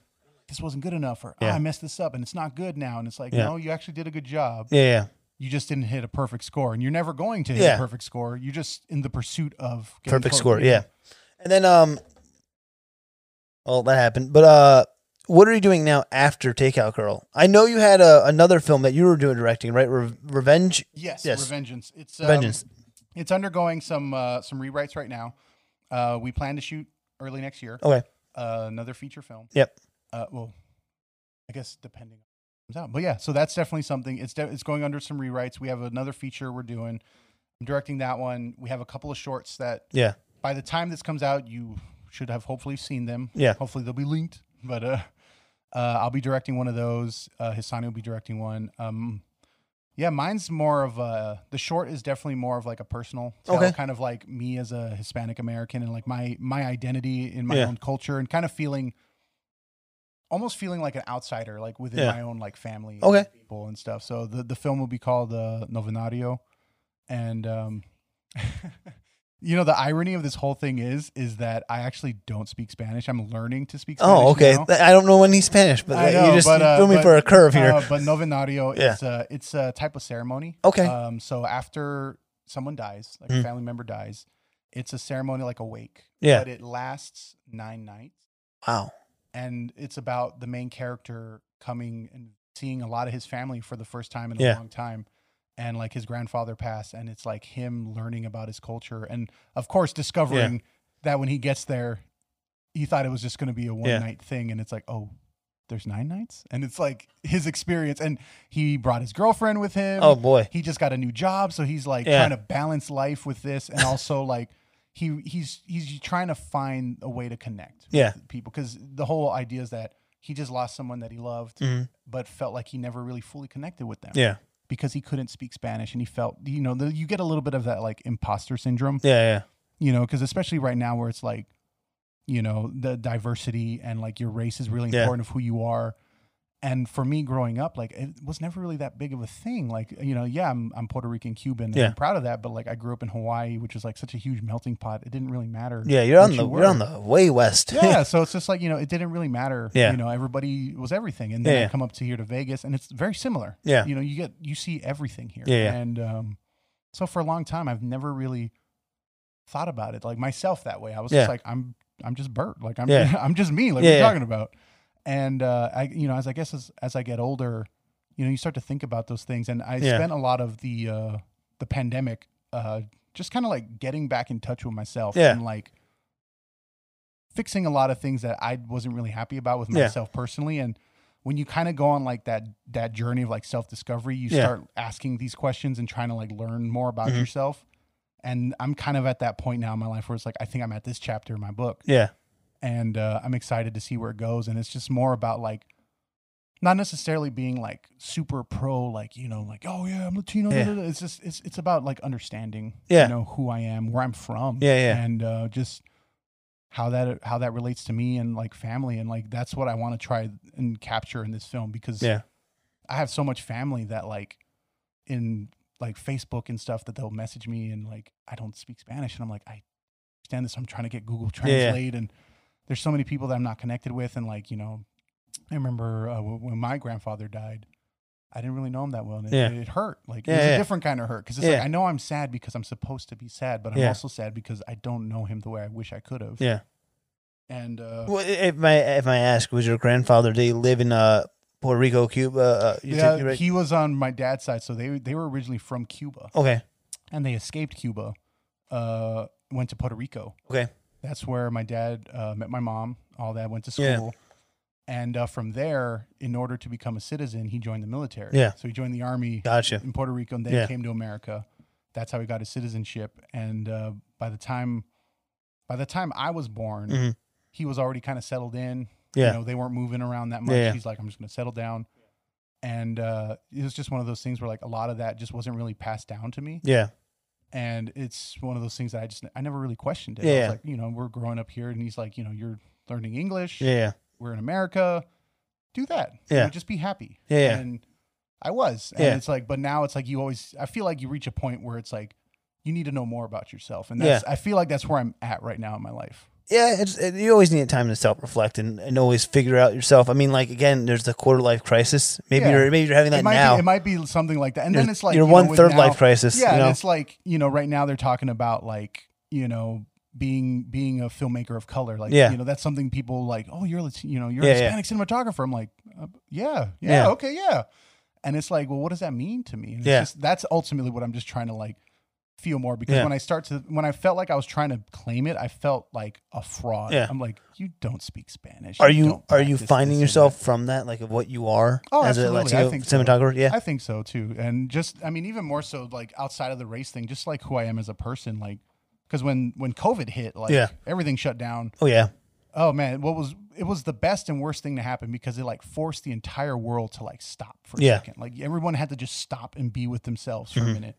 Speaker 3: This wasn't good enough, or "Ah,
Speaker 1: Yeah.
Speaker 3: I messed this up, and it's not good now. And it's like
Speaker 1: Yeah.
Speaker 3: no, you actually did a good job.
Speaker 1: yeah, yeah.
Speaker 3: You just didn't hit a perfect score, and you're never going to hit
Speaker 1: Yeah.
Speaker 3: a perfect score. You're just in the pursuit of getting
Speaker 1: Perfect
Speaker 3: close.
Speaker 1: score. Yeah, and then um, well, that happened. But uh, what are you doing now after Takeout Girl? I know you had a, another film that you were doing directing, right? Re- Revenge.
Speaker 3: Yes,
Speaker 1: Yes.
Speaker 3: Revengeance. It's um,
Speaker 1: Vengeance.
Speaker 3: It's undergoing some uh, some rewrites right now. Uh, we plan to shoot early next year
Speaker 1: Okay.
Speaker 3: uh, another feature film.
Speaker 1: Yep.
Speaker 3: Uh, well, I guess depending on what comes out, but yeah. So that's definitely something. It's de- it's going under some rewrites. We have another feature we're doing. I'm directing that one. We have a couple of shorts that
Speaker 1: Yeah.
Speaker 3: by the time this comes out, you should have hopefully seen them.
Speaker 1: Yeah.
Speaker 3: Hopefully they'll be linked. But uh, uh, I'll be directing one of those. Uh, Hisani will be directing one. Um, yeah, mine's more of a, the short is definitely more of like a personal tale,
Speaker 1: Okay.
Speaker 3: kind of like me as a Hispanic American and like my my identity in my
Speaker 1: Yeah.
Speaker 3: own culture and kind of feeling almost feeling like an outsider like within
Speaker 1: Yeah.
Speaker 3: my own like family and
Speaker 1: Okay.
Speaker 3: people and stuff. So the the film will be called uh, Novenario and um you know the irony of this whole thing is is that I actually don't speak Spanish. I'm learning to speak Spanish.
Speaker 1: Oh, okay.
Speaker 3: now.
Speaker 1: Th- I don't know any Spanish, but
Speaker 3: I
Speaker 1: uh,
Speaker 3: know,
Speaker 1: you just
Speaker 3: but, uh,
Speaker 1: threw me
Speaker 3: but,
Speaker 1: for a curve here.
Speaker 3: Uh, but novenario
Speaker 1: Yeah.
Speaker 3: is a, it's a type of ceremony.
Speaker 1: Okay.
Speaker 3: Um, so after someone dies, like
Speaker 1: Mm.
Speaker 3: a family member dies, it's a ceremony like a wake.
Speaker 1: Yeah.
Speaker 3: But it lasts nine nights,
Speaker 1: wow.
Speaker 3: and it's about the main character coming and seeing a lot of his family for the first time in
Speaker 1: Yeah.
Speaker 3: a long time. And like his grandfather passed, and it's like him learning about his culture, and of course discovering that when he gets there, he thought it was just going to be a one
Speaker 1: Yeah.
Speaker 3: night thing, and it's like, oh, there's nine nights and it's like his experience and he brought his girlfriend with him
Speaker 1: Oh boy.
Speaker 3: he just got a new job so he's like
Speaker 1: Yeah.
Speaker 3: trying to balance life with this and also like he he's he's trying to find a way to connect
Speaker 1: Yeah.
Speaker 3: with people because the whole idea is that he just lost someone that he loved
Speaker 1: Mhm.
Speaker 3: but felt like he never really fully connected with them
Speaker 1: Yeah.
Speaker 3: because he couldn't speak spanish and he felt you know the, you get a little bit of that like imposter syndrome
Speaker 1: Yeah. Yeah.
Speaker 3: you know, because especially right now where it's like, you know, the diversity and like your race is really
Speaker 1: Yeah.
Speaker 3: important of who you are. And for me growing up, like it was never really that big of a thing. Like, you know, yeah, I'm, I'm Puerto Rican Cuban. And
Speaker 1: Yeah.
Speaker 3: I'm proud of that. But like I grew up in Hawaii, which is like such a huge melting pot. It didn't really matter.
Speaker 1: Yeah. You're
Speaker 3: what
Speaker 1: on the
Speaker 3: you
Speaker 1: you
Speaker 3: were.
Speaker 1: are on the way west.
Speaker 3: Yeah. So it's just like, you know, it didn't really matter.
Speaker 1: Yeah.
Speaker 3: You know, everybody was everything. And then
Speaker 1: Yeah.
Speaker 3: I come up to here to Vegas and it's very similar.
Speaker 1: Yeah.
Speaker 3: You know, you get, you see everything here.
Speaker 1: Yeah, yeah.
Speaker 3: And um, so for a long time, I've never really thought about it like myself that way. I was
Speaker 1: Yeah.
Speaker 3: just like, I'm, I'm just Bert. Like I'm,
Speaker 1: Yeah.
Speaker 3: I'm just me. Like
Speaker 1: Yeah,
Speaker 3: we're
Speaker 1: yeah.
Speaker 3: talking about. And uh, I, you know, as I guess as, as I get older, you know, you start to think about those things. And I
Speaker 1: Yeah.
Speaker 3: spent a lot of the, uh, the pandemic, uh, just kind of like getting back in touch with myself
Speaker 1: Yeah.
Speaker 3: and like fixing a lot of things that I wasn't really happy about with
Speaker 1: Yeah.
Speaker 3: myself personally. And when you kind of go on like that that journey of like self discovery, you
Speaker 1: Yeah.
Speaker 3: start asking these questions and trying to like learn more about
Speaker 1: Mhm.
Speaker 3: yourself. And I'm kind of at that point now in my life where it's like I think I'm at this chapter in my book,
Speaker 1: Yeah.
Speaker 3: and uh, I'm excited to see where it goes. And it's just more about like not necessarily being like super pro, like you know, like oh yeah, I'm Latino. da,
Speaker 1: Yeah.
Speaker 3: da, da. It's just it's it's about like understanding,
Speaker 1: Yeah.
Speaker 3: you know, who I am, where I'm from,
Speaker 1: Yeah, yeah.
Speaker 3: and uh, just how that how that relates to me and like family, and like that's what I want to try and capture in this film because
Speaker 1: Yeah.
Speaker 3: I have so much family that like in like Facebook and stuff that they'll message me and like I don't speak Spanish and I'm like I understand this. I'm trying to get Google
Speaker 1: yeah.
Speaker 3: Translate and there's so many people that I'm not connected with and like you know I remember uh, w- when my grandfather died. I didn't really know him that well, and it,
Speaker 1: Yeah.
Speaker 3: it hurt. Like
Speaker 1: Yeah,
Speaker 3: it was
Speaker 1: yeah.
Speaker 3: a different kind of hurt because it's
Speaker 1: Yeah.
Speaker 3: like I know I'm sad because I'm supposed to be sad, but I'm
Speaker 1: Yeah.
Speaker 3: also sad because I don't know him the way I wish I could have.
Speaker 1: Yeah.
Speaker 3: And uh,
Speaker 1: Well, i- if my if I ask, was your grandfather? Did he live in uh Puerto Rico, Cuba? Uh, you
Speaker 3: yeah,
Speaker 1: said you were-
Speaker 3: he was on my dad's side, so they they were originally from Cuba.
Speaker 1: okay.
Speaker 3: and they escaped Cuba, uh, went to Puerto Rico.
Speaker 1: Okay.
Speaker 3: That's where my dad uh, met my mom, all that, went to school.
Speaker 1: Yeah.
Speaker 3: And uh, from there, in order to become a citizen, he joined the military.
Speaker 1: Yeah.
Speaker 3: So he joined the army
Speaker 1: Gotcha.
Speaker 3: in Puerto Rico and then
Speaker 1: Yeah.
Speaker 3: came to America. That's how he got his citizenship. And uh, by the time, by the time I was born,
Speaker 1: Mhm.
Speaker 3: he was already kind of settled in.
Speaker 1: Yeah.
Speaker 3: You know, they weren't moving around that much.
Speaker 1: Yeah, yeah.
Speaker 3: He's like, I'm just going to settle down. And uh, it was just one of those things where like a lot of that just wasn't really passed down to me.
Speaker 1: Yeah.
Speaker 3: And it's one of those things that I just, I never really questioned it. I
Speaker 1: Yeah.
Speaker 3: was like, you know, we're growing up here and he's like, you know, you're learning English.
Speaker 1: Yeah.
Speaker 3: We're in America. Do that. You
Speaker 1: Yeah.
Speaker 3: know, just be happy.
Speaker 1: Yeah, yeah.
Speaker 3: And I was. And
Speaker 1: Yeah.
Speaker 3: it's like, but now it's like you always, I feel like you reach a point where it's like, you need to know more about yourself. And that's, I feel like that's where I'm at right now in my life.
Speaker 1: Yeah, it's, it, you always need time to self reflect and, and always figure out yourself. I mean, like again, there's the quarter life crisis. Maybe
Speaker 3: Yeah.
Speaker 1: you're maybe you're having that
Speaker 3: it might
Speaker 1: now.
Speaker 3: Be, it might be something like that. And then
Speaker 1: Your-
Speaker 3: it's like
Speaker 1: your
Speaker 3: you know,
Speaker 1: one
Speaker 3: with
Speaker 1: third
Speaker 3: now-
Speaker 1: life crisis,
Speaker 3: Yeah,
Speaker 1: you know?
Speaker 3: and it's like you know, right now they're talking about like you know being being a filmmaker of color. Like
Speaker 1: Yeah.
Speaker 3: you know, that's something people like. Oh, you're Lat- you know you're
Speaker 1: Yeah,
Speaker 3: a
Speaker 1: yeah.
Speaker 3: Hispanic cinematographer. I'm like, uh, yeah, yeah,
Speaker 1: Yeah.
Speaker 3: okay, yeah. And it's like, well, what does that mean to me? And it's
Speaker 1: Yeah.
Speaker 3: just, that's ultimately what I'm just trying to like feel more because
Speaker 1: Yeah.
Speaker 3: when I start to when I felt like I was trying to claim it, I felt like a fraud.
Speaker 1: Yeah.
Speaker 3: I'm like, you don't speak Spanish.
Speaker 1: are you
Speaker 3: don't
Speaker 1: are you
Speaker 3: practice
Speaker 1: finding
Speaker 3: this and
Speaker 1: yourself
Speaker 3: that."
Speaker 1: from that, like of what you are
Speaker 3: Oh,
Speaker 1: as a
Speaker 3: absolutely.
Speaker 1: Latino
Speaker 3: I think so.
Speaker 1: cinematographer? Yeah,
Speaker 3: I think so too. And just, I mean, even more so, like outside of the race thing, just like who I am as a person, like, because when when COVID hit, like
Speaker 1: Yeah.
Speaker 3: everything shut down.
Speaker 1: oh yeah,
Speaker 3: Oh man, what was it was the best and worst thing to happen because it like forced the entire world to like stop for a
Speaker 1: Yeah. Mm-hmm.
Speaker 3: second. Like everyone had to just stop and be with themselves for a minute.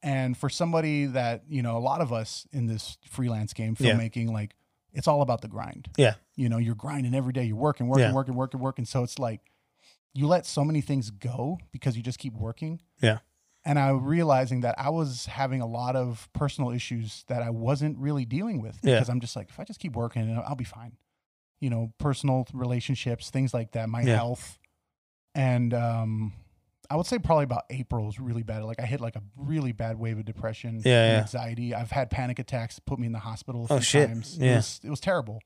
Speaker 3: And for somebody that you know, a lot of us in this freelance game
Speaker 1: Yeah.
Speaker 3: filmmaking, like it's all about the grind
Speaker 1: yeah,
Speaker 3: you know, you're grinding every day. You're working, working,
Speaker 1: Yeah.
Speaker 3: working, working, working. So it's like you let so many things go because you just keep working.
Speaker 1: Yeah.
Speaker 3: And I realizing that I was having a lot of personal issues that I wasn't really dealing with
Speaker 1: Yeah.
Speaker 3: because I'm just like, if I just keep working, I'll be fine. You know, personal relationships, things like that, my
Speaker 1: Yeah.
Speaker 3: health. And um, I would say probably about April was really bad. Like I hit like a really bad wave of depression,
Speaker 1: Yeah,
Speaker 3: and
Speaker 1: yeah.
Speaker 3: anxiety. I've had panic attacks, put me in the hospital. A
Speaker 1: Oh,
Speaker 3: few
Speaker 1: shit.
Speaker 3: Times. It
Speaker 1: Yeah.
Speaker 3: was, it was terrible.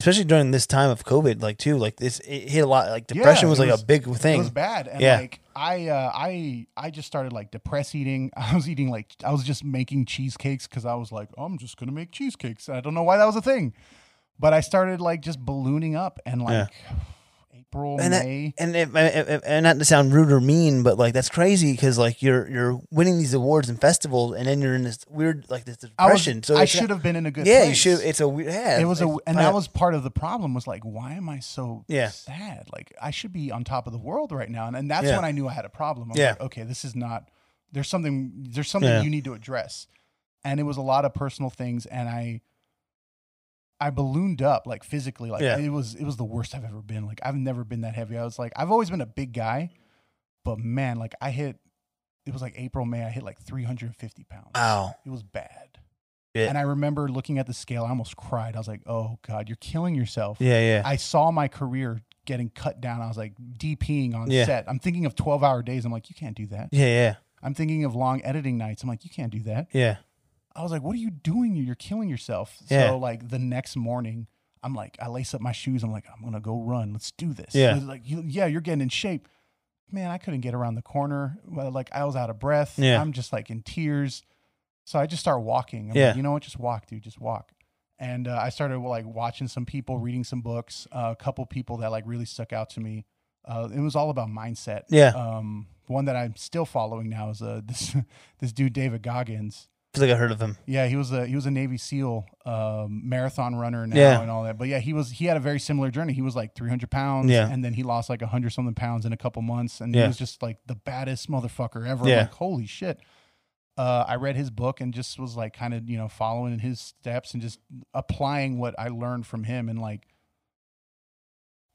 Speaker 1: especially during this time of COVID, like too, like this it hit a lot. Like depression
Speaker 3: Yeah,
Speaker 1: was
Speaker 3: it
Speaker 1: like
Speaker 3: was-
Speaker 1: a big thing.
Speaker 3: It was bad. And
Speaker 1: Yeah.
Speaker 3: like I uh I I just started like depress eating. I was eating like I was just making cheesecakes because I was like, I'm just gonna make cheesecakes. I don't know why that was a thing. But I started like just ballooning up and like April,
Speaker 1: and that,
Speaker 3: May.
Speaker 1: and it, it- it- and not to sound rude or mean, but like that's crazy because like you're you're winning these awards and festivals, and then you're in this weird like this
Speaker 3: I, was,
Speaker 1: depression. so
Speaker 3: I
Speaker 1: it's not-
Speaker 3: should have been in a good
Speaker 1: Yeah, you
Speaker 3: place.
Speaker 1: should. It's a weird. Yeah,
Speaker 3: it was a,
Speaker 1: it's-
Speaker 3: and that
Speaker 1: uh,
Speaker 3: was part of the problem was like, why am I so
Speaker 1: Yeah.
Speaker 3: sad? Like I should be on top of the world right now. And, and that's
Speaker 1: Yeah.
Speaker 3: when I knew I had a problem. I'm
Speaker 1: Yeah.
Speaker 3: like, okay, this is not, there's something, there's something
Speaker 1: Yeah.
Speaker 3: you need to address. And it was a lot of personal things. And I, I ballooned up like physically, like
Speaker 1: Yeah.
Speaker 3: it was, it was the worst I've ever been. Like I've never been that heavy. I was like, I've always been a big guy, but man, like I hit, it was like April, May, I hit like 350 pounds.
Speaker 1: wow.
Speaker 3: It was bad.
Speaker 1: Yeah.
Speaker 3: And I remember looking at the scale, I almost cried. I was like, oh God, you're killing yourself.
Speaker 1: Yeah, yeah.
Speaker 3: I saw my career getting cut down. I was like DPing on
Speaker 1: Yeah.
Speaker 3: set. I'm thinking of 12 hour days. I'm like, you can't do that.
Speaker 1: Yeah, yeah,
Speaker 3: I'm thinking of long editing nights. I'm like, you can't do that.
Speaker 1: yeah,
Speaker 3: I was like, what are you doing? You're killing yourself.
Speaker 1: Yeah.
Speaker 3: So like the next morning, I'm like, I lace up my shoes. I'm like, I'm gonna go run. Let's do this.
Speaker 1: Yeah.
Speaker 3: It's Like, you, yeah, you're getting in shape. Man, I couldn't get around the corner. Well, Like I was out of breath.
Speaker 1: Yeah.
Speaker 3: I'm just like in tears. So I just start walking. I'm
Speaker 1: Yeah.
Speaker 3: like, you know what? Just walk, dude. Just walk. And uh, I started like watching some people, reading some books. Uh, a couple people that like really stuck out to me. Uh, it was all about mindset.
Speaker 1: Yeah.
Speaker 3: Um, one that I'm still following now is uh, this this dude David Goggins.
Speaker 1: I feel like I heard of him.
Speaker 3: Yeah, he was a he was a Navy SEAL, um, marathon runner now
Speaker 1: Yeah.
Speaker 3: and all that. But yeah, he was he had a very similar journey. He was like 300 pounds,
Speaker 1: Yeah.
Speaker 3: and then he lost like 100 something pounds in a couple months, and
Speaker 1: Yeah.
Speaker 3: he was just like the baddest motherfucker ever.
Speaker 1: Yeah.
Speaker 3: I'm like, holy shit. Uh, I read his book and just was like kind of you know following in his steps and just applying what I learned from him and like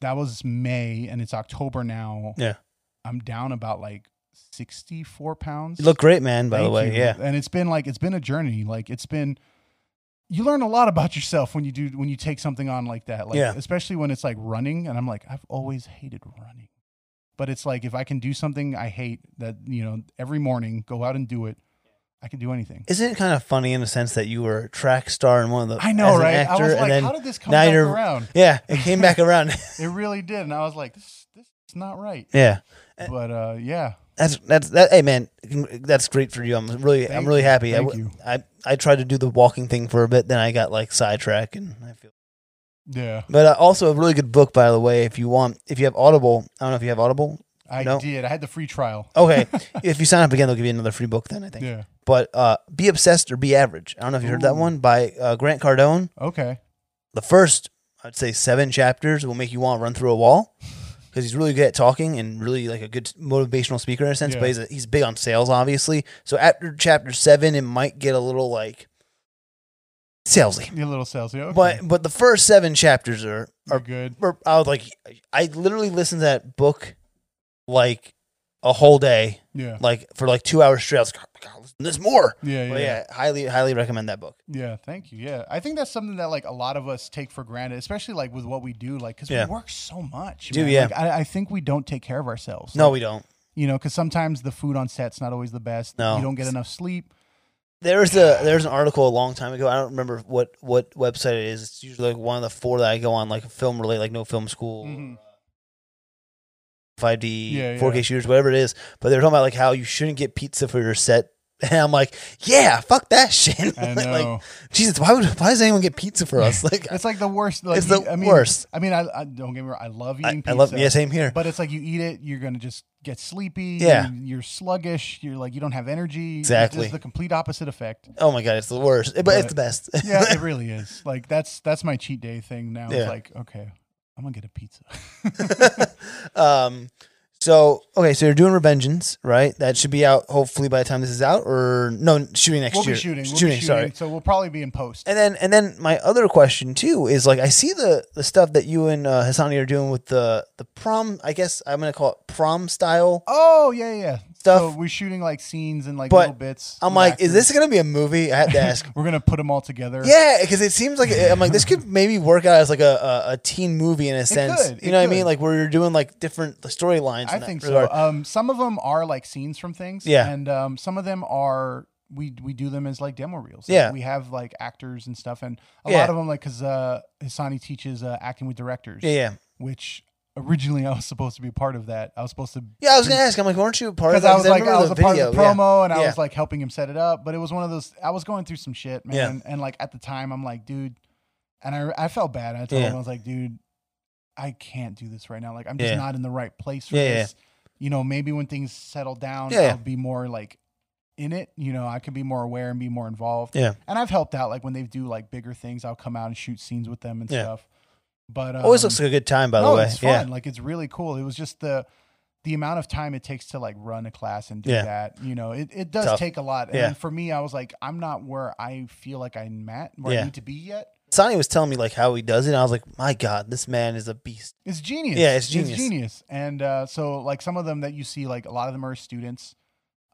Speaker 3: that was May and it's October now.
Speaker 1: Yeah.
Speaker 3: I'm down about like 64 pounds.
Speaker 1: You look great, man. By the
Speaker 3: Thank
Speaker 1: way,
Speaker 3: you.
Speaker 1: yeah,
Speaker 3: And it's been like it's been a journey. Like it's been you learn a lot about yourself when you do when you take something on like that. Like
Speaker 1: Yeah.
Speaker 3: especially when it's like running and I'm like I've always hated running. But it's like if I can do something I hate that you know every morning go out and do it, I can do anything.
Speaker 1: isn't it kind of funny in the sense that you were a track star and one of the
Speaker 3: I know,
Speaker 1: as an
Speaker 3: right?
Speaker 1: actor,
Speaker 3: I was
Speaker 1: and
Speaker 3: like
Speaker 1: then
Speaker 3: how did this come
Speaker 1: now
Speaker 3: back
Speaker 1: you're-
Speaker 3: around?
Speaker 1: yeah, it came back around.
Speaker 3: It really did and I was like this this is not right.
Speaker 1: yeah,
Speaker 3: But uh yeah.
Speaker 1: that's that's that. Hey, man, congr- that's great for you. I'm really I'm
Speaker 3: Thank
Speaker 1: really
Speaker 3: you.
Speaker 1: happy. I,
Speaker 3: Thank
Speaker 1: w-
Speaker 3: you.
Speaker 1: I I tried to do the walking thing for a bit, then I got like sidetracked, and I feel.
Speaker 3: Yeah.
Speaker 1: But uh, also a really good book, by the way. If you want, if you have Audible, I don't know if you have Audible.
Speaker 3: I
Speaker 1: No. Oh,
Speaker 3: did. I had the free trial.
Speaker 1: Okay, if you sign up again, they'll give you another free book. Then I think.
Speaker 3: Yeah.
Speaker 1: But uh, be obsessed or be average. I don't know if you heard that
Speaker 3: Ooh.
Speaker 1: one by uh, Grant Cardone.
Speaker 3: Okay.
Speaker 1: The first, I'd say seven chapters will make you want to run through a wall because he's really good at talking and really like a good motivational speaker in a sense.
Speaker 3: Yeah.
Speaker 1: But he's, a, he's big on sales, obviously. So after chapter seven, it might get a little like salesy.
Speaker 3: Your little sales. Yeah, okay.
Speaker 1: But uh, but the first seven chapters are
Speaker 3: You're
Speaker 1: are
Speaker 3: good.
Speaker 1: or I was like, I literally listened to that book like a whole day,
Speaker 3: Yeah.
Speaker 1: like for like two hours straight. I was like, "Oh God, listen to this more.
Speaker 3: Yeah, yeah,
Speaker 1: But yeah, highly, highly recommend that book.
Speaker 3: yeah. Thank you. Yeah, I think that's something that like a lot of us take for granted, especially like with what we do, like because
Speaker 1: Yeah.
Speaker 3: we work so much.
Speaker 1: Do,
Speaker 3: man.
Speaker 1: yeah.
Speaker 3: Like, I, I think we don't take care of ourselves.
Speaker 1: No,
Speaker 3: Like,
Speaker 1: we don't.
Speaker 3: you know, because sometimes the food on set's not always the best.
Speaker 1: No.
Speaker 3: you don't get enough sleep.
Speaker 1: There was a there's an article a long time ago. I don't remember what what website it is. It's usually like one of the four that I go on, like film related, like No Film School,
Speaker 3: Mhm.
Speaker 1: 5D,
Speaker 3: Yeah, yeah.
Speaker 1: 4K shooters, whatever it is. But they're talking about like how you shouldn't get pizza for your set. And I'm like, yeah, fuck that shit.
Speaker 3: I know.
Speaker 1: like, Jesus, why would why does anyone get pizza for us? Like,
Speaker 3: it's like the worst. Like,
Speaker 1: It's the
Speaker 3: I mean,
Speaker 1: worst.
Speaker 3: I mean, I, I don't get me wrong. I love eating
Speaker 1: I,
Speaker 3: pizza.
Speaker 1: I love yeah, same here.
Speaker 3: But it's like you eat it, you're gonna just get sleepy.
Speaker 1: Yeah.
Speaker 3: you're, you're sluggish. You're like you don't have energy. It's
Speaker 1: Exactly.
Speaker 3: just the complete opposite effect.
Speaker 1: oh my god, it's the worst. But, it's the best.
Speaker 3: Yeah, it really is. Like that's that's my cheat day thing now.
Speaker 1: Yeah.
Speaker 3: It's like okay, I'm gonna get a pizza.
Speaker 1: um, so okay, so you're doing Revengeance, right? That should be out hopefully by the time this is out, or no, shooting next
Speaker 3: we'll
Speaker 1: year.
Speaker 3: be shooting. We'll
Speaker 1: shooting,
Speaker 3: be shooting.
Speaker 1: sorry.
Speaker 3: So we'll probably be in post.
Speaker 1: And then, and then my other question too is like I see the the stuff that you and uh, Hassani are doing with the the prom. I guess I'm gonna call it prom style.
Speaker 3: oh yeah, yeah.
Speaker 1: Stuff-
Speaker 3: So we're shooting like scenes and like
Speaker 1: But
Speaker 3: little bits.
Speaker 1: I'm
Speaker 3: with
Speaker 1: like,
Speaker 3: actors.
Speaker 1: is this gonna be a movie? I had to ask.
Speaker 3: We're gonna put them all together.
Speaker 1: Yeah, because it seems like I'm like this could maybe work out as like a, a, a teen movie in a sense.
Speaker 3: could,
Speaker 1: you
Speaker 3: it
Speaker 1: know what I mean?
Speaker 3: could.
Speaker 1: Like where you're doing like different storylines.
Speaker 3: I
Speaker 1: in that
Speaker 3: think
Speaker 1: regard.
Speaker 3: so. Um, some of them are like scenes from things.
Speaker 1: Yeah.
Speaker 3: and um, some of them are we we do them as like demo reels. Like,
Speaker 1: Yeah.
Speaker 3: we have like actors and stuff, and a
Speaker 1: Yeah.
Speaker 3: lot of them like because uh, Hisani teaches uh, acting with directors.
Speaker 1: Yeah, yeah.
Speaker 3: which originally I was supposed to be a part of that. I was supposed to
Speaker 1: Yeah, I was gonna ask. I'm like, weren't you a part of
Speaker 3: because
Speaker 1: that?
Speaker 3: I was like
Speaker 1: remember
Speaker 3: I was
Speaker 1: the
Speaker 3: a part of the
Speaker 1: video, yeah.
Speaker 3: promo and I
Speaker 1: Yeah.
Speaker 3: was like helping him set it up. But it was one of those I was going through some shit, man.
Speaker 1: Yeah.
Speaker 3: And, like at the time, I'm like, dude, and I I felt bad. I told
Speaker 1: Yeah.
Speaker 3: him I was like, dude, I can't do this right now. Like I'm just
Speaker 1: Yeah.
Speaker 3: not in the right place for
Speaker 1: Yeah, yeah.
Speaker 3: this. You know, maybe when things settle down,
Speaker 1: Yeah.
Speaker 3: I'll be more like in it. You know, I could be more aware and be more involved.
Speaker 1: Yeah.
Speaker 3: And I've helped out like when they do like bigger things, I'll come out and shoot scenes with them and
Speaker 1: Yeah.
Speaker 3: stuff. But um,
Speaker 1: Always looks like a good time, by
Speaker 3: no,
Speaker 1: the way.
Speaker 3: it's
Speaker 1: Yeah,
Speaker 3: fun. Like it's really cool. It was just the the amount of time it takes to like run a class and do
Speaker 1: Yeah.
Speaker 3: that. You know, it, it does
Speaker 1: Tough.
Speaker 3: take a lot. And
Speaker 1: Yeah.
Speaker 3: then for me, I was like, I'm not where I feel like I'm at, where
Speaker 1: Yeah.
Speaker 3: I need to be yet.
Speaker 1: Sonny was telling me like how he does it. And I was like, my God, this man is a beast.
Speaker 3: It's genius.
Speaker 1: Yeah, it's genius.
Speaker 3: genius. And uh, so like some of them that you see, like a lot of them are students.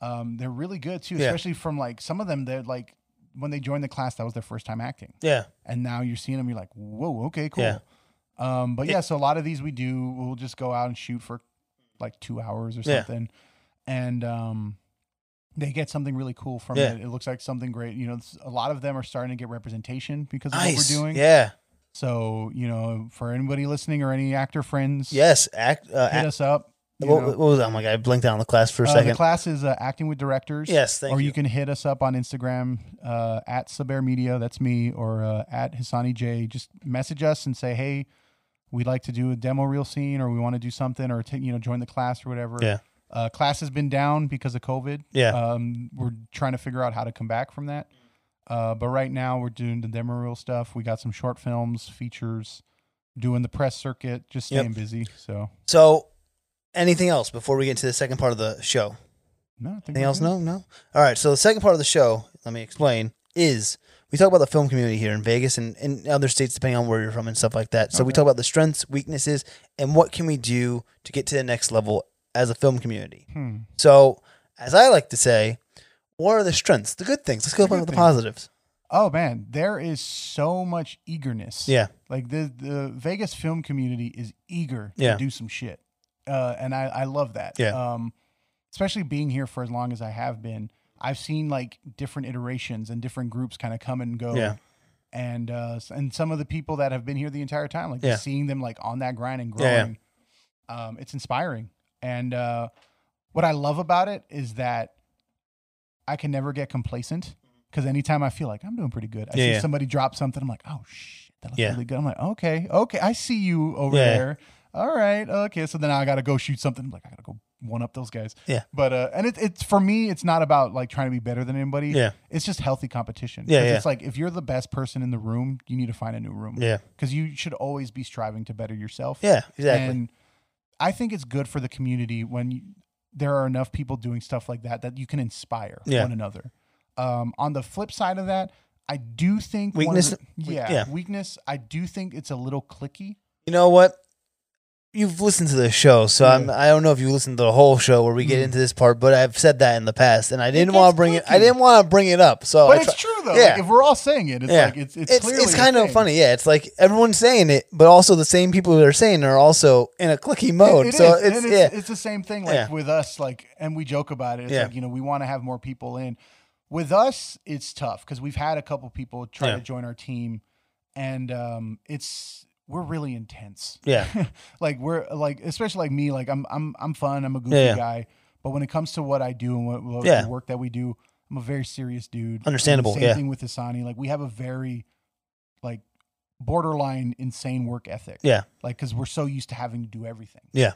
Speaker 3: Um, they're really good too,
Speaker 1: Yeah.
Speaker 3: especially from like some of them. They're like when they joined the class, that was their first time acting.
Speaker 1: Yeah,
Speaker 3: and now you're seeing them you're like whoa okay cool
Speaker 1: Yeah.
Speaker 3: um but
Speaker 1: It-
Speaker 3: yeah so a lot of these we do we'll just go out and shoot for like two hours or
Speaker 1: Yeah.
Speaker 3: something and um they get something really cool from
Speaker 1: Yeah.
Speaker 3: it it looks like something great you know it's- a lot of them are starting to get representation because of
Speaker 1: nice.
Speaker 3: what we're doing
Speaker 1: Yeah,
Speaker 3: so you know for anybody listening or any actor friends
Speaker 1: yes. Act. Uh,
Speaker 3: hit
Speaker 1: act
Speaker 3: us up you
Speaker 1: what,
Speaker 3: know.
Speaker 1: what was? that? Oh my God, I blinked out on the class for a
Speaker 3: Uh, the
Speaker 1: second.
Speaker 3: class is uh, acting with directors
Speaker 1: Yes, thank
Speaker 3: or
Speaker 1: you.
Speaker 3: you. can hit us up on Instagram uh, at Saber Media. That's me, or uh, at Hisani J. Just message us and say, hey, we'd like to do a demo reel scene, or we want to do something, or t- you know, join the class or whatever.
Speaker 1: Yeah.
Speaker 3: Uh, class has been down because of COVID.
Speaker 1: Yeah.
Speaker 3: Um, we're trying to figure out how to come back from that. Uh, but right now we're doing the demo reel stuff. We got some short films, features, doing the press circuit, just
Speaker 1: Yep.
Speaker 3: staying busy. So
Speaker 1: so, anything else before we get into the second part of the show?
Speaker 3: no, I think
Speaker 1: Anything
Speaker 3: we're
Speaker 1: else?
Speaker 3: good.
Speaker 1: No, no. All right. So the second part of the show, let me explain, is we talk about the film community here in Vegas and in other states, depending on where you're from and stuff like that. So we
Speaker 3: Okay.
Speaker 1: talk about the strengths, weaknesses, and what can we do to get to the next level as a film community.
Speaker 3: Hmm.
Speaker 1: So, as I like to say, what are the strengths, the good things? Let's go with
Speaker 3: good
Speaker 1: the
Speaker 3: things.
Speaker 1: positives.
Speaker 3: Oh man, there is so much eagerness.
Speaker 1: Yeah.
Speaker 3: Like the the Vegas film community is eager
Speaker 1: Yeah.
Speaker 3: to do some shit. Uh, and I, I love that.
Speaker 1: Yeah.
Speaker 3: Um, especially being here for as long as I have been, I've seen like different iterations and different groups kind of come and go.
Speaker 1: Yeah.
Speaker 3: And uh, s- and some of the people that have been here the entire time, like
Speaker 1: Yeah.
Speaker 3: just seeing them like on that grind and
Speaker 1: Yeah, yeah.
Speaker 3: growing, um, it's inspiring. And uh, what I love about it is that I can never get complacent because anytime I feel like I'm doing pretty good, I
Speaker 1: Yeah,
Speaker 3: see
Speaker 1: yeah.
Speaker 3: somebody drop something, I'm like, oh shit, that looks
Speaker 1: Yeah.
Speaker 3: really good. I'm like, okay, okay, I see you over
Speaker 1: Yeah.
Speaker 3: there. All right, okay. So then I gotta go shoot something. I'm like, I gotta go one up those guys.
Speaker 1: Yeah.
Speaker 3: But uh, and it, it's for me, it's not about like trying to be better than anybody.
Speaker 1: Yeah.
Speaker 3: It's just healthy competition.
Speaker 1: Yeah,
Speaker 3: 'Cause
Speaker 1: yeah.
Speaker 3: It's like if you're the best person in the room, you need to find a new room.
Speaker 1: Yeah.
Speaker 3: Because you should always be striving to better yourself.
Speaker 1: Yeah, exactly.
Speaker 3: And I think it's good for the community when you, there are enough people doing stuff like that that you can inspire
Speaker 1: Yeah.
Speaker 3: one another. Um, on the flip side of that, I do think one of
Speaker 1: Weakness-
Speaker 3: the-
Speaker 1: we-
Speaker 3: yeah,
Speaker 1: yeah.
Speaker 3: weakness. I do think it's a little clicky.
Speaker 1: you know what? You've listened to the show, so I'm, I don't know if you listened to the whole show where we get into this part, but I've said that in the past, and I didn't
Speaker 3: Mm-hmm. gets
Speaker 1: want to bring it. I
Speaker 3: clicky.
Speaker 1: didn't want to bring it up. So,
Speaker 3: But
Speaker 1: I
Speaker 3: it's
Speaker 1: try-
Speaker 3: true though.
Speaker 1: Oh, Yeah,
Speaker 3: Like, if we're all saying it, it's
Speaker 1: yeah.
Speaker 3: like it's it's
Speaker 1: it's,
Speaker 3: clearly a
Speaker 1: kind of
Speaker 3: thing.
Speaker 1: funny. Yeah, it's like everyone's saying it, but also the same people that are saying it are also in a clicky mode.
Speaker 3: It is,
Speaker 1: so
Speaker 3: and
Speaker 1: it's,
Speaker 3: it's,
Speaker 1: yeah,
Speaker 3: it's the same thing like
Speaker 1: Yeah.
Speaker 3: with us, like, and we joke about it. It's
Speaker 1: Yeah.
Speaker 3: like, you know, we want to have more people in. With us, it's tough because we've had a couple people try
Speaker 1: Yeah.
Speaker 3: to join our team, and um, it's we're really intense.
Speaker 1: yeah,
Speaker 3: like we're like, especially like me, like I'm I'm I'm fun. I'm a goofy
Speaker 1: Yeah, yeah.
Speaker 3: guy, but when it comes to what I do and what, what
Speaker 1: Yeah.
Speaker 3: the work that we do, I'm a very serious dude. And
Speaker 1: Understandable,
Speaker 3: Same
Speaker 1: yeah.
Speaker 3: thing with Asani. Like we have a very like borderline insane work ethic.
Speaker 1: yeah,
Speaker 3: Like because we're so used to having to do everything
Speaker 1: yeah,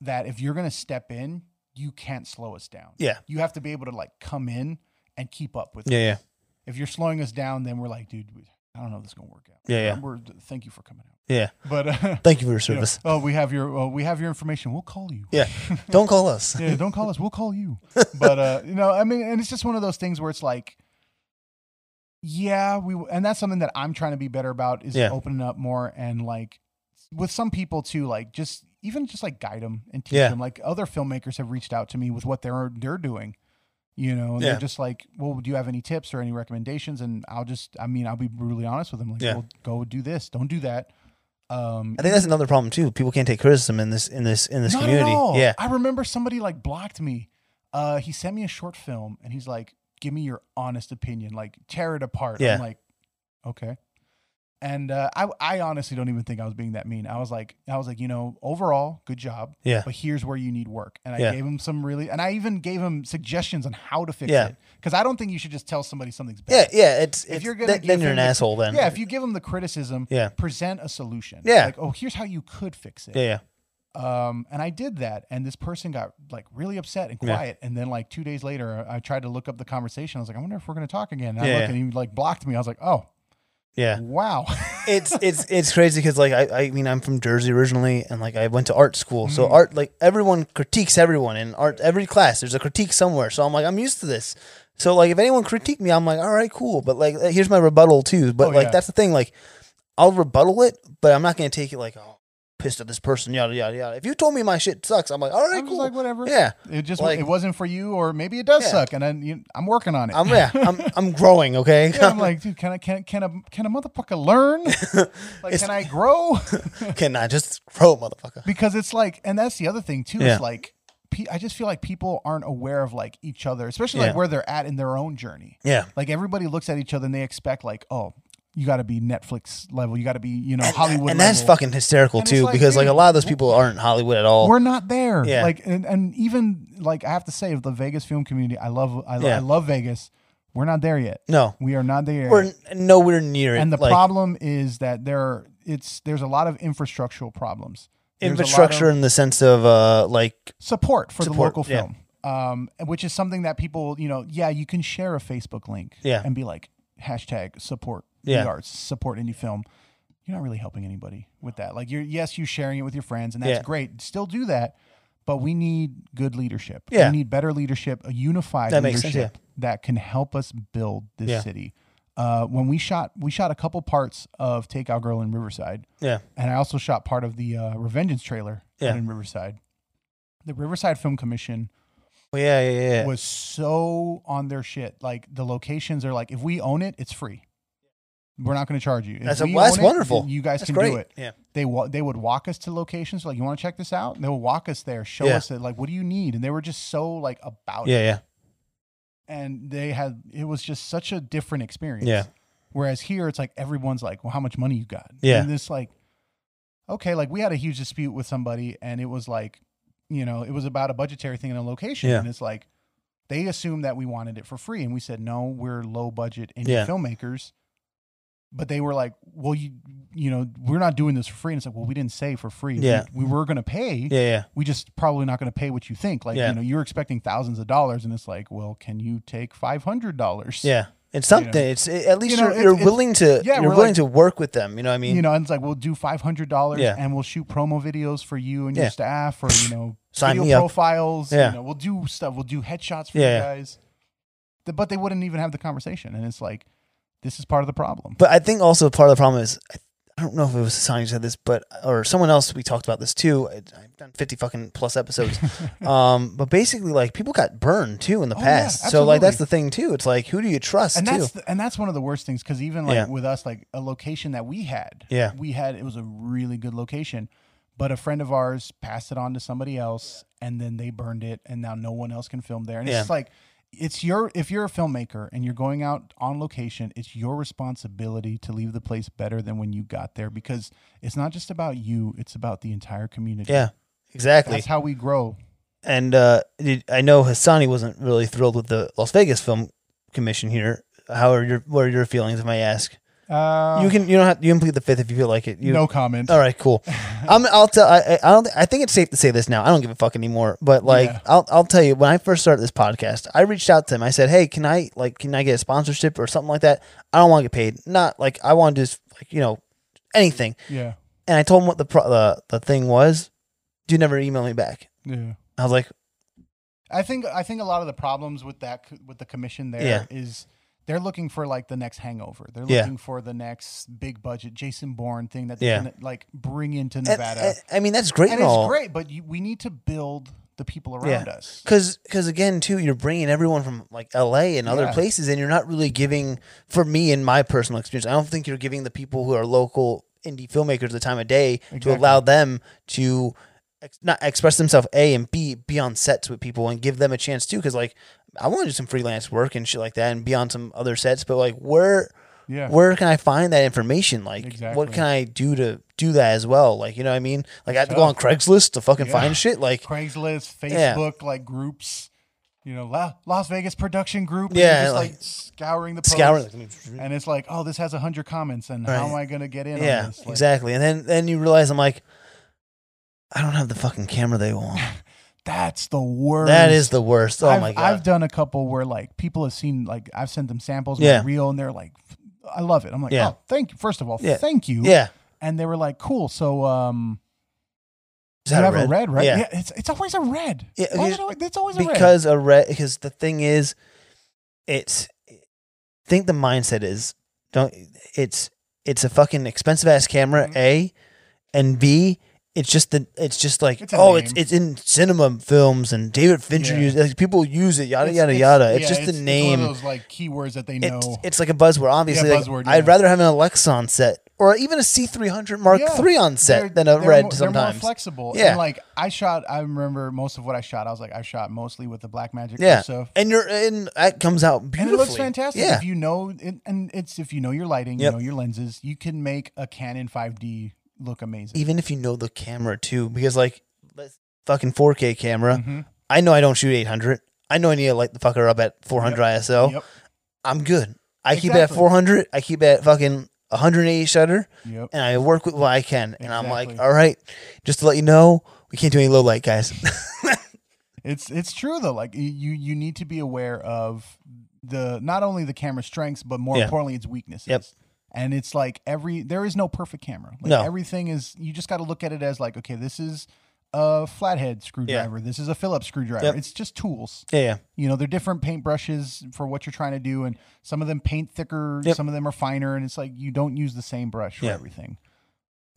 Speaker 3: that if you're going to step in, you can't slow us down.
Speaker 1: Yeah.
Speaker 3: You have to be able to like come in and keep up with
Speaker 1: Yeah,
Speaker 3: us. If you're slowing us down, then we're like, dude, we- I don't know if this is going to work out.
Speaker 1: Yeah, yeah.
Speaker 3: We're, thank you for coming out.
Speaker 1: yeah.
Speaker 3: But uh,
Speaker 1: Thank you for your
Speaker 3: you know,
Speaker 1: service.
Speaker 3: oh, we have your uh, we have your information. We'll call you.
Speaker 1: Yeah, don't call us.
Speaker 3: Yeah, don't call us. We'll call you. But uh, you know, I mean, and it's just one of those things where it's like, yeah, we, and that's something that I'm trying to be better about is
Speaker 1: Yeah.
Speaker 3: opening up more and like with some people too, like just even just like guide them and teach
Speaker 1: Yeah.
Speaker 3: them. Like other filmmakers have reached out to me with what they're they're doing. You know, and
Speaker 1: Yeah.
Speaker 3: they're just like, "Well, do you have any tips or any recommendations?" And I'll just—I mean, I'll be brutally honest with them. Like,
Speaker 1: Yeah.
Speaker 3: well, go do this, don't do that. Um,
Speaker 1: I think that's another problem too. People can't take criticism in this in this in this
Speaker 3: not
Speaker 1: community.
Speaker 3: At all.
Speaker 1: Yeah,
Speaker 3: I remember somebody like blocked me. Uh, he sent me a short film and he's like, give me your honest opinion, like tear it apart.
Speaker 1: Yeah.
Speaker 3: I'm like, okay. And uh, I, I honestly don't even think I was being that mean. I was like, I was like, you know, overall, good job.
Speaker 1: Yeah.
Speaker 3: But here's where you need work. And I
Speaker 1: Yeah.
Speaker 3: gave him some really, and I even gave him suggestions on how to fix
Speaker 1: Yeah.
Speaker 3: it. Because I don't think you should just tell somebody something's bad.
Speaker 1: yeah, yeah. It's,
Speaker 3: If
Speaker 1: it's-
Speaker 3: you're gonna
Speaker 1: then- then
Speaker 3: give
Speaker 1: you're an
Speaker 3: him the-
Speaker 1: asshole. Then
Speaker 3: Yeah. If you give them the criticism,
Speaker 1: Yeah.
Speaker 3: present a solution.
Speaker 1: Yeah.
Speaker 3: Like, oh, here's how you could fix it.
Speaker 1: yeah, yeah.
Speaker 3: Um, and I did that, and this person got like really upset and
Speaker 1: Yeah.
Speaker 3: quiet. And then like two days later, I I tried to look up the conversation. I was like, I wonder if we're gonna talk again. And
Speaker 1: Yeah,
Speaker 3: I looked,
Speaker 1: yeah.
Speaker 3: and he like blocked me. I was like, Oh,
Speaker 1: yeah.
Speaker 3: wow.
Speaker 1: it's it's it's crazy because like I, I mean I'm from Jersey originally and like I went to art school so
Speaker 3: Mm-hmm.
Speaker 1: art like everyone critiques everyone in art every class there's a critique somewhere so I'm like I'm used to this so like if anyone critique me I'm like all right cool but like uh, here's my rebuttal too but
Speaker 3: Oh,
Speaker 1: like
Speaker 3: yeah.
Speaker 1: that's the thing like I'll rebuttal it but I'm not gonna take it like oh pissed at this person yada yada yada if you told me my shit sucks I'm like all
Speaker 3: I
Speaker 1: right
Speaker 3: was
Speaker 1: cool
Speaker 3: like, whatever.
Speaker 1: yeah
Speaker 3: It just
Speaker 1: Like-
Speaker 3: it wasn't for you, or maybe it does
Speaker 1: Yeah.
Speaker 3: suck. And I, you, I'm working on it.
Speaker 1: I'm yeah I'm I'm growing okay
Speaker 3: Yeah, I'm like, dude, can I can can a can a motherfucker learn? like, can I grow?
Speaker 1: can I just grow motherfucker
Speaker 3: because it's like, and that's the other thing too.
Speaker 1: Yeah.
Speaker 3: It's like, pe- I just feel like people aren't aware of like each other, especially like
Speaker 1: Yeah.
Speaker 3: where they're at in their own journey.
Speaker 1: yeah
Speaker 3: like everybody looks at each other and they expect like oh you got to be netflix level you got to be you know hollywood
Speaker 1: and that's
Speaker 3: level.
Speaker 1: fucking hysterical
Speaker 3: And it's
Speaker 1: too
Speaker 3: like,
Speaker 1: because like a
Speaker 3: dude,
Speaker 1: lot of those people aren't Hollywood at all.
Speaker 3: we're not there
Speaker 1: Yeah.
Speaker 3: like and, and even like i have to say of the vegas film community i love i, lo-
Speaker 1: Yeah.
Speaker 3: I love vegas we're not there yet
Speaker 1: No,
Speaker 3: we are not there
Speaker 1: we're n- nowhere near it.
Speaker 3: and the
Speaker 1: like,
Speaker 3: problem is that there are, it's there's a lot of infrastructural problems There's a lot
Speaker 1: infrastructure
Speaker 3: of-
Speaker 1: in the sense of uh like
Speaker 3: support for the
Speaker 1: Support,
Speaker 3: local
Speaker 1: yeah.
Speaker 3: film, um, which is something that people, you know, yeah, you can share a Facebook link
Speaker 1: Yeah.
Speaker 3: and be like, hashtag support
Speaker 1: Yeah.
Speaker 3: the arts, support indie film. You're not really helping anybody with that. Like, you're, yes, you're sharing it with your friends, and that's
Speaker 1: Yeah.
Speaker 3: great. Still do that, but we need good leadership.
Speaker 1: Yeah.
Speaker 3: We need better leadership, a unified
Speaker 1: That makes
Speaker 3: leadership
Speaker 1: sense,
Speaker 3: that can help us build this
Speaker 1: Yeah.
Speaker 3: city. Uh, when we shot, we shot a couple parts of Take Out Girl in Riverside
Speaker 1: yeah
Speaker 3: and I also shot part of the uh, Revengeance trailer
Speaker 1: Yeah.
Speaker 3: out in Riverside. The Riverside Film Commission
Speaker 1: Well, yeah yeah yeah
Speaker 3: was so on their shit. Like the locations are like, if we own it, it's free. We're not going to charge you. If
Speaker 1: That's a-
Speaker 3: we
Speaker 1: well, that's
Speaker 3: own it,
Speaker 1: wonderful.
Speaker 3: then You guys
Speaker 1: That's
Speaker 3: can
Speaker 1: great.
Speaker 3: do it.
Speaker 1: Yeah.
Speaker 3: They wa- they would walk us to locations. Like, you want to check this out? And they would walk us there, show
Speaker 1: Yeah.
Speaker 3: us it. Like, what do you need? And they were just so like about
Speaker 1: yeah
Speaker 3: it.
Speaker 1: yeah
Speaker 3: And they had it was just such a different experience.
Speaker 1: yeah
Speaker 3: Whereas here, it's like everyone's like, "Well, how much money you got?"
Speaker 1: Yeah.
Speaker 3: And it's like, okay, like we had a huge dispute with somebody, and it was like, you know, it was about a budgetary thing in a location,
Speaker 1: Yeah.
Speaker 3: and it's like, they assumed that we wanted it for free, and we said, "No, we're low budget indie
Speaker 1: Yeah.
Speaker 3: filmmakers. but they were like, well, you you know, we're not doing this for free. And it's like, well, we didn't say for free.
Speaker 1: Yeah.
Speaker 3: we, we were gonna pay.
Speaker 1: Yeah, yeah.
Speaker 3: we just probably not gonna pay what you think. Like
Speaker 1: Yeah.
Speaker 3: you know, you're expecting thousands of dollars, and it's like, well, can you take five hundred dollars?
Speaker 1: Yeah. It's something. It's at least
Speaker 3: You know,
Speaker 1: you are
Speaker 3: it's-
Speaker 1: you're
Speaker 3: it's-
Speaker 1: willing to
Speaker 3: yeah,
Speaker 1: you're
Speaker 3: we're
Speaker 1: willing
Speaker 3: like-
Speaker 1: to work with them. You know what I mean?
Speaker 3: you know, and it's like we'll do five hundred dollars,
Speaker 1: Yeah.
Speaker 3: and we'll shoot promo videos for you and
Speaker 1: Yeah.
Speaker 3: your staff, or you know,
Speaker 1: Sign me
Speaker 3: video
Speaker 1: up.
Speaker 3: profiles.
Speaker 1: Yeah.
Speaker 3: you know, we'll do stuff. We'll do headshots for
Speaker 1: Yeah.
Speaker 3: you guys. The- But they wouldn't even have the conversation, and it's like this is part of the problem.
Speaker 1: But I think also part of the problem is I- I don't know if it was Sasani who said this, but or someone else we talked about this too. I, I've done fifty fucking plus episodes, um, but basically like people got burned too in the
Speaker 3: Oh, yeah,
Speaker 1: past. so like that's
Speaker 3: absolutely.
Speaker 1: the thing too. It's like who do you trust
Speaker 3: and
Speaker 1: too?
Speaker 3: that's the, and that's one of the worst things because even like
Speaker 1: Yeah.
Speaker 3: with us, like a location that we had,
Speaker 1: Yeah.
Speaker 3: we had it was a really good location, but a friend of ours passed it on to somebody else, and then they burned it, and now no one else can film there, and it's
Speaker 1: Yeah.
Speaker 3: just like. It's your if you're a filmmaker and you're going out on location, it's your responsibility to leave the place better than when you got there because it's not just about you, it's about the entire community.
Speaker 1: yeah, exactly.
Speaker 3: That's how we grow.
Speaker 1: and uh, did- I know Hassani wasn't really thrilled with the Las Vegas Film Commission here. How are your what are your feelings if I ask?
Speaker 3: Uh,
Speaker 1: you can you don't have you can plead the fifth if you feel like it. You,
Speaker 3: no comment.
Speaker 1: All right, cool. I'm, I'll tell. I, I- I don't. I think it's safe to say this now. I don't give a fuck anymore. But like,
Speaker 3: Yeah.
Speaker 1: I'll, I'll tell you. When I first started this podcast, I reached out to him. I said, "Hey, can I like, can I get a sponsorship or something like that? I don't want to get paid. Not like I want to just like you know anything."
Speaker 3: Yeah.
Speaker 1: And I told him what the pro- the the thing was. Dude never emailed me back.
Speaker 3: Yeah.
Speaker 1: I was like,
Speaker 3: I think I think a lot of the problems with that co- with the commission there
Speaker 1: Yeah.
Speaker 3: is they're looking for like the next Hangover. They're
Speaker 1: Yeah.
Speaker 3: looking for the next big budget Jason Bourne thing that they
Speaker 1: Yeah.
Speaker 3: can like bring into
Speaker 1: and-
Speaker 3: Nevada.
Speaker 1: and- I mean, that's great
Speaker 3: and
Speaker 1: and,
Speaker 3: it's
Speaker 1: all.
Speaker 3: great, but you, we need to build the people around us.
Speaker 1: Cause, cause again, too, you're bringing everyone from like L.A. and other
Speaker 3: Yeah.
Speaker 1: places, and you're not really giving. For me, in my personal experience, I don't think you're giving the people who are local indie filmmakers the time of day to
Speaker 3: Exactly.
Speaker 1: allow them to ex- not express themselves. A and B, be on sets with people and give them a chance too. Cause like, I want to do some freelance work and shit like that, and be on some other sets. But like, where,
Speaker 3: Yeah.
Speaker 1: where can I find that information? Like,
Speaker 3: Exactly.
Speaker 1: what can I do to do that as well? Like, you know what I mean? Like, I have to go on Craigslist to fucking
Speaker 3: Yeah.
Speaker 1: find shit. Like,
Speaker 3: Craigslist,
Speaker 1: Yeah.
Speaker 3: Facebook, like groups, you know, La- Las Vegas production group. and
Speaker 1: Yeah,
Speaker 3: you're just,
Speaker 1: like-
Speaker 3: like, scouring the posts,
Speaker 1: scouring.
Speaker 3: and it's like, oh, this has hundred comments, and how
Speaker 1: Right.
Speaker 3: am I gonna get in?
Speaker 1: Yeah,
Speaker 3: on this? Like,
Speaker 1: exactly. And then then you realize I'm like, I don't have the fucking camera they want.
Speaker 3: That's the worst.
Speaker 1: that is the worst. Oh
Speaker 3: I've,
Speaker 1: my
Speaker 3: I've
Speaker 1: god.
Speaker 3: done a couple where like people have seen like I've sent them samples,
Speaker 1: Yeah.
Speaker 3: yeah. real, and they're like, I love it. I'm like,
Speaker 1: Yeah.
Speaker 3: oh, thank you. First of all,
Speaker 1: Yeah.
Speaker 3: thank you.
Speaker 1: yeah.
Speaker 3: And they were like, cool. So um,
Speaker 1: Is
Speaker 3: you
Speaker 1: that
Speaker 3: have a red, right?
Speaker 1: Yeah.
Speaker 3: It's it's always a red.
Speaker 1: Yeah,
Speaker 3: Why
Speaker 1: because-
Speaker 3: is it always, it's always a red.
Speaker 1: because a red because the thing is it's I think the mindset is don't it's it's a fucking expensive ass camera
Speaker 3: Mm-hmm.
Speaker 1: a and b it's just the it's just like
Speaker 3: It's a
Speaker 1: oh it's
Speaker 3: name.
Speaker 1: it's in cinema films and David Fincher
Speaker 3: Yeah.
Speaker 1: uses like, people use it yada
Speaker 3: It's-
Speaker 1: yada
Speaker 3: it's-
Speaker 1: yada it's
Speaker 3: yeah,
Speaker 1: just the name
Speaker 3: It's one of those like keywords that they know.
Speaker 1: It's, it's like a buzzword. Obviously, like,
Speaker 3: buzzword,
Speaker 1: I'd
Speaker 3: yeah.
Speaker 1: rather have an Alexa on set or even a C three hundred Mark
Speaker 3: Yeah.
Speaker 1: three on set
Speaker 3: They're-
Speaker 1: than a
Speaker 3: they're
Speaker 1: red
Speaker 3: more- They're more
Speaker 1: sometimes.
Speaker 3: flexible.
Speaker 1: Yeah.
Speaker 3: And like I shot, I remember most of what I shot. I was like, I shot mostly with the Black Magic.
Speaker 1: Yeah,
Speaker 3: So
Speaker 1: and you're and that comes out
Speaker 3: and
Speaker 1: beautifully.
Speaker 3: it looks fantastic
Speaker 1: Yeah,
Speaker 3: if you know it, and it's if you know your lighting
Speaker 1: Yep.
Speaker 3: you know your lenses you can make a canon 5d look amazing
Speaker 1: even if you know the camera too, because like let's- fucking four K camera.
Speaker 3: Mm-hmm.
Speaker 1: I know I don't shoot eight hundred. I know I need to light the fucker up at four hundred ISO.
Speaker 3: yep
Speaker 1: I'm good. I keep it at
Speaker 3: Exactly.
Speaker 1: four hundred. I keep it at fucking. 180 shutter,
Speaker 3: yep
Speaker 1: and I work with what I can. And I'm like,
Speaker 3: Exactly.
Speaker 1: all right, just to let you know, we can't do any low light, guys.
Speaker 3: it's it's true though like y- you you need to be aware of the not only the camera strengths but more
Speaker 1: Yeah.
Speaker 3: importantly its weaknesses
Speaker 1: Yep.
Speaker 3: and it's like every there is no perfect camera like
Speaker 1: No.
Speaker 3: everything is you just got to look at it as like okay this is a flathead screwdriver this is a phillips screwdriver
Speaker 1: Yep.
Speaker 3: it's just tools
Speaker 1: yeah, yeah.
Speaker 3: you know they're different paintbrushes for what you're trying to do and some of them paint thicker
Speaker 1: Yep.
Speaker 3: some of them are finer and it's like you don't use the same brush for
Speaker 1: Yeah.
Speaker 3: everything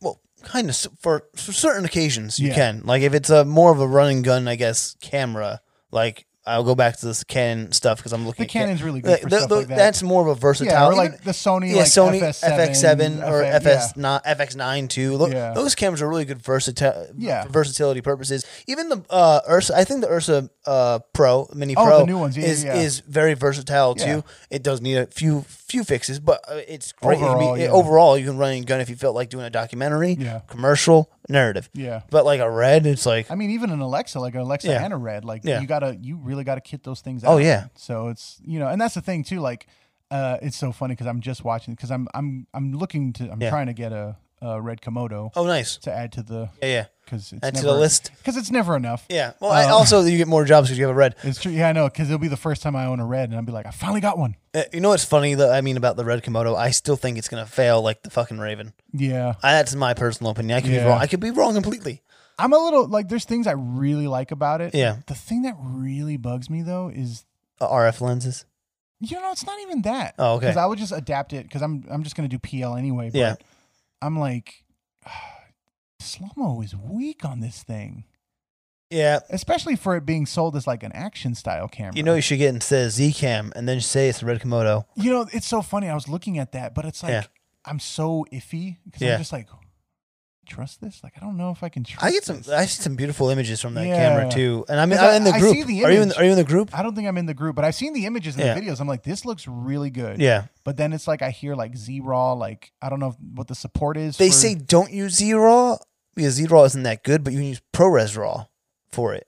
Speaker 1: well, kind of s- for, for certain occasions you
Speaker 3: Yeah.
Speaker 1: can. Like if it's a more of a run and gun, I guess camera. Like I'll go back to this Canon stuff because I'm looking.
Speaker 3: the
Speaker 1: at Can-
Speaker 3: canon's really good for
Speaker 1: the-
Speaker 3: stuff
Speaker 1: the-
Speaker 3: like that
Speaker 1: That's more of a
Speaker 3: yeah,
Speaker 1: versatile.
Speaker 3: or like
Speaker 1: even-
Speaker 3: the sony
Speaker 1: yeah,
Speaker 3: like
Speaker 1: Sony
Speaker 3: fs7,
Speaker 1: FX7 or
Speaker 3: FX
Speaker 1: FS not FX9 too. Look,
Speaker 3: Yeah.
Speaker 1: those cameras are really good versatile
Speaker 3: Yeah.
Speaker 1: for versatility purposes. Even the uh, Ursa, I think the Ursa uh, Pro Mini
Speaker 3: Oh, the
Speaker 1: Pro
Speaker 3: new ones. Yeah,
Speaker 1: is
Speaker 3: yeah, yeah.
Speaker 1: is very versatile
Speaker 3: Yeah.
Speaker 1: too. It does need a few few fixes, but uh, it's great. It can be-
Speaker 3: Overall, yeah.
Speaker 1: overall, you can run and gun if you felt like doing a documentary,
Speaker 3: Yeah.
Speaker 1: commercial, narrative.
Speaker 3: Yeah.
Speaker 1: But like a red, it's like
Speaker 3: I mean, even an Alexa, like an Alexa
Speaker 1: Yeah.
Speaker 3: and a Red, like
Speaker 1: Yeah.
Speaker 3: you gotta, you really gotta kit those things out.
Speaker 1: Oh, yeah.
Speaker 3: So it's you know, and that's the thing too. Like uh, it's so funny because I'm just watching because I'm I'm I'm looking to I'm
Speaker 1: Yeah.
Speaker 3: trying to get a, a red komodo
Speaker 1: Oh, nice.
Speaker 3: to add to the
Speaker 1: Yeah, yeah.
Speaker 3: because it's
Speaker 1: Add to
Speaker 3: never,
Speaker 1: the list.
Speaker 3: because it's never enough.
Speaker 1: Yeah. Well, I,
Speaker 3: Uh,
Speaker 1: also you get more jobs because you have a red.
Speaker 3: It's true. Yeah, I know because it'll be the first time I own a red, and I'll be like, I finally got one.
Speaker 1: Uh, you know what's funny though? I mean about the red komodo, I still think it's gonna fail like the fucking raven.
Speaker 3: Yeah,
Speaker 1: I, that's my personal opinion. I could be
Speaker 3: Yeah.
Speaker 1: wrong. I could be wrong completely.
Speaker 3: I'm a little like there's things I really like about it.
Speaker 1: Yeah.
Speaker 3: The thing that really bugs me though is
Speaker 1: Uh, RF lenses.
Speaker 3: you know it's not even that.
Speaker 1: Oh, okay.
Speaker 3: Because I would just adapt it because I'm I'm just gonna do PL anyway. But
Speaker 1: Yeah.
Speaker 3: I'm like, slow mo is weak on this thing,
Speaker 1: Yeah.
Speaker 3: especially for it being sold as like an action style camera.
Speaker 1: You know you should get instead of Z cam and then say it's a red komodo.
Speaker 3: You know, it's so funny. I was looking at that, but it's like
Speaker 1: Yeah.
Speaker 3: I'm so iffy because
Speaker 1: Yeah.
Speaker 3: I'm just like, trust this? Like I don't know if I can trust.
Speaker 1: I get some.
Speaker 3: this.
Speaker 1: I see some beautiful images from that
Speaker 3: Yeah.
Speaker 1: camera too. And I mean,
Speaker 3: 'Cause I-
Speaker 1: I'm in the
Speaker 3: I
Speaker 1: group.
Speaker 3: see the
Speaker 1: Are you in?
Speaker 3: image.
Speaker 1: Are you in the group?
Speaker 3: I don't think I'm in the group, but I've seen the images and
Speaker 1: Yeah.
Speaker 3: the videos. I'm like, this looks really good.
Speaker 1: Yeah.
Speaker 3: But then it's like I hear like Z Raw, like I don't know what the support is.
Speaker 1: They
Speaker 3: for-
Speaker 1: say don't use Z raw because Z raw isn't that good, but you can use ProRes raw for it.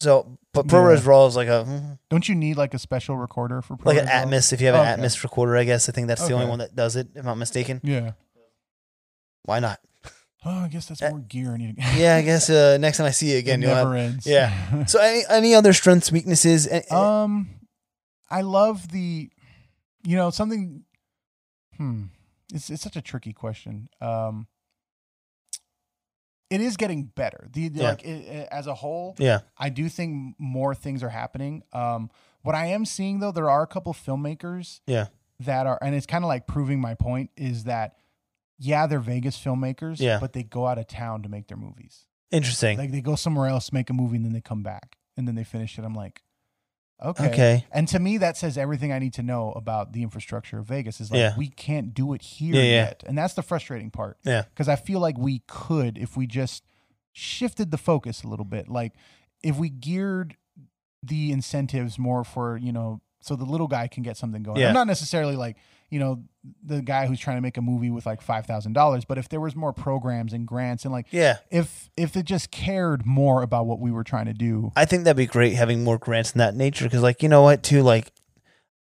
Speaker 1: So, but ProRes raw is like a mm,
Speaker 3: don't you need like a special recorder for
Speaker 1: like an
Speaker 3: Pro Res Raw?
Speaker 1: Atmos. If you have an
Speaker 3: Okay.
Speaker 1: Atmos recorder, I guess I think that's the only
Speaker 3: Okay.
Speaker 1: one that does it. If I'm not mistaken,
Speaker 3: Yeah.
Speaker 1: why not?
Speaker 3: Oh, I guess that's
Speaker 1: Uh,
Speaker 3: more gear. I need to
Speaker 1: Yeah, I guess uh, next time I see you
Speaker 3: it
Speaker 1: again, you'll
Speaker 3: never
Speaker 1: have.
Speaker 3: ends.
Speaker 1: Yeah. So, any any other strengths, weaknesses? A- a-
Speaker 3: um, I love the, you know, something. Hmm. It's it's such a tricky question. Um. It is getting better. The, the-
Speaker 1: Yeah.
Speaker 3: like it, it- as a whole,
Speaker 1: yeah.
Speaker 3: I do think more things are happening. Um, what I am seeing though, there are a couple filmmakers
Speaker 1: Yeah.
Speaker 3: that are, and it's kind of like proving my point is that, yeah, they're Vegas filmmakers,
Speaker 1: Yeah.
Speaker 3: but they go out of town to make their movies.
Speaker 1: Interesting.
Speaker 3: Like they go somewhere else, make a movie, and then they come back and then they finish it. I'm like, okay.
Speaker 1: okay.
Speaker 3: And to me, that says everything I need to know about the infrastructure of Vegas is like,
Speaker 1: Yeah.
Speaker 3: we can't do it here
Speaker 1: Yeah, yeah.
Speaker 3: yet. And that's the frustrating part
Speaker 1: Yeah.
Speaker 3: because I feel like we could if we just shifted the focus a little bit. Like if we geared the incentives more for, you know, so the little guy can get something going.
Speaker 1: Yeah.
Speaker 3: I'm not necessarily like, you know, the guy who's trying to make a movie with like $5,000, but if there was more programs and grants and like
Speaker 1: Yeah.
Speaker 3: if if it just cared more about what we were trying to do.
Speaker 1: I think that'd be great having more grants in that nature because, like, you know what, too, like,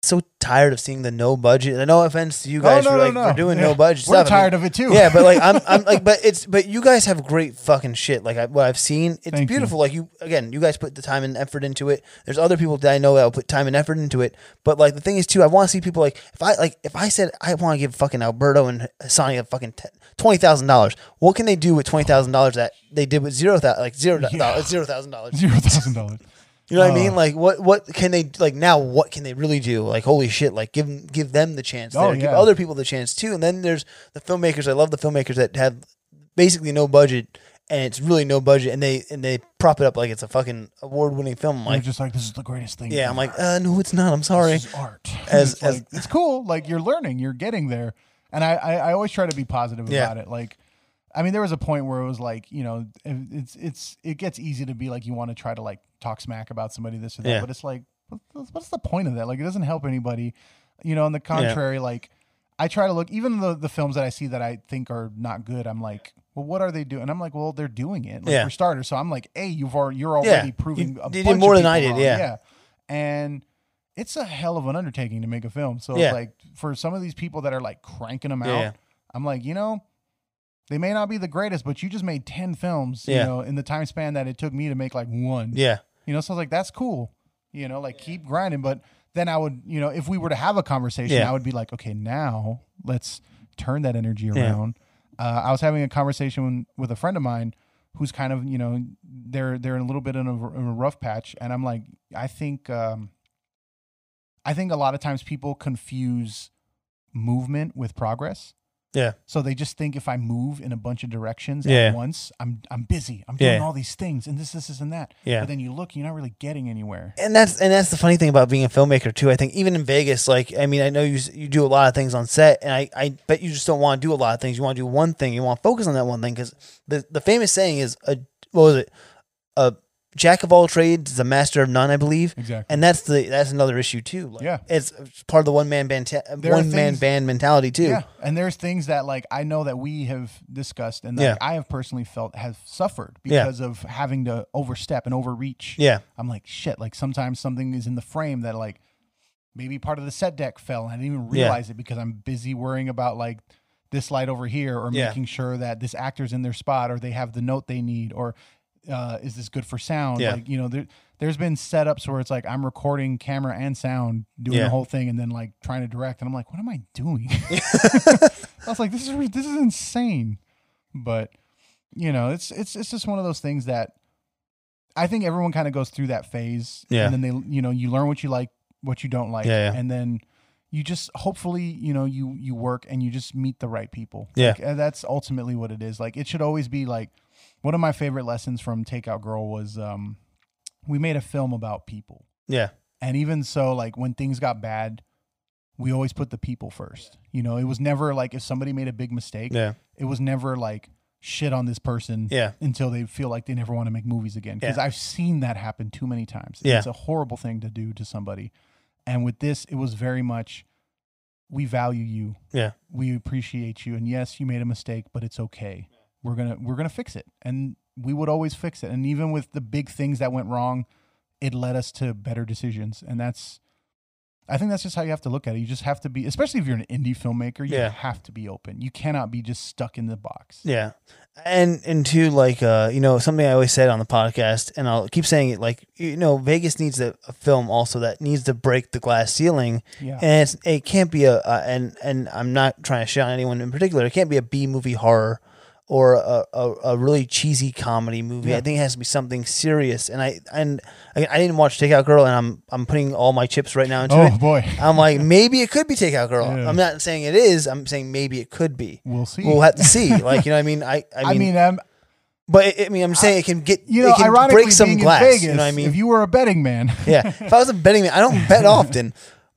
Speaker 1: so tired of seeing the no budget. And no offense to you guys
Speaker 3: Oh, no,
Speaker 1: for
Speaker 3: no,
Speaker 1: like
Speaker 3: no.
Speaker 1: for doing
Speaker 3: Yeah.
Speaker 1: no budget.
Speaker 3: We're
Speaker 1: stuff. I mean,
Speaker 3: tired of it too.
Speaker 1: yeah, but like I'm, I'm like, but it's but you guys have great fucking shit. Like I, what I've seen, it's
Speaker 3: Thank you.
Speaker 1: beautiful. Like you again, you guys put the time and effort into it. There's other people that I know that will put time and effort into it. But like the thing is too, I want to see people like if I like if I said I want to give fucking Alberto and Sonny a fucking ten, twenty thousand dollars. What can they do with twenty thousand dollars that they did with zero thousand like zero dollars zero thousand dollars?
Speaker 3: Zero thousand dollars.
Speaker 1: You know what
Speaker 3: Uh.
Speaker 1: I mean? Like what what can they like now? What can they really do? Like holy shit! Like give give them the chance. There.
Speaker 3: Oh,
Speaker 1: Give
Speaker 3: yeah.
Speaker 1: other people the chance too. And then there's the filmmakers. I love the filmmakers that have basically no budget, and it's really no budget, and they and they prop it up like it's a fucking award winning film. I'm
Speaker 3: They're
Speaker 1: like
Speaker 3: just like this is the greatest thing.
Speaker 1: yeah, I'm like
Speaker 3: ever.
Speaker 1: uh, no, it's not. I'm sorry.
Speaker 3: Mm-hmm. This is art.
Speaker 1: As-
Speaker 3: it's,
Speaker 1: as-
Speaker 3: like- it's cool. Like you're learning, you're getting there. And I, I, I always try to be positive
Speaker 1: Yeah.
Speaker 3: about it. Like, I mean, there was a point where it was like, you know, it- it's, it's, it gets easy to be like, you want to try to like talk smack about somebody, this or that,
Speaker 1: Yeah.
Speaker 3: but it's like, what's what's the point of that? Like, it doesn't help anybody, you know, on the contrary, like I try to look, even the, the films that I see that I think are not good. I'm like, well, what are they doing? And I'm like, well, they're doing it like,
Speaker 1: Yeah.
Speaker 3: for starters. So I'm like, Hey, you've already, you're already proving
Speaker 1: You-
Speaker 3: a
Speaker 1: you did
Speaker 3: bunch of
Speaker 1: more than I
Speaker 3: people
Speaker 1: did, yeah.
Speaker 3: wrong. Yeah. And it's a hell of an undertaking to make a film. So
Speaker 1: Yeah.
Speaker 3: like for some of these people that are like cranking them
Speaker 1: Yeah,
Speaker 3: out,
Speaker 1: yeah.
Speaker 3: I'm like, you know, they may not be the greatest, but you just made 10 films,
Speaker 1: Yeah.
Speaker 3: you know, in the time span that it took me to make like one.
Speaker 1: yeah,
Speaker 3: You know, so I was like, that's cool. You know, like keep grinding. But then I would, you know, if we were to have a conversation,
Speaker 1: Yeah.
Speaker 3: I would be like, okay, now let's turn that energy
Speaker 1: Yeah.
Speaker 3: around. Uh, I was having a conversation with a friend of mine who's kind of, you know, they're they're in a little bit in a, in a rough patch, and I'm like, I think, um, I think a lot of times people confuse movement with progress.
Speaker 1: Yeah.
Speaker 3: So they just think if I move in a bunch of directions
Speaker 1: Yeah.
Speaker 3: at once, I'm I'm busy. I'm
Speaker 1: Yeah.
Speaker 3: doing all these things and this, this, this, and that.
Speaker 1: Yeah.
Speaker 3: But then you look, you're not really getting anywhere.
Speaker 1: and that's and that's the funny thing about being a filmmaker too. I think even in Vegas, like I mean, I know you s- you do a lot of things on set, and I I bet you just don't want to do a lot of things. You want to do one thing. You want to focus on that one thing because the the famous saying is a what was it a jack of all trades is a master of none, I believe.
Speaker 3: Exactly.
Speaker 1: And that's the that's another issue too. Like,
Speaker 3: Yeah.
Speaker 1: it's it's part of the one man band ta-
Speaker 3: are
Speaker 1: one man
Speaker 3: things-
Speaker 1: band mentality too.
Speaker 3: yeah. And there's things that like I know that we have discussed and
Speaker 1: Yeah.
Speaker 3: that I have personally felt have suffered
Speaker 1: Yeah.
Speaker 3: because of having to overstep and overreach.
Speaker 1: Yeah.
Speaker 3: I'm like, shit, like sometimes something is in the frame that like maybe part of the set deck fell and I didn't even
Speaker 1: Yeah.
Speaker 3: realize it because I'm busy worrying about like this light over here or
Speaker 1: Yeah.
Speaker 3: making sure that this actor's in their spot or they have the note they need or uh, is this good for sound?
Speaker 1: Yeah.
Speaker 3: Like, you know, there, there's been setups where it's like I'm recording camera and sound, doing
Speaker 1: Yeah.
Speaker 3: the whole thing, and then like trying to direct. And I'm like, what am I doing? I was like, this is, this is insane. But, you know, it's, it's, it's just one of those things that I think everyone kind of goes through that phase.
Speaker 1: Yeah.
Speaker 3: And then they, you know, you learn what you like, what you don't like.
Speaker 1: Yeah, yeah.
Speaker 3: And then you just hopefully, you know, you you work and you just meet the right people.
Speaker 1: Yeah.
Speaker 3: Like, and that's ultimately what it is. Like it should always be like one of my favorite lessons from Takeout Girl was um we made a film about people.
Speaker 1: Yeah.
Speaker 3: And even so, like when things got bad, we always put the people first. You know, it was never like if somebody made a big mistake,
Speaker 1: Yeah.
Speaker 3: it was never like shit on this person
Speaker 1: Yeah.
Speaker 3: until they feel like they never want to make movies again. Because
Speaker 1: Yeah.
Speaker 3: I've seen that happen too many times.
Speaker 1: Yeah.
Speaker 3: It's a horrible thing to do to somebody. And with this, it was very much we value you.
Speaker 1: Yeah.
Speaker 3: We appreciate you. And yes, you made a mistake, but it's okay. We're gonna we're gonna fix it. And we would always fix it. And even with the big things that went wrong, it led us to better decisions. And that's I think that's just how you have to look at it. You just have to be, especially if you're an indie filmmaker, you
Speaker 1: Yeah.
Speaker 3: have to be open. You cannot be just stuck in the box.
Speaker 1: Yeah. And and two, like uh, you know, something I always said on the podcast, and I'll keep saying it, like you know, Vegas needs a, a film also that needs to break the glass ceiling,
Speaker 3: Yeah.
Speaker 1: and it's, it can't be a uh, and and I'm not trying to shout at anyone in particular. It can't be a B movie horror or a, a, a really cheesy comedy movie. I think it has to be something serious. And I and I, I didn't watch Takeout Girl, and I'm I'm putting all my chips right now into
Speaker 3: Oh,
Speaker 1: it.
Speaker 3: boy.
Speaker 1: I'm like maybe it could be Takeout Girl.
Speaker 3: Yeah.
Speaker 1: I'm not saying it is. I'm saying maybe it could be.
Speaker 3: We'll see.
Speaker 1: We'll have to see. Like you know, what I mean, I I
Speaker 3: I
Speaker 1: mean,
Speaker 3: mean, um,
Speaker 1: but it, I mean, I'm saying it can get
Speaker 3: you know,
Speaker 1: it can
Speaker 3: ironically,
Speaker 1: break some
Speaker 3: being
Speaker 1: glass.
Speaker 3: in Vegas,
Speaker 1: you know what I mean?
Speaker 3: if you were a betting man,
Speaker 1: yeah. If I was a betting man, I don't bet often,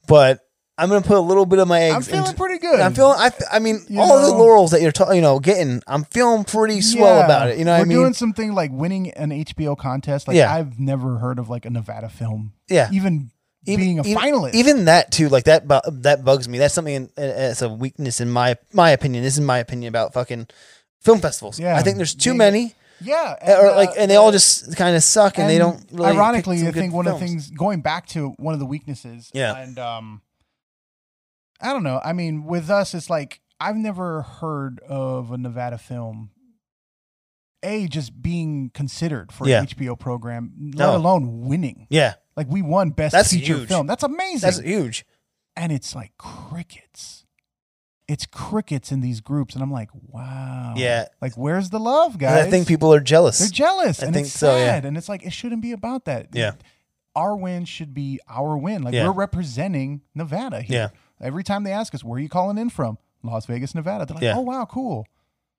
Speaker 1: but I'm gonna put a little bit of my eggs.
Speaker 3: I'm feeling
Speaker 1: into-
Speaker 3: pretty good.
Speaker 1: I'm feeling. I, f- I mean,
Speaker 3: You
Speaker 1: all the
Speaker 3: know?
Speaker 1: laurels that you're ta- you know getting, I'm feeling pretty swell
Speaker 3: Yeah.
Speaker 1: about it. You know what
Speaker 3: we're
Speaker 1: I mean?
Speaker 3: doing something like winning an HBO contest. Like
Speaker 1: Yeah.
Speaker 3: I've never heard of like a Nevada film.
Speaker 1: Yeah.
Speaker 3: even, being a finalist.
Speaker 1: even that too, like that, bu- that bugs me. That's something that's a weakness in my my opinion. This is my opinion about fucking film festivals.
Speaker 3: Yeah.
Speaker 1: I think there's too
Speaker 3: Being-
Speaker 1: many, eh,
Speaker 3: yeah,
Speaker 1: or
Speaker 3: uh,
Speaker 1: like, and they all just kind of suck, and, they don't. really pick
Speaker 3: ironically,
Speaker 1: some
Speaker 3: I
Speaker 1: good
Speaker 3: think one of the
Speaker 1: films.
Speaker 3: things going back to one of the weaknesses.
Speaker 1: Yeah.
Speaker 3: and um, I don't know. I mean, with us, it's like I've never heard of a Nevada film. A just being considered for
Speaker 1: Yeah.
Speaker 3: an HBO program, let
Speaker 1: No.
Speaker 3: alone winning.
Speaker 1: Yeah,
Speaker 3: Like we won best
Speaker 1: That's
Speaker 3: feature
Speaker 1: huge.
Speaker 3: film. That's amazing.
Speaker 1: that's huge.
Speaker 3: and it's like crickets. It's crickets in these groups, and I'm like, wow.
Speaker 1: Yeah.
Speaker 3: Like, where's the love,
Speaker 1: And
Speaker 3: guys?
Speaker 1: I think people are jealous.
Speaker 3: They're jealous.
Speaker 1: I
Speaker 3: and
Speaker 1: think
Speaker 3: it's
Speaker 1: so, yeah.
Speaker 3: sad. And it's like it shouldn't be about that.
Speaker 1: Yeah.
Speaker 3: Our win should be our win. Like
Speaker 1: Yeah.
Speaker 3: we're representing Nevada here. Every time they ask us, where are you calling in from? Las Vegas, Nevada. They're like,
Speaker 1: Yeah.
Speaker 3: oh wow, cool.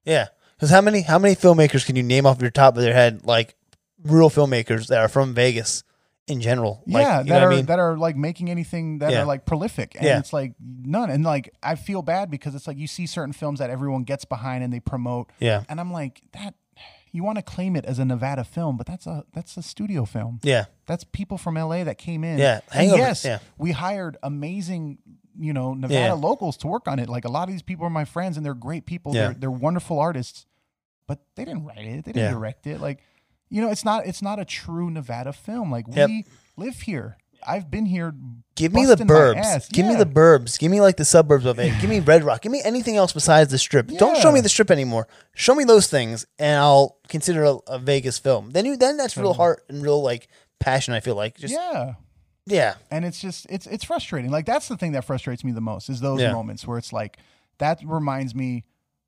Speaker 1: Yeah, because how many how many filmmakers can you name off your top of their head like real filmmakers that are from Vegas in general? Like,
Speaker 3: yeah,
Speaker 1: you know
Speaker 3: that
Speaker 1: what
Speaker 3: are
Speaker 1: I mean?
Speaker 3: that are like making anything that
Speaker 1: Yeah.
Speaker 3: are like prolific, and
Speaker 1: Yeah.
Speaker 3: it's like none. And like I feel bad because it's like you see certain films that everyone gets behind and they promote,
Speaker 1: yeah,
Speaker 3: and I'm like that. You want to claim it as a Nevada film, but that's a that's a studio film.
Speaker 1: yeah,
Speaker 3: That's people from LA that came in.
Speaker 1: Yeah,
Speaker 3: And
Speaker 1: Hangover,
Speaker 3: yes,
Speaker 1: yeah.
Speaker 3: we hired amazing, you know, Nevada
Speaker 1: Yeah.
Speaker 3: locals to work on it. Like a lot of these people are my friends and they're great people.
Speaker 1: Yeah.
Speaker 3: They're they're wonderful artists, but they didn't write it. They didn't
Speaker 1: Yeah.
Speaker 3: direct it. Like, you know, it's not it's not a true Nevada film. Like
Speaker 1: Yep.
Speaker 3: we live here. I've been here.
Speaker 1: Give me the
Speaker 3: busting my
Speaker 1: burbs.
Speaker 3: ass.
Speaker 1: Give me
Speaker 3: Yeah.
Speaker 1: the burbs. Give me like the suburbs of it. Give me Red Rock. Give me anything else besides the strip. Don't show
Speaker 3: Yeah.
Speaker 1: me the strip anymore. Show me those things, and I'll consider a, a Vegas film. Then you then that's real heart and real like passion. I feel like just yeah,
Speaker 3: Yeah.
Speaker 1: yeah,
Speaker 3: and it's just it's it's frustrating. Like that's the thing that frustrates me the most is those
Speaker 1: Yeah.
Speaker 3: moments where it's like that reminds me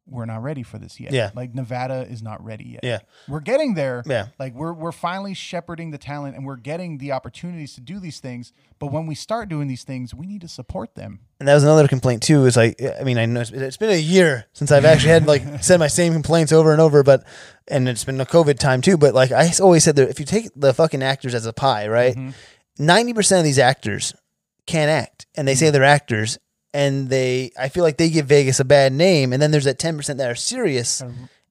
Speaker 3: we're not ready for this yet.
Speaker 1: Yeah.
Speaker 3: Like Nevada is not ready yet.
Speaker 1: Yeah.
Speaker 3: We're getting there.
Speaker 1: Yeah.
Speaker 3: Like we're we're finally shepherding the talent and we're getting the opportunities to do these things. But when we start doing these things, we need to support them.
Speaker 1: And that was another complaint too. Is like, I mean, I know it's, it's been a year since I've actually had like said my same complaints over and over, but and it's been a COVID time too. But like I always said, that if you take the fucking actors as a pie, right,
Speaker 3: Mm-hmm.
Speaker 1: 90 percent of these actors can't act, and they say they're actors, and they, I feel like they give Vegas a bad name, and then there's that 10 percent that are serious,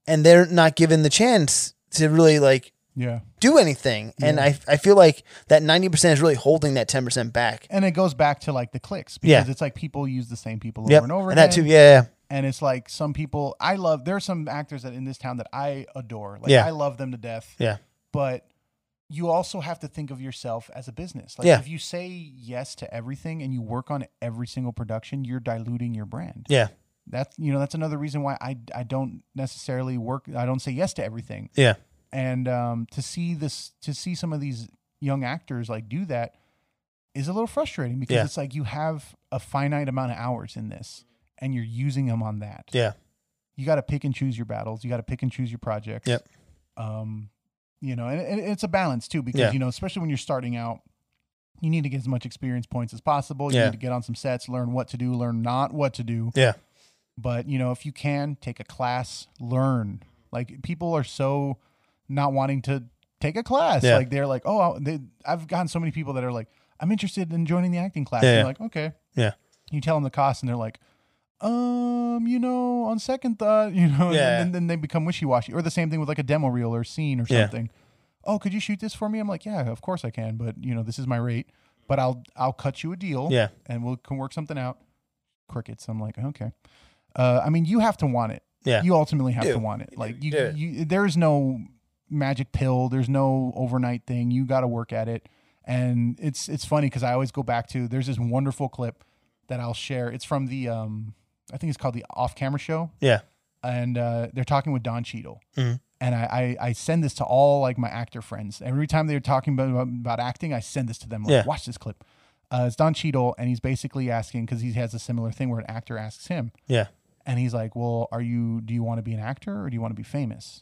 Speaker 1: and they're not given the chance to really like
Speaker 3: Yeah.
Speaker 1: do anything, and I, I feel like that 90 percent is really holding that 10 percent back.
Speaker 3: And it goes back to like the clicks
Speaker 1: Yeah.
Speaker 3: because it's like people use the same people over
Speaker 1: Yep,
Speaker 3: and over
Speaker 1: and that
Speaker 3: again.
Speaker 1: too, yeah.
Speaker 3: and it's like some people I love. There are some actors that in this town that I adore. Like
Speaker 1: Yeah.
Speaker 3: I love them to death.
Speaker 1: Yeah.
Speaker 3: but you also have to think of yourself as a business. Like
Speaker 1: Yeah.
Speaker 3: if you say yes to everything and you work on every single production, you're diluting your brand.
Speaker 1: Yeah.
Speaker 3: That's you know, that's another reason why I I don't necessarily work I don't say yes to everything.
Speaker 1: Yeah.
Speaker 3: And um to see this to see some of these young actors like do that is a little frustrating because
Speaker 1: Yeah.
Speaker 3: it's like you have a finite amount of hours in this and you're using them on that
Speaker 1: Yeah.
Speaker 3: you got to pick and choose your battles. You got to pick and choose your projects.
Speaker 1: Yep.
Speaker 3: Um, you know, and, and it's a balance too because
Speaker 1: Yeah.
Speaker 3: you know, especially when you're starting out, you need to get as much experience points as possible. You
Speaker 1: Yeah.
Speaker 3: need to get on some sets, learn what to do, learn not what to do.
Speaker 1: Yeah.
Speaker 3: But you know, if you can take a class, learn. Like people are so not wanting to take a class.
Speaker 1: Yeah.
Speaker 3: Like they're like, oh, I- they, I've gotten so many people that are like, I'm interested in joining the acting class.
Speaker 1: Yeah,
Speaker 3: And
Speaker 1: yeah.
Speaker 3: you're like, okay.
Speaker 1: Yeah.
Speaker 3: You tell them the cost, and they're like, um, you know, on second thought, you know, and
Speaker 1: Yeah.
Speaker 3: then, then they become wishy washy. Or the same thing with like a demo reel or scene or
Speaker 1: Yeah.
Speaker 3: something. Oh, could you shoot this for me? I'm like, yeah, of course I can, but you know, this is my rate. But I'll I'll cut you a deal.
Speaker 1: Yeah.
Speaker 3: and we'll can work something out. Crickets. I'm like, okay. Uh, I mean, you have to want it.
Speaker 1: Yeah.
Speaker 3: You ultimately have
Speaker 1: do.
Speaker 3: to want it. Like you,
Speaker 1: do it.
Speaker 3: you, there is no magic pill. There's no overnight thing. You got to work at it. And it's it's funny because I always go back to there's this wonderful clip that I'll share. It's from the um I think it's called the Off Camera Show,
Speaker 1: Yeah.
Speaker 3: and uh, they're talking with Don Cheadle.
Speaker 1: Mhm.
Speaker 3: And I, I I send this to all like my actor friends. Every time they're talking about about acting, I send this to them. Like,
Speaker 1: Yeah.
Speaker 3: watch this clip. Uh, it's Don Cheadle, and he's basically asking because he has a similar thing where an actor asks him,
Speaker 1: Yeah.
Speaker 3: and he's like, "Well, are you? Do you want to be an actor or do you want to be famous?"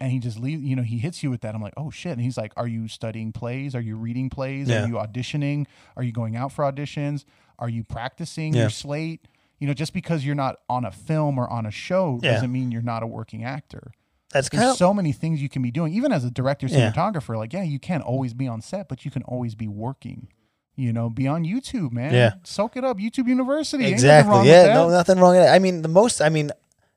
Speaker 3: And he just leave. You know, he hits you with that. I'm like, "Oh shit!" And he's like, "Are you studying plays? Are you reading plays?
Speaker 1: Yeah.
Speaker 3: Are you auditioning? Are you going out for auditions? Are you practicing
Speaker 1: Yeah.
Speaker 3: your slate? You know, just because you're not on a film or on a show
Speaker 1: Yeah.
Speaker 3: doesn't mean you're not a working actor.
Speaker 1: That's kind
Speaker 3: There's
Speaker 1: of
Speaker 3: so many things you can be doing, even as a director,
Speaker 1: Yeah.
Speaker 3: cinematographer. Like, yeah, you can't always be on set, but you can always be working. You know, be on YouTube, man.
Speaker 1: Yeah.
Speaker 3: soak it up, YouTube University. Ain't nothing
Speaker 1: exactly.
Speaker 3: wrong with
Speaker 1: Yeah.
Speaker 3: that.
Speaker 1: No, nothing wrong. with that. I mean, the most. I mean,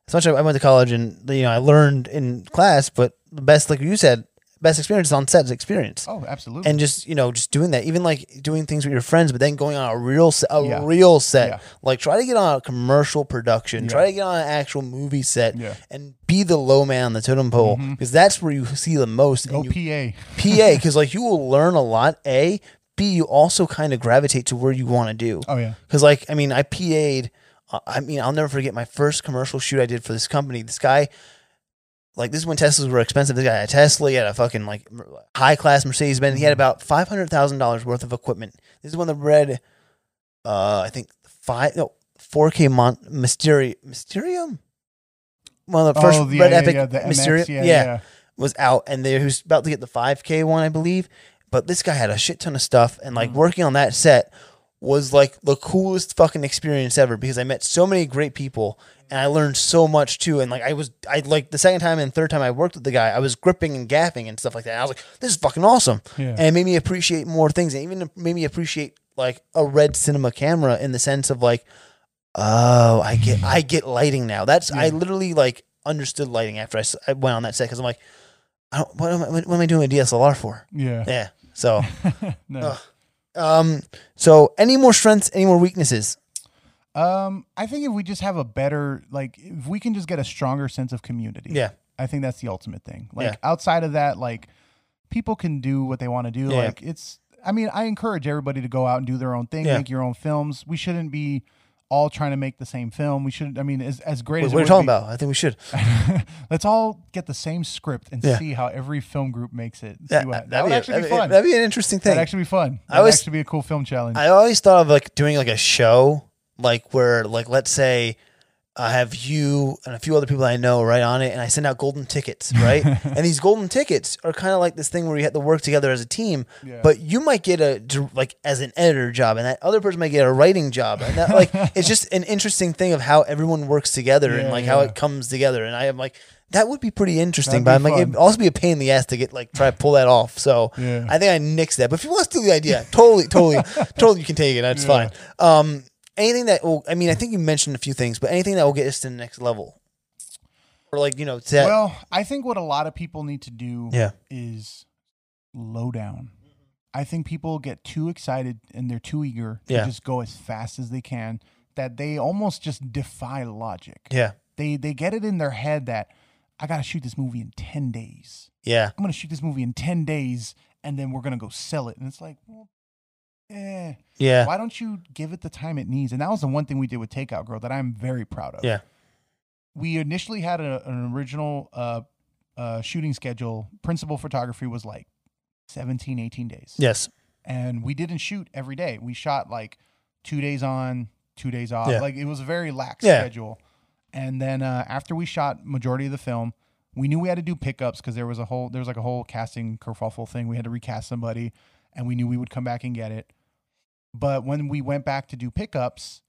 Speaker 1: as much as I went to college and you know I learned in class, but the best, like you said, best experience is on set is experience.
Speaker 3: Oh, absolutely.
Speaker 1: and just you know just doing that even like doing things with your friends but then going on a real set a
Speaker 3: Yeah.
Speaker 1: real set
Speaker 3: Yeah.
Speaker 1: like try to get on a commercial production
Speaker 3: Yeah.
Speaker 1: try to get on an actual movie set
Speaker 3: Yeah. Mm-hmm.
Speaker 1: and be the low man on the totem pole because that's where you see the most and
Speaker 3: Go
Speaker 1: you,
Speaker 3: PA.
Speaker 1: pa because like you will learn a lot a b you also kind of gravitate to where you want to do
Speaker 3: Oh yeah.
Speaker 1: because, like, I mean, I PA'd. I- I mean, I'll never forget my first commercial shoot I did for this company. This guy, like, this is when Teslas were expensive. This guy had a Tesla. He had a fucking like high class Mercedes Benz. He
Speaker 3: Mm-hmm.
Speaker 1: had about five hundred thousand dollars worth of equipment. This is when the red, uh, I think five no four K Mon Mysteri- Mysterium. One of the first
Speaker 3: oh, the,
Speaker 1: red
Speaker 3: yeah,
Speaker 1: epic
Speaker 3: yeah, the MX,
Speaker 1: Mysterium,
Speaker 3: yeah,
Speaker 1: yeah,
Speaker 3: yeah.
Speaker 1: was out, and they, he was about to get the 5K one, I believe. But this guy had a shit ton of stuff, and like working on that set was like the coolest fucking experience ever because I met so many great people and I learned so much too. And like I was, I like the second time and third time I worked with the guy, I was gripping and gapping and stuff like that. And I was like, this is fucking awesome,
Speaker 3: Yeah.
Speaker 1: and it made me appreciate more things, and even made me appreciate like a red cinema camera in the sense of like oh i get i get lighting now that's i literally like understood lighting after i, s- I went on that set because i'm like I don't, what, am I, what am i doing a dslr for
Speaker 3: Yeah.
Speaker 1: yeah so
Speaker 3: No.
Speaker 1: Ugh. um so any more strengths any more weaknesses
Speaker 3: Um, I think if we just have a better, like, if we can just get a stronger sense of community.
Speaker 1: Yeah.
Speaker 3: I think that's the ultimate thing. Like
Speaker 1: Yeah.
Speaker 3: outside of that, like people can do what they want to do.
Speaker 1: Yeah.
Speaker 3: Like it's, I mean, I encourage everybody to go out and do their own thing,
Speaker 1: Yeah.
Speaker 3: make your own films. We shouldn't be all trying to make the same film. We should, I mean, as, as great
Speaker 1: what
Speaker 3: as
Speaker 1: are
Speaker 3: it
Speaker 1: you
Speaker 3: would
Speaker 1: talking
Speaker 3: be-
Speaker 1: about i think we should
Speaker 3: Let's all get the same script and
Speaker 1: Yeah.
Speaker 3: see how every film group makes it. See
Speaker 1: that,
Speaker 3: what-
Speaker 1: that'd
Speaker 3: that would
Speaker 1: be,
Speaker 3: actually
Speaker 1: that'd
Speaker 3: be
Speaker 1: be-
Speaker 3: fun.
Speaker 1: that'd be an interesting thing
Speaker 3: That'd actually be fun.
Speaker 1: I
Speaker 3: That'd
Speaker 1: was-
Speaker 3: actually be a cool film challenge.
Speaker 1: I always thought of like doing like a show, like where like let's say I have you and a few other people I know right on it, and I send out golden tickets, right? and these golden tickets are kind of like this thing where you have to work together as a team.
Speaker 3: Yeah.
Speaker 1: But you might get a dir- like as an editor job, and that other person might get a writing job, and that like it's just an interesting thing of how everyone works together and
Speaker 3: Yeah,
Speaker 1: like how
Speaker 3: yeah.
Speaker 1: it comes together. And I am like. That would be pretty interesting,
Speaker 3: That'd
Speaker 1: but I'm
Speaker 3: be
Speaker 1: like, it'd
Speaker 3: fun.
Speaker 1: also be a pain in the ass to get like try to pull that off. So
Speaker 3: Yeah.
Speaker 1: I think I nixed that. But if you want to steal the idea, totally, totally, totally, you can take it. That's fine. Um, anything that will, I mean, I think you mentioned a few things, but anything that will get us to the next level, or like you know, to that,
Speaker 3: Well, I think what a lot of people need to do
Speaker 1: Yeah.
Speaker 3: is low down. I think people get too excited and they're too eager to
Speaker 1: Yeah.
Speaker 3: just go as fast as they can that they almost just defy logic.
Speaker 1: yeah,
Speaker 3: They they get it in their head that I got to shoot this movie in 10 days.
Speaker 1: Yeah.
Speaker 3: I'm going to shoot this movie in 10 days and then we're going to go sell it. And it's like, well, eh.
Speaker 1: Yeah.
Speaker 3: Why don't you give it the time it needs? And that was the one thing we did with Takeout Girl that I'm very proud of.
Speaker 1: Yeah.
Speaker 3: We initially had a, an original uh, uh, shooting schedule. Principal photography was like 17, 18 days.
Speaker 1: Yes.
Speaker 3: And we didn't shoot every day. We shot like two days on, two days off.
Speaker 1: Yeah.
Speaker 3: Like it was a very lax
Speaker 1: Yeah.
Speaker 3: schedule. And then uh, after we shot majority of the film, we knew we had to do pickups because there was a whole there was like a whole casting kerfuffle thing. We had to recast somebody, and we knew we would come back and get it. But when we went back to do pickups,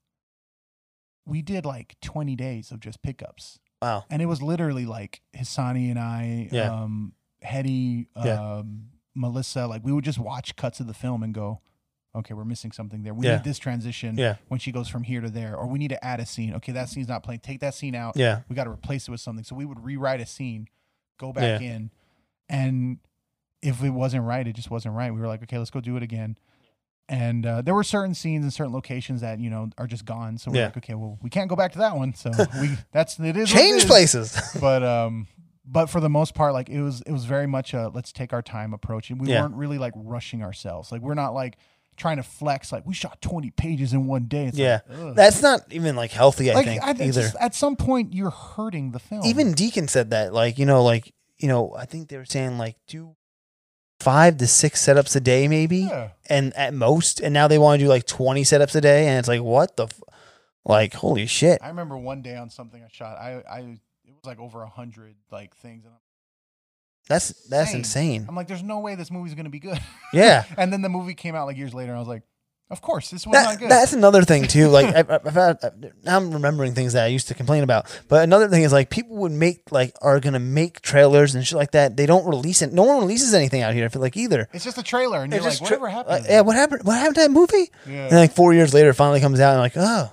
Speaker 3: we did like 20 days of just pickups.
Speaker 1: Wow.
Speaker 3: And it was literally like Hisani and I,
Speaker 1: Yeah.
Speaker 3: um, Hetty, um,
Speaker 1: Yeah.
Speaker 3: Melissa, like we would just watch cuts of the film and go, okay, we're missing something there. We
Speaker 1: Yeah.
Speaker 3: need this transition
Speaker 1: Yeah.
Speaker 3: when she goes from here to there, or we need to add a scene. Okay, that scene's not playing. Take that scene out.
Speaker 1: Yeah.
Speaker 3: We got to replace it with something. So we would rewrite a scene, go back in, and if it wasn't right, it just wasn't right. We were like, okay, let's go do it again. And uh, there were certain scenes and certain locations that you know are just gone. So we're
Speaker 1: Yeah.
Speaker 3: like, okay, well, we can't go back to that one. So we that's it is what it
Speaker 1: Change
Speaker 3: is.
Speaker 1: places.
Speaker 3: But um, but for the most part, like it was it was very much a let's take our time approach, and we
Speaker 1: Yeah.
Speaker 3: weren't really like rushing ourselves. Like we're not like trying to flex. Like we shot twenty pages in one day. It's
Speaker 1: yeah.
Speaker 3: like, ugh.
Speaker 1: That's not even like healthy, I
Speaker 3: Like,
Speaker 1: think,
Speaker 3: I- it's
Speaker 1: either.
Speaker 3: just- at some point you're hurting the film.
Speaker 1: even Deacon said that, like, you know, like, you know, I think they were saying like do five to six setups a day, maybe,
Speaker 3: Yeah.
Speaker 1: and at most. And now they want to do like 20 setups a day. And it's like, what the, f-? like, holy shit.
Speaker 3: I remember one day on something I shot, I, I it was like over a hundred like things, and
Speaker 1: That's, that's
Speaker 3: Insane.
Speaker 1: insane.
Speaker 3: I'm like, there's no way this movie's gonna be good.
Speaker 1: Yeah.
Speaker 3: and then the movie came out like years later, and I was like, of course this was
Speaker 1: That-
Speaker 3: not good.
Speaker 1: that's another thing too. Like I, I've had, now I'm remembering things that I used to complain about. But another thing is like people would make like are gonna make trailers and shit like that. They don't release it. No one releases anything out here. I feel like either.
Speaker 3: it's just a trailer, and
Speaker 1: They're
Speaker 3: you're like,
Speaker 1: just
Speaker 3: whatever
Speaker 1: tra-
Speaker 3: happened?
Speaker 1: like,
Speaker 3: to
Speaker 1: yeah,
Speaker 3: that?
Speaker 1: what happened? What happened to that movie?
Speaker 3: Yeah.
Speaker 1: And like four years later, it finally comes out. And I'm like, oh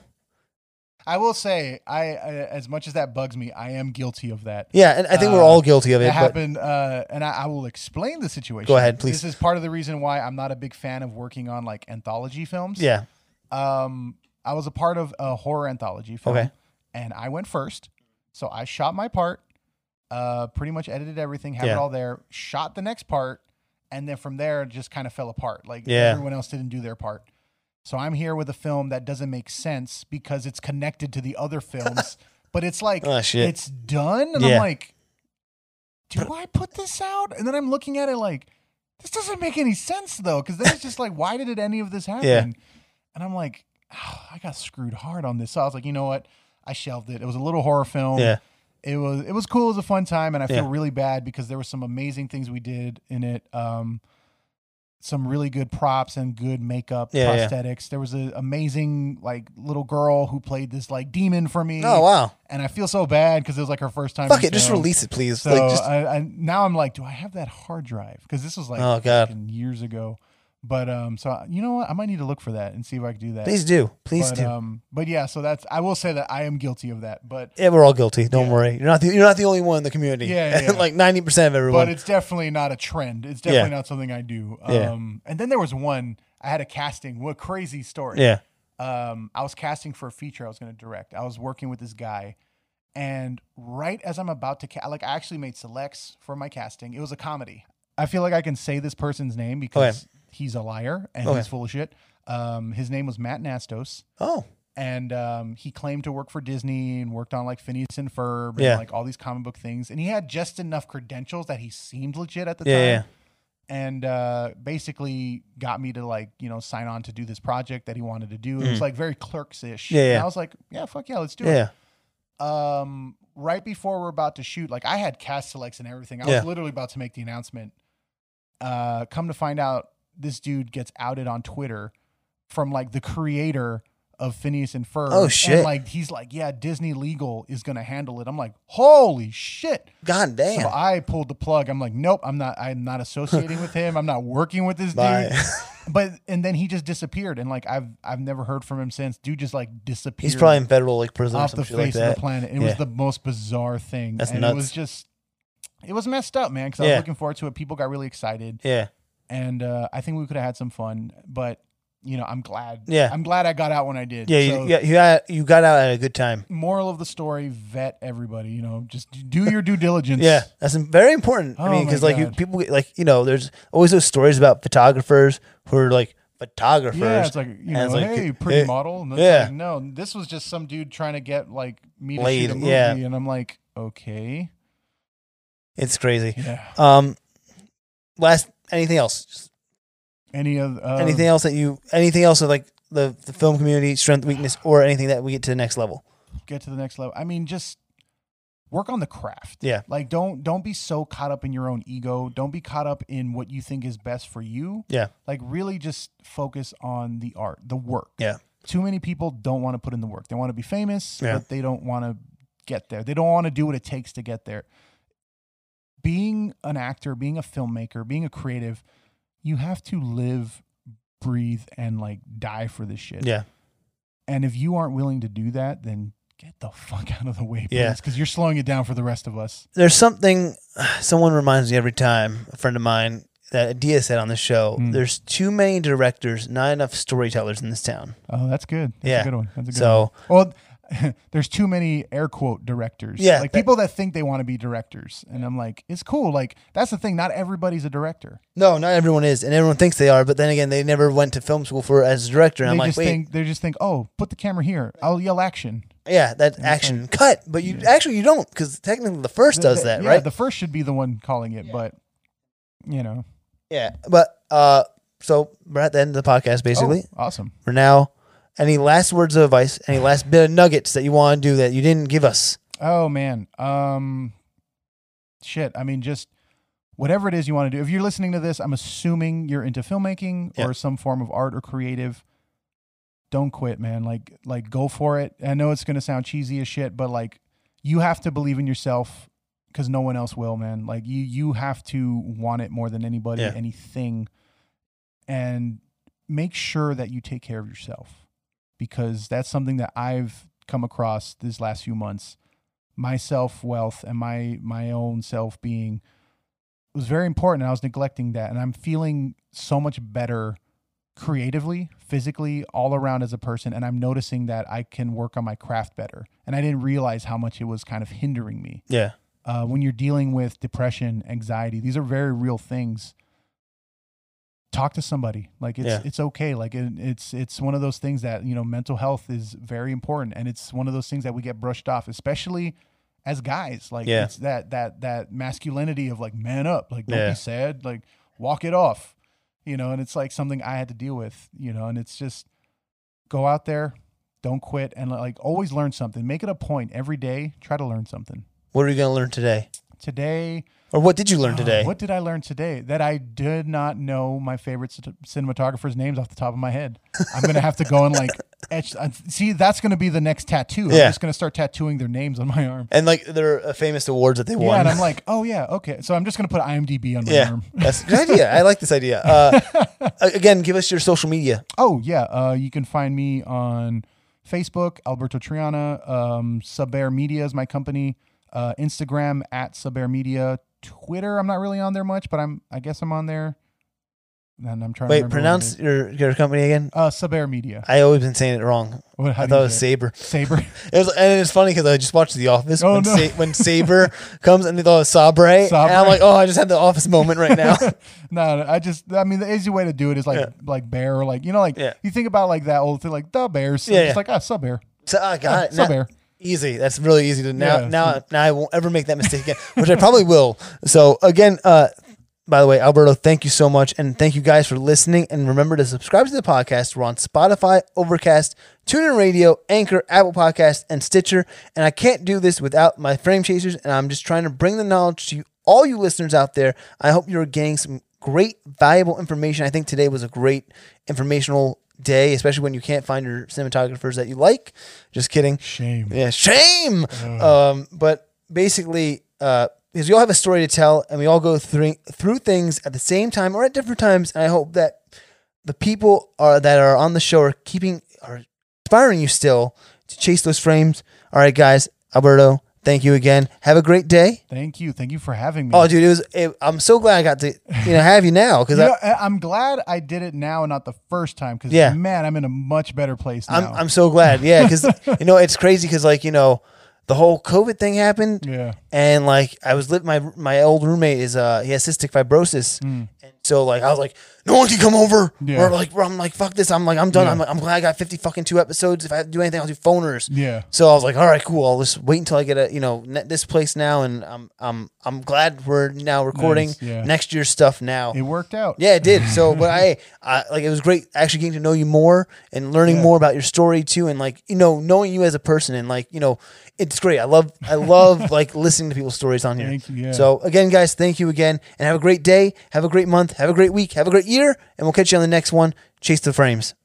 Speaker 3: I will say, I, I as much as that bugs me, I am guilty of that.
Speaker 1: yeah. And I think we're
Speaker 3: Uh,
Speaker 1: all guilty of
Speaker 3: That
Speaker 1: it. But
Speaker 3: happened, uh, and I, I will explain the situation.
Speaker 1: Go ahead, please.
Speaker 3: This is part of the reason why I'm not a big fan of working on like anthology films.
Speaker 1: yeah,
Speaker 3: um, I was a part of a horror anthology film,
Speaker 1: Okay.
Speaker 3: and I went first. So I shot my part, uh, pretty much edited everything, had
Speaker 1: Yeah.
Speaker 3: it all there, shot the next part, and then from there it just kind of fell apart. Like
Speaker 1: Yeah.
Speaker 3: everyone else didn't do their part. So I'm here with a film that doesn't make sense because it's connected to the other films, but it's like
Speaker 1: Oh, shit.
Speaker 3: it's done, and
Speaker 1: Yeah.
Speaker 3: I'm like, do I put this out? And then I'm looking at it like, this doesn't make any sense though, because then it's just like, why did it, any of this happen? And I'm like, "Ah, I got screwed hard on this. So I was like, you know what? I shelved it. It was a little horror film.
Speaker 1: Yeah.
Speaker 3: It was it was cool. It was a fun time, and I feel
Speaker 1: Yeah.
Speaker 3: really bad because there were some amazing things we did in it. Um, some really good props and good makeup
Speaker 1: Yeah, yeah.
Speaker 3: prosthetics. There was an amazing like little girl who played this like demon for me.
Speaker 1: oh wow.
Speaker 3: And I feel so bad because it was like her first time.
Speaker 1: Fuck
Speaker 3: in
Speaker 1: it, just
Speaker 3: film.
Speaker 1: release it, please.
Speaker 3: So
Speaker 1: like just
Speaker 3: I, I, now I'm like, do I have that hard drive? Because this was like
Speaker 1: Oh, God.
Speaker 3: fucking years ago. But um, so I- you know what? I might need to look for that and see if I can do that.
Speaker 1: please do, please
Speaker 3: but,
Speaker 1: do.
Speaker 3: Um, but yeah, so that's I will say that I am guilty of that. But
Speaker 1: yeah, we're all guilty. Don't
Speaker 3: yeah.
Speaker 1: worry. You're not the, you're not the only one in the community.
Speaker 3: Yeah, yeah.
Speaker 1: like ninety percent of everyone.
Speaker 3: but it's definitely not a trend. It's definitely not something I do.
Speaker 1: Yeah.
Speaker 3: Um, and then there was one I had a casting. What crazy story?
Speaker 1: yeah,
Speaker 3: um, I was casting for a feature I was going to direct. I was working with this guy, and right as I'm about to ca- like, I actually made selects for my casting. It was a comedy. I feel like I can say this person's name because he's a liar and
Speaker 1: Okay.
Speaker 3: he's full of shit. Um, his name was Matt Nastos,
Speaker 1: oh
Speaker 3: and um, he claimed to work for Disney and worked on like Phineas and Ferb
Speaker 1: Yeah.
Speaker 3: and like all these comic book things. And he had just enough credentials that he seemed legit at the
Speaker 1: yeah,
Speaker 3: time
Speaker 1: yeah,
Speaker 3: and uh, basically got me to like you know sign on to do this project that he wanted to do. It was like very clerks ish.
Speaker 1: Mm. Yeah,
Speaker 3: And
Speaker 1: yeah.
Speaker 3: I was like, yeah, fuck yeah, let's do
Speaker 1: yeah.
Speaker 3: it. Um, right before we're about to shoot, like I had cast selects and everything. I
Speaker 1: Yeah.
Speaker 3: was literally about to make the announcement. Uh, come to find out, this dude gets outed on Twitter from like the creator of Phineas and Ferb.
Speaker 1: Oh, shit.
Speaker 3: And like he's like, yeah, Disney Legal is gonna handle it. I'm like, holy shit.
Speaker 1: God damn.
Speaker 3: So I pulled the plug. I'm like, nope, I'm not. I'm not associating with him. I'm not working with this
Speaker 1: Bye.
Speaker 3: dude. But and then he just disappeared, and like I've I've never heard from him since. Dude just like disappeared.
Speaker 1: He's probably in federal like prison or
Speaker 3: off the
Speaker 1: some shit
Speaker 3: face
Speaker 1: like
Speaker 3: of
Speaker 1: that.
Speaker 3: the planet. It
Speaker 1: Yeah.
Speaker 3: was the most bizarre thing,
Speaker 1: That's
Speaker 3: and
Speaker 1: nuts.
Speaker 3: it was just it was messed up, man. Because I
Speaker 1: Yeah.
Speaker 3: was looking forward to it. People got really excited,
Speaker 1: yeah,
Speaker 3: and uh, I think we could have had some fun. But you know, I'm glad.
Speaker 1: Yeah.
Speaker 3: I'm glad I got out when I did.
Speaker 1: Yeah, you,
Speaker 3: So,
Speaker 1: yeah, you got you got out at a good time.
Speaker 3: Moral of the story: vet everybody. You know, just do your due diligence.
Speaker 1: Yeah, that's im- very important. I
Speaker 3: Oh
Speaker 1: mean,
Speaker 3: my
Speaker 1: because like you,
Speaker 3: God.
Speaker 1: people get- like you know, there's always those stories about photographers who are like photographers.
Speaker 3: Yeah, it's like you
Speaker 1: and
Speaker 3: know,
Speaker 1: it's like,
Speaker 3: hey, pretty
Speaker 1: eh,
Speaker 3: model. And it's
Speaker 1: yeah.
Speaker 3: like, no, this was just some dude trying to get like me to
Speaker 1: Laid,
Speaker 3: shoot a movie,
Speaker 1: yeah.
Speaker 3: and I'm like, okay,
Speaker 1: It's crazy.
Speaker 3: yeah.
Speaker 1: Um, last anything else? Just
Speaker 3: Any of uh,
Speaker 1: anything else that you anything else of like the the film community strength weakness or anything that we get to the next level?
Speaker 3: get to the next level. I mean, just work on the craft.
Speaker 1: Yeah.
Speaker 3: Like don't don't be so caught up in your own ego. Don't be caught up in what you think is best for you.
Speaker 1: Yeah.
Speaker 3: Like really just focus on the art, the work.
Speaker 1: Yeah.
Speaker 3: Too many people don't want to put in the work. They want to be famous,
Speaker 1: Yeah.
Speaker 3: but they don't want to get there. They don't want to do what it takes to get there. Being an actor, being a filmmaker, being a creative, you have to live, breathe, and like die for this shit.
Speaker 1: Yeah,
Speaker 3: And if you aren't willing to do that, then get the fuck out of the way, please,
Speaker 1: Yeah.
Speaker 3: because you're slowing it down for the rest of us.
Speaker 1: there's something someone reminds me every time. A friend of mine that Dia said on the show.
Speaker 3: Mm.
Speaker 1: There's too many directors, not enough storytellers in this town.
Speaker 3: Oh, that's good. That's
Speaker 1: Yeah.
Speaker 3: a good one. That's a good
Speaker 1: So
Speaker 3: one. Well, there's too many air quote directors.
Speaker 1: Yeah,
Speaker 3: Like
Speaker 1: that-
Speaker 3: people that think they want to be directors. And I'm like, it's cool. Like, that's the thing. Not everybody's a director.
Speaker 1: No, not everyone is, and everyone thinks they are. But then again, they never went to film school for as a director. And
Speaker 3: They
Speaker 1: I'm like,
Speaker 3: just
Speaker 1: wait,
Speaker 3: think they just think, oh, put the camera here. I'll yell action.
Speaker 1: yeah, that action cut. But you actually you don't, because technically the first does that,
Speaker 3: yeah,
Speaker 1: right?
Speaker 3: The first should be the one calling it, but you know.
Speaker 1: yeah. But uh, so we're at the end of the podcast. Basically,
Speaker 3: Oh, awesome.
Speaker 1: for now, any last words of advice? Any last bit of nuggets that you want to do that you didn't give us?
Speaker 3: Oh man. Um shit. I mean just whatever it is you want to do. If you're listening to this, I'm assuming you're into filmmaking
Speaker 1: Yeah.
Speaker 3: or some form of art or creative. Don't quit, man. Like like go for it. I know it's going to sound cheesy as shit, but like you have to believe in yourself cuz no one else will, man. Like you you have to want it more than anybody,
Speaker 1: Yeah.
Speaker 3: anything. And make sure that you take care of yourself because that's something that I've come across these last few months my self wealth and my my own self being was very important and I was neglecting that and I'm feeling so much better creatively, physically, all around as a person and I'm noticing that I can work on my craft better and I didn't realize how much it was kind of hindering me
Speaker 1: Yeah,
Speaker 3: uh, when you're dealing with depression, anxiety, these are very real things. Talk to somebody. Like it's
Speaker 1: Yeah.
Speaker 3: it's okay. Like it, it's it's one of those things that you know mental health is very important, and it's one of those things that we get brushed off, especially as guys. Like
Speaker 1: Yeah.
Speaker 3: it's that that that masculinity of like man up, like don't
Speaker 1: Yeah.
Speaker 3: be sad, like walk it off, you know. And it's like something I had to deal with, you know. And it's just go out there, don't quit, and like always learn something. Make it a point every day. Try to learn something.
Speaker 1: what are you going to learn today,
Speaker 3: Today,
Speaker 1: or what did you learn today?
Speaker 3: Uh, what did I learn today? That I did not know my favorite cin- cinematographer's names off the top of my head. I'm gonna have to go and like etch. uh, See, that's gonna be the next tattoo.
Speaker 1: Yeah.
Speaker 3: I'm just gonna start tattooing their names on my arm.
Speaker 1: And like their uh, famous awards that they
Speaker 3: Yeah,
Speaker 1: won.
Speaker 3: and I'm like, mm. oh yeah, okay. So I'm just gonna put IMDb on my
Speaker 1: yeah,
Speaker 3: arm.
Speaker 1: that's a good idea. I like this idea. Uh, a- again, give us your social media.
Speaker 3: Oh yeah, uh, you can find me on Facebook, Alberto Triana. Um, Subair Media is my company. Uh, Instagram at Subair Media. Twitter, I'm not really on there much, but I'm. I guess I'm on there. And I'm trying. to
Speaker 1: Wait,
Speaker 3: remember what it is.
Speaker 1: pronounce your your company again.
Speaker 3: Uh, Subair Media.
Speaker 1: I always been saying it wrong.
Speaker 3: What, how
Speaker 1: I
Speaker 3: do you
Speaker 1: thought it was
Speaker 3: say
Speaker 1: Saber.
Speaker 3: Saber.
Speaker 1: It was, and it's funny because I just watched The Office
Speaker 3: Oh,
Speaker 1: when,
Speaker 3: no.
Speaker 1: Sa- when Saber comes and they thought it was Sabre, and I'm
Speaker 3: Sabre.
Speaker 1: like, oh, I just had the Office moment right now.
Speaker 3: no, no, I just, I mean, the easy way to do it is like,
Speaker 1: Yeah.
Speaker 3: like bear, or like you know, like
Speaker 1: Yeah.
Speaker 3: you think about like that old thing, like the bears. So
Speaker 1: Yeah,
Speaker 3: yeah, it's
Speaker 1: yeah. Uh,
Speaker 3: like ah, sub bear,
Speaker 1: so oh, I got it.
Speaker 3: sub
Speaker 1: Now-
Speaker 3: bear.
Speaker 1: Easy. That's really easy to now.
Speaker 3: Yeah.
Speaker 1: Now, now I won't ever make that mistake again, which I probably will. So again, uh, by the way, Alberto, thank you so much, and thank you guys for listening. And remember to subscribe to the podcast. We're on Spotify, Overcast, TuneIn Radio, Anchor, Apple Podcast, and Stitcher. And I can't do this without my frame chasers. And I'm just trying to bring the knowledge to you, all you listeners out there. I hope you're getting some great, valuable information. I think today was a great informational day, especially when you can't find your cinematographers that you like. Just kidding.
Speaker 3: Shame.
Speaker 1: Yeah, shame.
Speaker 3: Uh-huh.
Speaker 1: Um, but basically, uh, because we all have a story to tell, and we all go through through things at the same time or at different times. And I hope that the people are that are on the show are keeping are inspiring you still to chase those frames. All right, guys, Alberto, Thank you again. Have a great day.
Speaker 3: Thank you. Thank you for having me.
Speaker 1: Oh, dude, it was. It, I'm so glad I got to you know have you now because
Speaker 3: You know, I- I'm glad I did it now and not the first time because,
Speaker 1: Yeah.
Speaker 3: man, I'm in a much better place
Speaker 1: I'm
Speaker 3: now.
Speaker 1: I'm so glad. Yeah, because you know it's crazy because like you know the whole COVID thing happened.
Speaker 3: yeah.
Speaker 1: and like I was lit. My my old roommate is uh he has cystic fibrosis, and so like I was like, no one can come over.
Speaker 3: Mm. Yeah.
Speaker 1: Or like I'm like fuck this. I'm like I'm done. I'm like I'm glad I got fifty fucking two episodes. If I do anything, I'll do phoners.
Speaker 3: Yeah.
Speaker 1: So I was like, all right, cool. I'll just wait until I get a you know ne- this place now, and I'm I'm I'm glad we're now recording
Speaker 3: Nice, yeah.
Speaker 1: next year's stuff now.
Speaker 3: It worked out.
Speaker 1: yeah, it did. So, but I, I like it was great actually getting to know you more and learning
Speaker 3: Yeah.
Speaker 1: more about your story too, and like you know knowing you as a person and like you know it's great. I love I love like listening to people's stories on here.
Speaker 3: Thank you, yeah.
Speaker 1: So again, guys, thank you again, and have a great day, have a great month, have a great week, have a great year, and we'll catch you on the next one. Chase the frames.